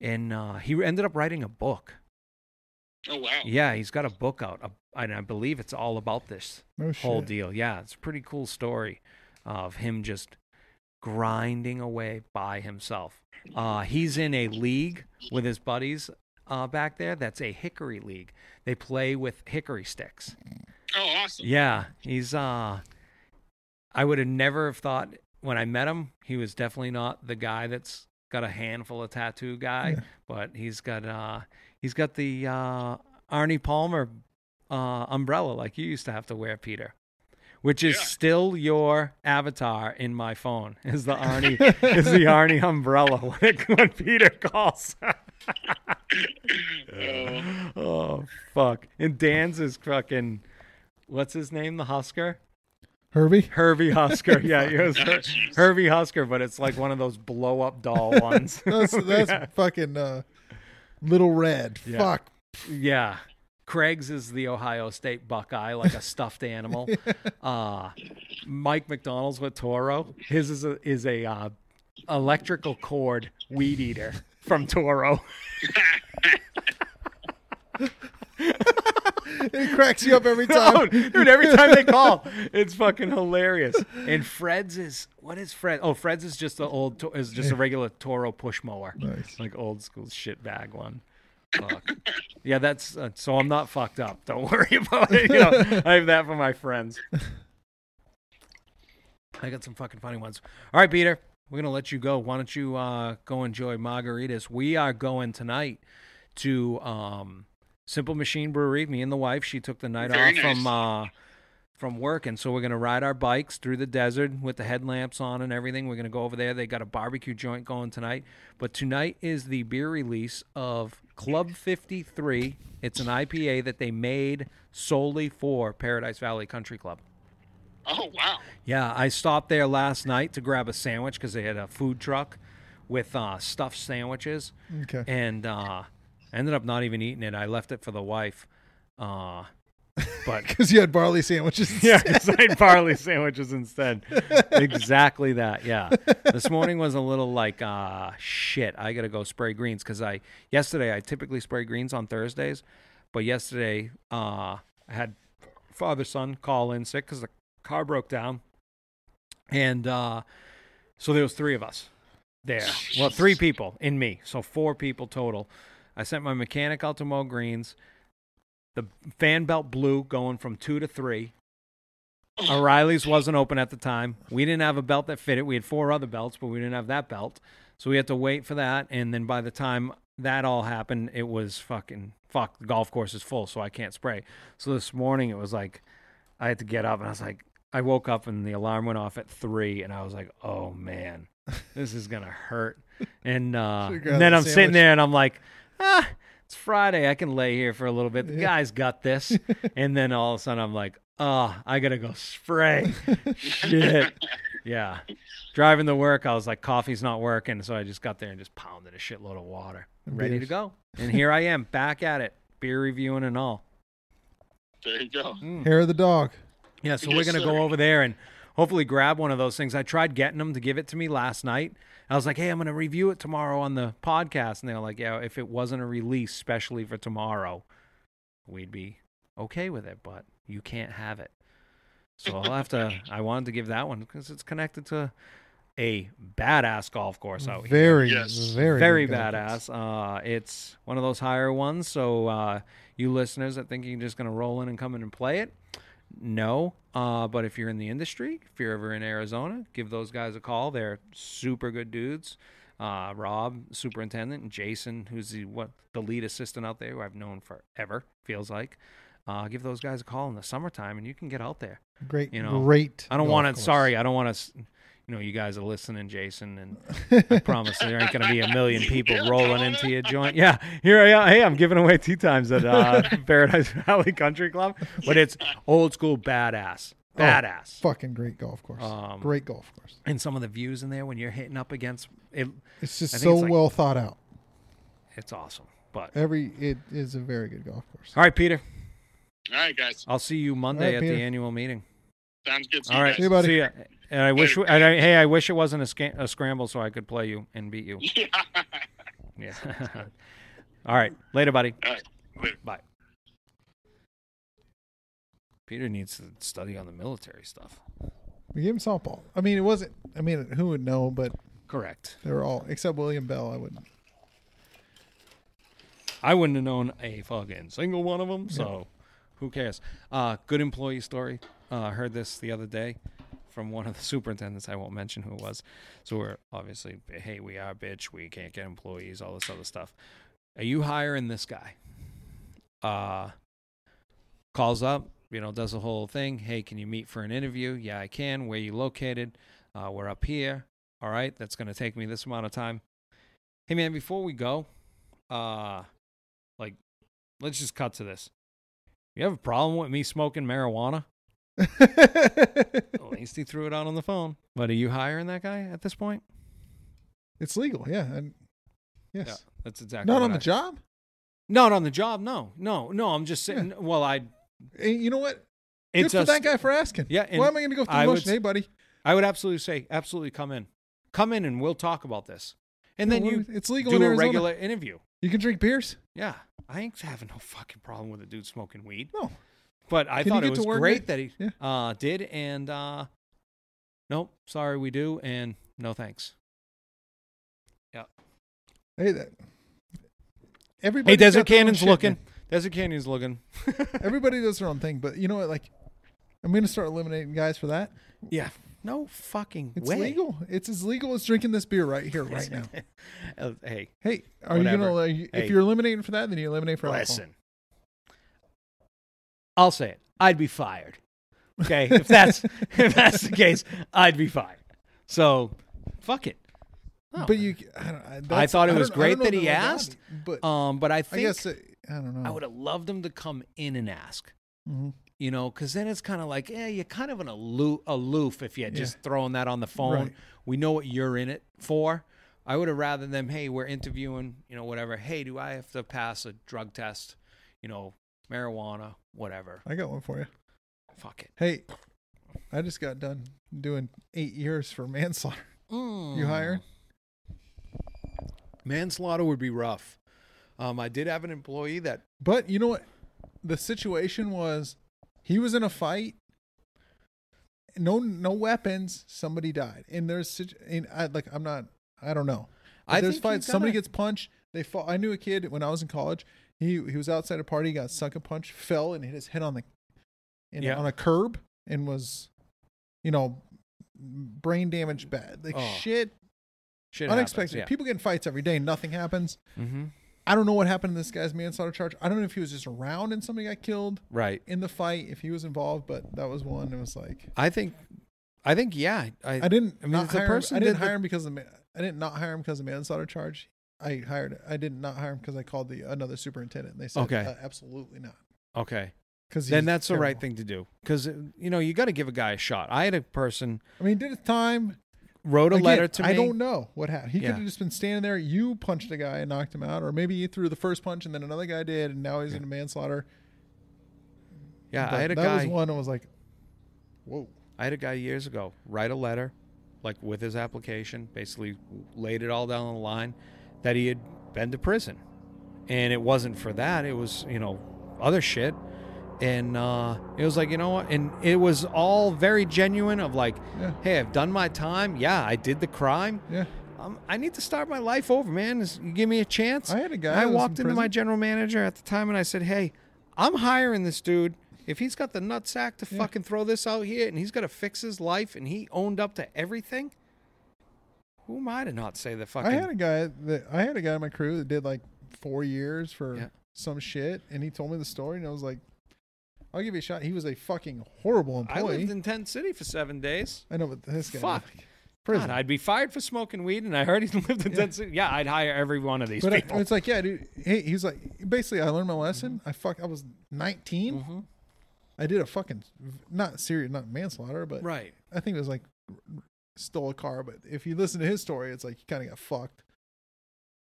[SPEAKER 1] and uh, he ended up writing a book.
[SPEAKER 3] Oh wow.
[SPEAKER 1] Yeah, he's got a book out, a- and I believe it's all about this
[SPEAKER 2] No
[SPEAKER 1] whole
[SPEAKER 2] shit.
[SPEAKER 1] deal. Yeah, it's a pretty cool story of him just grinding away by himself. Uh, he's in a league with his buddies uh, back there. That's a hickory league. They play with hickory sticks.
[SPEAKER 3] Oh awesome.
[SPEAKER 1] Yeah, he's. uh I would have never have thought when I met him, he was definitely not the guy that's got a handful of tattoo guy,
[SPEAKER 2] Yeah.
[SPEAKER 1] but he's got uh he's got the uh Arnie Palmer uh umbrella like you used to have to wear, Peter. Which is
[SPEAKER 3] Yeah.
[SPEAKER 1] still your avatar in my phone is the Arnie is the Arnie umbrella when, it, when Peter calls.
[SPEAKER 3] Oh,
[SPEAKER 1] oh fuck! And Dan's is fucking what's his name? The Husker.
[SPEAKER 2] Herbie.
[SPEAKER 1] Hervey Husker. Yeah, it was Her-
[SPEAKER 3] Oh, jeez.
[SPEAKER 1] Hervey Husker, but it's like one of those blow up doll ones.
[SPEAKER 2] That's that's fucking uh, Little Red.
[SPEAKER 1] Yeah.
[SPEAKER 2] Fuck.
[SPEAKER 1] yeah. Craig's is the Ohio State Buckeye, like a stuffed animal. Uh, Mike McDonald's with Toro. His is a, is a uh, electrical cord weed eater from Toro.
[SPEAKER 2] It cracks you up every time.
[SPEAKER 1] dude, every time they call, it's fucking hilarious. And Fred's is what is Fred? Oh, Fred's is just the old to- is just a regular Toro push mower,
[SPEAKER 2] Nice.
[SPEAKER 1] like old school shit bag one. Fuck. yeah, that's uh, so I'm not fucked up. Don't worry about it. You know, I have that for my friends. I got some fucking funny ones. All right, Peter, we're gonna let you go. Why don't you uh, go enjoy margaritas? We are going tonight to um, Simple Machine Brewery. Me and the wife. She took the night
[SPEAKER 3] Very
[SPEAKER 1] off from uh,
[SPEAKER 3] nice.
[SPEAKER 1] from work, and so we're gonna ride our bikes through the desert with the headlamps on and everything. We're gonna go over there. They got a barbecue joint going tonight, but tonight is the beer release of Club Fifty Three. It's an IPA that they made solely for Paradise Valley Country Club.
[SPEAKER 3] oh wow.
[SPEAKER 1] Yeah, I stopped there last night to grab a sandwich because they had a food truck with uh, stuffed sandwiches,
[SPEAKER 2] Okay.
[SPEAKER 1] and uh, I ended up not even eating it. I left it for the wife. Uh, but
[SPEAKER 2] Because you had barley sandwiches.
[SPEAKER 1] yeah, 'cause I had barley sandwiches instead. exactly that. Yeah, this morning was a little like uh, shit. I gotta go spray greens because I yesterday I typically spray greens on Thursdays, but yesterday uh, I had father son call in sick because the car broke down, and uh, so there was three of us there. Well, three people in me, so four people total. I sent my mechanic out to mow greens. The fan belt blew going from two to three. O'Reilly's wasn't open at the time. We didn't have a belt that fit it. We had four other belts, but we didn't have that belt. So we had to wait for that. And then by the time that all happened, it was fucking fuck. The golf course is full, so I can't spray. So this morning it was like I had to get up, and I was like, I woke up and the alarm went off at three, and I was like, oh man, this is gonna hurt. And, uh,
[SPEAKER 2] Should've grabbed
[SPEAKER 1] and then
[SPEAKER 2] the
[SPEAKER 1] I'm sitting
[SPEAKER 2] sandwich.
[SPEAKER 1] there and I'm like, ah, it's Friday. I can lay here for a little bit. The guy's got this. and then all of a sudden I'm like, oh, I gotta go spray. Shit. Yeah. Driving to work, I was like, coffee's not working. So I just got there and just pounded a shitload of water.
[SPEAKER 2] And
[SPEAKER 1] Ready to
[SPEAKER 2] beers.
[SPEAKER 1] go. And here I am, back at it, beer reviewing and all. Hmm.
[SPEAKER 3] There you go.
[SPEAKER 2] Hair of the dog.
[SPEAKER 1] Yeah, so
[SPEAKER 3] Yes,
[SPEAKER 1] we're gonna
[SPEAKER 3] sir.
[SPEAKER 1] go over there and hopefully grab one of those things. I tried getting them to give it to me last night. I was like, "Hey, I'm gonna review it tomorrow on the podcast," and they were like, "Yeah, if it wasn't a release specially for tomorrow, we'd be okay with it, but you can't have it." So I'll have to. I wanted to give that one because it's connected to a badass golf course out here
[SPEAKER 2] Very,
[SPEAKER 3] Yes.
[SPEAKER 2] very,
[SPEAKER 1] very
[SPEAKER 2] good guys.
[SPEAKER 1] badass. Uh, it's one of those higher ones. So uh, you listeners that think you're just going to roll in and come in and play it, no. Uh, but if you're in the industry, if you're ever in Arizona, give those guys a call. They're super good dudes. Uh, Rob, superintendent, and Jason, who's the what the lead assistant out there, who I've known forever, feels like. Uh, give those guys a call in the summertime, and you can get out there.
[SPEAKER 2] Great,
[SPEAKER 1] you know.
[SPEAKER 2] great.
[SPEAKER 1] I don't
[SPEAKER 2] golf
[SPEAKER 1] want to.
[SPEAKER 2] course.
[SPEAKER 1] Sorry, I don't want to. You know, you guys are listening, Jason, and I promise there ain't going to be a million people rolling into your joint. Yeah, here I am. Hey, I'm giving away tea times at uh, Paradise Valley Country Club, but it's old school badass,
[SPEAKER 2] Oh,
[SPEAKER 1] badass.
[SPEAKER 2] Fucking great golf course.
[SPEAKER 1] Um,
[SPEAKER 2] great golf course.
[SPEAKER 1] and some of the views in there when you're hitting up against it,
[SPEAKER 2] It's just
[SPEAKER 1] I think
[SPEAKER 2] so
[SPEAKER 1] it's like-
[SPEAKER 2] well thought out.
[SPEAKER 1] it's awesome. But all
[SPEAKER 2] Every it is a very good golf course.
[SPEAKER 1] right, Peter,
[SPEAKER 3] All right, guys.
[SPEAKER 1] I'll see you Monday
[SPEAKER 2] right,
[SPEAKER 1] at
[SPEAKER 2] Peter.
[SPEAKER 1] the annual meeting.
[SPEAKER 3] Sounds good. See
[SPEAKER 1] All
[SPEAKER 3] you
[SPEAKER 1] right,
[SPEAKER 3] guys.
[SPEAKER 2] Hey, buddy.
[SPEAKER 1] See ya. And I wish, and I, hey, I wish it wasn't a, sca- a scramble so I could play you and beat you.
[SPEAKER 3] Yeah.
[SPEAKER 1] Yeah. All right, later, buddy.
[SPEAKER 3] All right. Later.
[SPEAKER 1] Bye. Peter needs to study on the military stuff.
[SPEAKER 2] We gave him softball. I mean, it wasn't. I mean, who would know? But
[SPEAKER 1] Correct.
[SPEAKER 2] they were all except William Bell. I would.
[SPEAKER 1] I wouldn't have known a fucking single one of them. So, who cares? Uh, good employee story. Uh, I heard this the other day from one of the superintendents. I won't mention who it was. So we're obviously, hey, we are bitch. We can't get employees. All this other stuff. Are you hiring this guy? Uh, calls up. You know, does the whole thing. Hey, can you meet for an interview? Yeah, I can. Where you located? Uh, we're up here. All right, that's going to take me this amount of time. Hey, man, before we go, uh, let's just cut to this. You have a problem with me smoking marijuana? At least he threw it out on the phone. But are you hiring that guy at this point?
[SPEAKER 2] it's legal. Yeah. And yes.
[SPEAKER 1] that's exactly.
[SPEAKER 2] Not
[SPEAKER 1] what
[SPEAKER 2] on the
[SPEAKER 1] I-
[SPEAKER 2] job.
[SPEAKER 1] Not on the job. No, no, no. I'm just saying. Well, I.
[SPEAKER 2] Eh, you know what? Good
[SPEAKER 1] It's
[SPEAKER 2] for
[SPEAKER 1] a,
[SPEAKER 2] that guy for asking.
[SPEAKER 1] Yeah, and
[SPEAKER 2] Why am I going to go through
[SPEAKER 1] I
[SPEAKER 2] the
[SPEAKER 1] would
[SPEAKER 2] motion?
[SPEAKER 1] s-
[SPEAKER 2] Hey, buddy.
[SPEAKER 1] I would absolutely say, absolutely come in, come in, and we'll talk about this. And
[SPEAKER 2] Yeah,
[SPEAKER 1] then
[SPEAKER 2] what
[SPEAKER 1] you
[SPEAKER 2] do we- it's legal
[SPEAKER 1] do
[SPEAKER 2] in
[SPEAKER 1] a
[SPEAKER 2] Arizona.
[SPEAKER 1] regular interview.
[SPEAKER 2] You can drink beers.
[SPEAKER 1] Yeah, I ain't having no fucking problem with a dude smoking weed.
[SPEAKER 2] No.
[SPEAKER 1] But I
[SPEAKER 2] Can he
[SPEAKER 1] thought
[SPEAKER 2] get
[SPEAKER 1] it
[SPEAKER 2] to
[SPEAKER 1] was
[SPEAKER 2] work,
[SPEAKER 1] great
[SPEAKER 2] Nick?
[SPEAKER 1] that he
[SPEAKER 2] Yeah.
[SPEAKER 1] uh, did, and uh, nope, sorry, we do, and no thanks.
[SPEAKER 2] Hey, that. Everybody.
[SPEAKER 1] Hey, Desert Cannon's looking. Desert Canyon's looking.
[SPEAKER 2] Everybody does their own thing, but you know what? Like, I'm going to start eliminating guys for that.
[SPEAKER 1] Yeah, no fucking
[SPEAKER 2] It's
[SPEAKER 1] way.
[SPEAKER 2] legal. It's as legal as drinking this beer right here, right now.
[SPEAKER 1] Uh, hey,
[SPEAKER 2] Hey, are you
[SPEAKER 1] Whatever.
[SPEAKER 2] gonna? Are you,
[SPEAKER 1] Hey.
[SPEAKER 2] If you're eliminating for that, then you eliminate for alcohol.
[SPEAKER 1] listen. I'll say it. I'd be fired. Okay, if that's if that's the case, I'd be fired. So, fuck it. No.
[SPEAKER 2] But you, I, don't, I,
[SPEAKER 1] Oh. I
[SPEAKER 2] that's-
[SPEAKER 1] thought it
[SPEAKER 2] don't-
[SPEAKER 1] was
[SPEAKER 2] I don't
[SPEAKER 1] great
[SPEAKER 2] know
[SPEAKER 1] that
[SPEAKER 2] the
[SPEAKER 1] he asked,
[SPEAKER 2] legality, but
[SPEAKER 1] um, but I
[SPEAKER 2] I
[SPEAKER 1] think
[SPEAKER 2] guess it, I don't know.
[SPEAKER 1] I would have loved him to come in and ask.
[SPEAKER 2] Mhm.
[SPEAKER 1] You know, because then it's kind of like, eh, you're kind of an aloof, aloof if you're just throwing that on the phone.
[SPEAKER 2] Right.
[SPEAKER 1] We know what you're in it for. I would have rather them, hey, we're interviewing, you know, whatever. Hey, do I have to pass a drug test? You know, marijuana, whatever.
[SPEAKER 2] I got one for you.
[SPEAKER 1] Fuck it.
[SPEAKER 2] Hey, I just got done doing eight years for manslaughter.
[SPEAKER 1] Mm.
[SPEAKER 2] You hired?
[SPEAKER 1] Manslaughter would be rough. Um, I did have an employee that
[SPEAKER 2] But you know what? The situation was, he was in a fight. No, no weapons. Somebody died, and there's situ- and I like I'm not. I don't know.
[SPEAKER 1] I
[SPEAKER 2] I there's
[SPEAKER 1] think you
[SPEAKER 2] fights. Somebody
[SPEAKER 1] gotta-
[SPEAKER 2] gets punched. They fall. I knew a kid when I was in college. He he was outside a party, got sucker punched, fell and hit his head on the, in,
[SPEAKER 1] Yeah.
[SPEAKER 2] on a curb, and was, you know, brain damage bad. Like
[SPEAKER 1] Oh,
[SPEAKER 2] shit,
[SPEAKER 1] shit
[SPEAKER 2] unexpected. People get in fights every day. Nothing happens.
[SPEAKER 1] hmm
[SPEAKER 2] I don't know what happened to this guy's manslaughter charge. I don't know if he was just around and somebody got killed
[SPEAKER 1] Right.
[SPEAKER 2] in the fight, if he was involved, but that was one. It was like
[SPEAKER 1] I think, I think, yeah.
[SPEAKER 2] I didn't.
[SPEAKER 1] I mean,
[SPEAKER 2] not
[SPEAKER 1] if the
[SPEAKER 2] hire
[SPEAKER 1] person
[SPEAKER 2] Him. I didn't
[SPEAKER 1] did the-
[SPEAKER 2] hire him because of the, ma- I didn't not hire him because of manslaughter charge. I hired. I did not hire him because I called the another superintendent. and They said,
[SPEAKER 1] Okay.
[SPEAKER 2] uh, absolutely not.
[SPEAKER 1] Okay.
[SPEAKER 2] Because
[SPEAKER 1] then that's the right thing to do because you know you got to give a guy a shot. I had a person
[SPEAKER 2] I mean, he did his time.
[SPEAKER 1] wrote a
[SPEAKER 2] Again,
[SPEAKER 1] letter to me.
[SPEAKER 2] I don't know what happened. He
[SPEAKER 1] Yeah.
[SPEAKER 2] could have just been standing there. You punched a guy and knocked him out, or maybe he threw the first punch and then another guy did, and now he's in a manslaughter.
[SPEAKER 1] Yeah,
[SPEAKER 2] But
[SPEAKER 1] I had a
[SPEAKER 2] that was
[SPEAKER 1] guy.
[SPEAKER 2] one. I was like, whoa.
[SPEAKER 1] I had a guy years ago write a letter, like with his application, basically laid it all down on the line that he had been to prison, and it wasn't for that. It was you know other shit, and uh, it was like you know what, and it was all very genuine of like,
[SPEAKER 2] Yeah.
[SPEAKER 1] hey, I've done my time. Yeah, I did the crime.
[SPEAKER 2] Yeah.
[SPEAKER 1] um, I need to start my life over, man. Is- You give me a chance.
[SPEAKER 2] I had a guy
[SPEAKER 1] And I
[SPEAKER 2] that was
[SPEAKER 1] walked
[SPEAKER 2] in
[SPEAKER 1] into my
[SPEAKER 2] prison.
[SPEAKER 1] general manager at the time and I said, "Hey, I'm hiring this dude. If he's got the nutsack to fucking throw this out here, and he's got to fix his life, and he owned up to everything, who am I to not say the fucking?"
[SPEAKER 2] I had a guy that I had a guy in my crew that did like four years for
[SPEAKER 1] Yeah.
[SPEAKER 2] some shit, and he told me the story, and I was like, "I'll give you a shot." He was a fucking horrible
[SPEAKER 1] I lived
[SPEAKER 2] employee.
[SPEAKER 1] in Tent City for seven days.
[SPEAKER 2] I know, but this guy,
[SPEAKER 1] Fuck.
[SPEAKER 2] prison.
[SPEAKER 1] God, I'd be fired for smoking weed, and I heard he lived in Tent City. Yeah, I'd hire every one of these
[SPEAKER 2] but I-
[SPEAKER 1] people. Mm-hmm.
[SPEAKER 2] it's like, yeah, dude. Hey, he was like, basically, I learned my lesson. I fuck, I was 19 I did a fucking not serious, not manslaughter, but
[SPEAKER 1] right.
[SPEAKER 2] I think it was like stole a car. But if you listen to his story, it's like he kind of got fucked.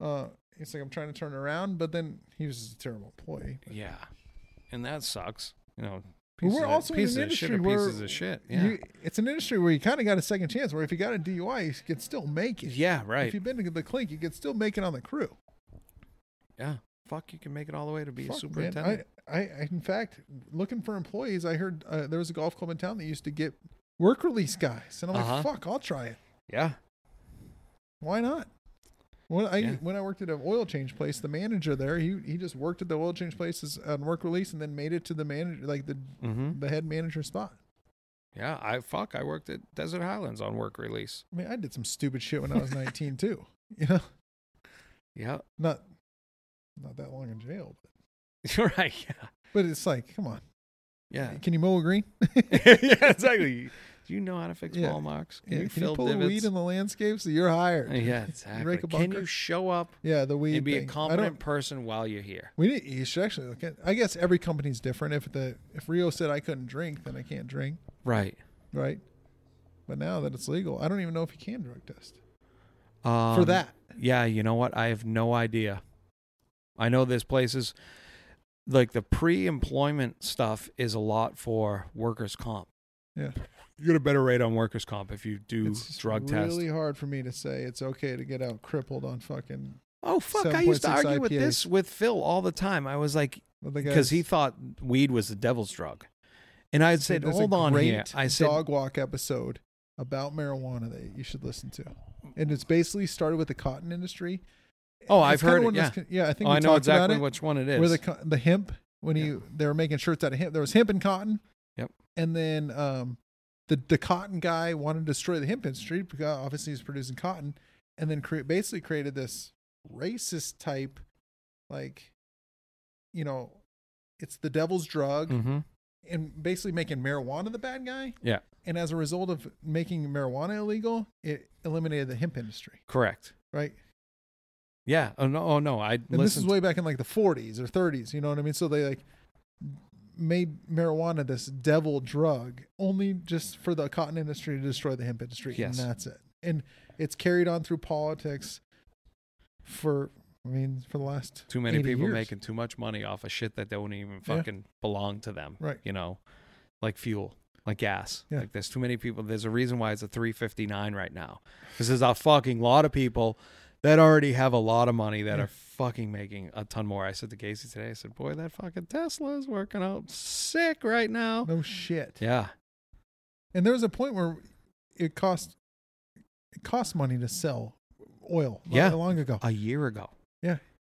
[SPEAKER 2] Uh, it's like I'm trying to turn it around, but then he was just a terrible employee.
[SPEAKER 1] Yeah. And that sucks. You know,
[SPEAKER 2] But
[SPEAKER 1] Pieces
[SPEAKER 2] we're
[SPEAKER 1] of-
[SPEAKER 2] also in
[SPEAKER 1] pieces
[SPEAKER 2] an
[SPEAKER 1] of shit are
[SPEAKER 2] industry where
[SPEAKER 1] pieces of shit. Yeah.
[SPEAKER 2] you, it's an industry where you kind of got a second chance. Where if you got a DUI, you can still make it.
[SPEAKER 1] yeah. Right.
[SPEAKER 2] If you've been to the clink, you can still make it on the crew.
[SPEAKER 1] yeah. Fuck, you can make it all the way to be
[SPEAKER 2] Fuck,
[SPEAKER 1] a
[SPEAKER 2] man.
[SPEAKER 1] superintendent.
[SPEAKER 2] I, I, I- in fact, looking for employees, I heard uh, there was a golf club in town that used to get work release guys, and I'm
[SPEAKER 1] Uh-huh.
[SPEAKER 2] like, fuck, I'll try it.
[SPEAKER 1] yeah.
[SPEAKER 2] Why not? When I
[SPEAKER 1] Yeah.
[SPEAKER 2] when I worked at an oil change place, the manager there, he he just worked at the oil change places on work release, and then made it to the manager, like the
[SPEAKER 1] Mm-hmm.
[SPEAKER 2] the head manager spot.
[SPEAKER 1] Yeah. I fuck. I worked at Desert Highlands on work release.
[SPEAKER 2] I mean, I did some stupid shit when I was 19 too. You know,
[SPEAKER 1] Yeah.
[SPEAKER 2] not not that long in jail, but,
[SPEAKER 1] You're right. Yeah.
[SPEAKER 2] but it's like, come on,
[SPEAKER 1] Yeah.
[SPEAKER 2] can you mow a green?
[SPEAKER 1] yeah. Exactly. Do you know how to fix
[SPEAKER 2] Yeah.
[SPEAKER 1] ball marks? Can
[SPEAKER 2] Yeah,
[SPEAKER 1] you
[SPEAKER 2] can
[SPEAKER 1] fill
[SPEAKER 2] you pull a
[SPEAKER 1] divots? Uh,
[SPEAKER 2] weed in the landscape? So you're hired.
[SPEAKER 1] yeah.
[SPEAKER 2] You
[SPEAKER 1] Exactly.
[SPEAKER 2] rake a
[SPEAKER 1] Can
[SPEAKER 2] bunker?
[SPEAKER 1] you show up
[SPEAKER 2] Yeah, the weed.
[SPEAKER 1] and be a
[SPEAKER 2] thing. I
[SPEAKER 1] competent
[SPEAKER 2] don't-
[SPEAKER 1] person while you're here?
[SPEAKER 2] We need. You should actually look at. I guess every company's different. If the if Rio said I couldn't drink, then I can't drink,
[SPEAKER 1] Right.
[SPEAKER 2] right? But now that it's legal, I don't even know if you can drug test
[SPEAKER 1] Um,
[SPEAKER 2] for that.
[SPEAKER 1] Yeah, you know what? I have no idea. I know there's places like the pre-employment stuff is a lot for workers' comp.
[SPEAKER 2] Yeah.
[SPEAKER 1] you get a better rate on workers' comp if you do
[SPEAKER 2] It's just
[SPEAKER 1] drug
[SPEAKER 2] really
[SPEAKER 1] tests.
[SPEAKER 2] hard for me to say it's okay to get out crippled on fucking.
[SPEAKER 1] Oh fuck! I used to
[SPEAKER 2] 7.6
[SPEAKER 1] argue with this with Phil all the time. I was like,
[SPEAKER 2] with the
[SPEAKER 1] because he
[SPEAKER 2] guys-
[SPEAKER 1] thought weed was the devil's drug, and I said,
[SPEAKER 2] There's a
[SPEAKER 1] "Hold on here."
[SPEAKER 2] great
[SPEAKER 1] I said,
[SPEAKER 2] dog walk episode about marijuana that you should listen to, and it's basically started with the cotton industry.
[SPEAKER 1] "Oh,
[SPEAKER 2] It's
[SPEAKER 1] I've
[SPEAKER 2] kinda
[SPEAKER 1] heard it.
[SPEAKER 2] one of
[SPEAKER 1] Yeah,
[SPEAKER 2] those- yeah, I think
[SPEAKER 1] oh,
[SPEAKER 2] we
[SPEAKER 1] I know
[SPEAKER 2] talked about
[SPEAKER 1] exactly
[SPEAKER 2] it.
[SPEAKER 1] which one it is."
[SPEAKER 2] where the co- the hemp when you they were making shirts out of hemp. There was hemp and cotton.
[SPEAKER 1] Yep.
[SPEAKER 2] And then um, the the cotton guy wanted to destroy the hemp industry because obviously he's producing cotton, and then cre- basically created this racist type, like, you know, it's the devil's drug,
[SPEAKER 1] mm-hmm.
[SPEAKER 2] and basically making marijuana the bad guy.
[SPEAKER 1] Yeah,
[SPEAKER 2] And as a result of making marijuana illegal, it eliminated the hemp industry,
[SPEAKER 1] correct.
[SPEAKER 2] right?
[SPEAKER 1] Yeah. Oh no. Oh no. I
[SPEAKER 2] And this is
[SPEAKER 1] listened.
[SPEAKER 2] way back in like the 40s or 30s, you know what I mean? So they like made marijuana this devil drug only just for the cotton industry to destroy the hemp industry.
[SPEAKER 1] Yes.
[SPEAKER 2] And that's it. And it's carried on through politics for, I mean, for the last
[SPEAKER 1] too many
[SPEAKER 2] 80
[SPEAKER 1] people
[SPEAKER 2] years.
[SPEAKER 1] making too much money off of shit that don't even fucking belong to them.
[SPEAKER 2] Right.
[SPEAKER 1] You know, like fuel, like gas.
[SPEAKER 2] Yeah.
[SPEAKER 1] Like there's too many people. There's a reason why it's a 359 right now. Because there's a fucking lot of people that already have a lot of money that
[SPEAKER 2] Yeah.
[SPEAKER 1] are fucking making a ton more. I said to Casey today, I said, boy, that fucking Tesla is working out sick right now.
[SPEAKER 2] No shit.
[SPEAKER 1] Yeah.
[SPEAKER 2] And there was a point where it cost, it cost money to sell oil not
[SPEAKER 1] Yeah.
[SPEAKER 2] that long ago.
[SPEAKER 1] A year ago,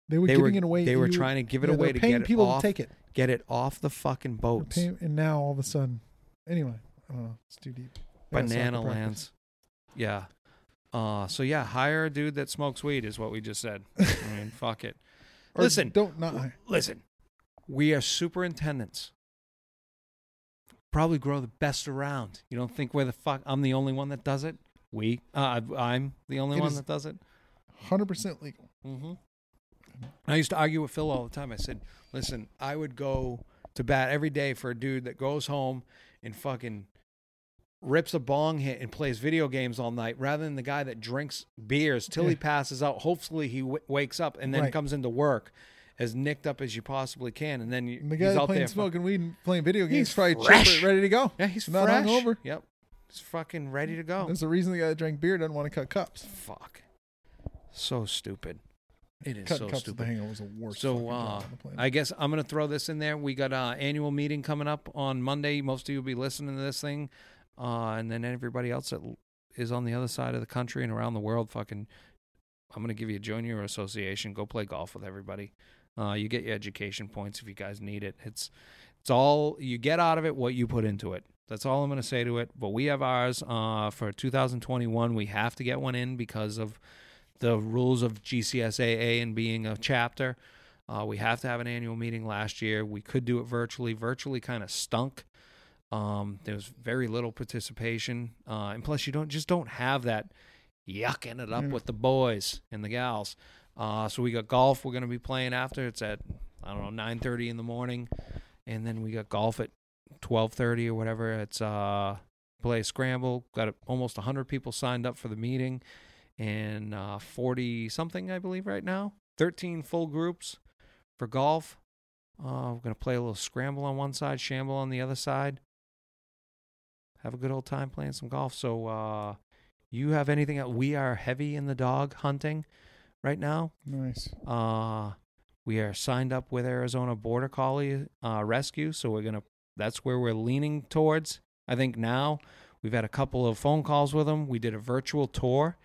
[SPEAKER 2] They were
[SPEAKER 1] they
[SPEAKER 2] giving
[SPEAKER 1] were-
[SPEAKER 2] it away.
[SPEAKER 1] they were
[SPEAKER 2] you-
[SPEAKER 1] trying to give it
[SPEAKER 2] yeah,
[SPEAKER 1] away
[SPEAKER 2] they're
[SPEAKER 1] to
[SPEAKER 2] paying
[SPEAKER 1] get it
[SPEAKER 2] people
[SPEAKER 1] off
[SPEAKER 2] to take it.
[SPEAKER 1] get it off the fucking
[SPEAKER 2] We're
[SPEAKER 1] boats.
[SPEAKER 2] paying- and now all of a sudden, anyway, I don't know. It's too deep. I got soccer
[SPEAKER 1] Banana
[SPEAKER 2] practice.
[SPEAKER 1] lands. Yeah. Uh, so yeah, hire a dude that smokes weed is what we just said. I mean, fuck it.
[SPEAKER 2] Or
[SPEAKER 1] Listen.
[SPEAKER 2] don't not. hire.
[SPEAKER 1] Listen, we are superintendents. Probably grow the best around. You don't think we're the fuck? I'm the only one that does it. We, uh, I'm the only
[SPEAKER 2] It
[SPEAKER 1] one
[SPEAKER 2] is-
[SPEAKER 1] that does it.
[SPEAKER 2] Hundred percent legal.
[SPEAKER 1] Mm-hmm. I used to argue with Phil all the time. I said, "Listen, I would go to bat every day for a dude that goes home and fucking rips a bong hit and plays video games all night, rather than the guy that drinks beers till he
[SPEAKER 2] Yeah.
[SPEAKER 1] passes out. Hopefully, he w- wakes up and then
[SPEAKER 2] Right.
[SPEAKER 1] comes into work as nicked up as you possibly can, and then you,
[SPEAKER 2] And the guy
[SPEAKER 1] he's
[SPEAKER 2] that's
[SPEAKER 1] out there.
[SPEAKER 2] playing
[SPEAKER 1] fu-
[SPEAKER 2] smoking weed and playing video games
[SPEAKER 1] He's
[SPEAKER 2] he's probably
[SPEAKER 1] fresh.
[SPEAKER 2] chipper, ready to go.
[SPEAKER 1] yeah, he's
[SPEAKER 2] not
[SPEAKER 1] fresh. Oh.
[SPEAKER 2] hungover.
[SPEAKER 1] Yep, he's fucking ready to go.
[SPEAKER 2] There's a reason the guy that drank beer doesn't want to cut cups.
[SPEAKER 1] Fuck, so stupid. It is
[SPEAKER 2] Cutting
[SPEAKER 1] so
[SPEAKER 2] cups
[SPEAKER 1] stupid.
[SPEAKER 2] at the hangover was the worst. fucking
[SPEAKER 1] So
[SPEAKER 2] job
[SPEAKER 1] uh,
[SPEAKER 2] on the planet.
[SPEAKER 1] I guess I'm gonna throw this in there. We got uh annual meeting coming up on Monday. Most of you will be listening to this thing, uh, and then everybody else that l- is on the other side of the country and around the world. Fucking, I'm gonna give you a junior association. Go play golf with everybody. Uh, you get your education points if you guys need it. It's it's all you get out of it what you put into it. That's all I'm gonna say to it. But we have ours uh, for 2021. We have to get one in because of the rules of GCSAA and being a chapter. Uh, we have to have an annual meeting last year. We could do it virtually. Virtually kind of stunk. Um, there was very little participation, uh, and plus you don't just don't have that yucking it up
[SPEAKER 2] Yeah.
[SPEAKER 1] with the boys and the gals. Uh, so we got golf. We're going to be playing after. It's at I don't know nine thirty in the morning, and then we got golf at twelve thirty or whatever. It's uh, play scramble. Got almost hundred people signed up for the meeting and uh, 40 something, I believe, right now. 13 full groups for golf. Uh, we're gonna play a little scramble on one side, shamble on the other side. Have a good old time playing some golf. So, uh, you have anything? Else? We are heavy in the dog hunting right now.
[SPEAKER 2] Nice.
[SPEAKER 1] Uh, we are signed up with Arizona Border Collie uh, Rescue, so we're gonna. That's where we're leaning towards. I think now we've had a couple of phone calls with them. We did a virtual tour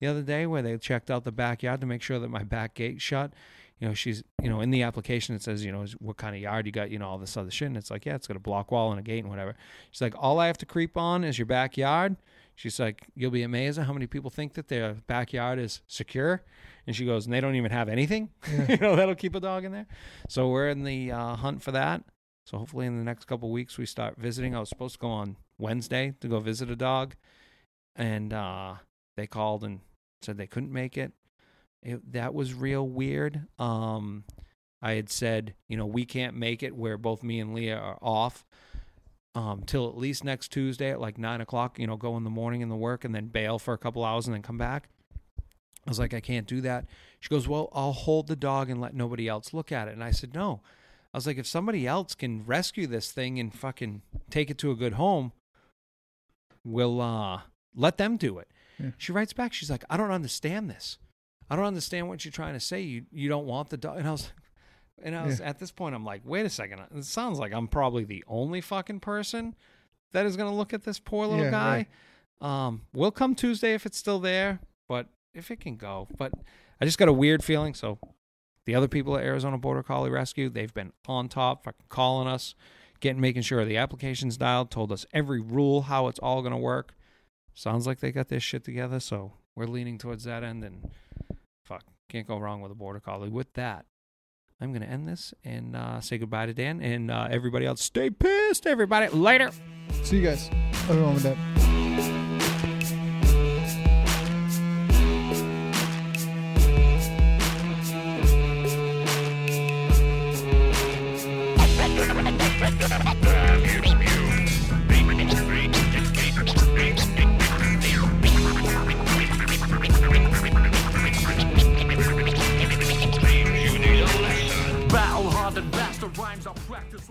[SPEAKER 1] the other day where they checked out the backyard to make sure that my back gate shut. You know, she's you know in the application it says you know what kind of yard you got, you know all this other shit, and it's like yeah, it's got a block wall and a gate and whatever. She's like, all I have to creep on is your backyard. She's like, you'll be amazed at how many people think that their backyard is secure. And she goes, and they don't even have anything. you know, that'll keep a dog in there. So we're in the uh, hunt for that. So hopefully in the next couple weeks we start visiting. I was supposed to go on Wednesday to go visit a dog, and uh, they called and said they couldn't make it. it that was real weird. Um, I had said, you know, we can't make it where both me and Leah are off um, till at least next Tuesday at like nine o'clock, you know, go in the morning in the work and then bail for a couple hours and then come back. I was like, I can't do that. She goes, Well, I'll hold the dog and let nobody else look at it. And I said, No. I was like, If somebody else can rescue this thing and fucking take it to a good home, we'll uh, let them do it.
[SPEAKER 2] Yeah.
[SPEAKER 1] She writes back. She's like, I don't understand this. I don't understand what you're trying to say. You you don't want the dog. And I was, and I was at this point, I'm like, wait a second. It sounds like I'm probably the only fucking person that is going to look at this poor little
[SPEAKER 2] Yeah,
[SPEAKER 1] guy.
[SPEAKER 2] right.
[SPEAKER 1] Um, we'll come Tuesday if it's still there, but if it can go. But I just got a weird feeling. So the other people at Arizona Border Collie Rescue, they've been on top, fucking calling us, getting making sure the application's dialed, told us every rule, how it's all going to work. Sounds like they got this shit together, so we're leaning towards that end. And fuck, can't go wrong with a border collie. With that, I'm gonna end this and uh, say goodbye to Dan and uh, everybody else. Stay pissed, everybody. Later.
[SPEAKER 2] See you guys. Have a good one with that.
[SPEAKER 4] Battle hardened bastard rhymes I practice.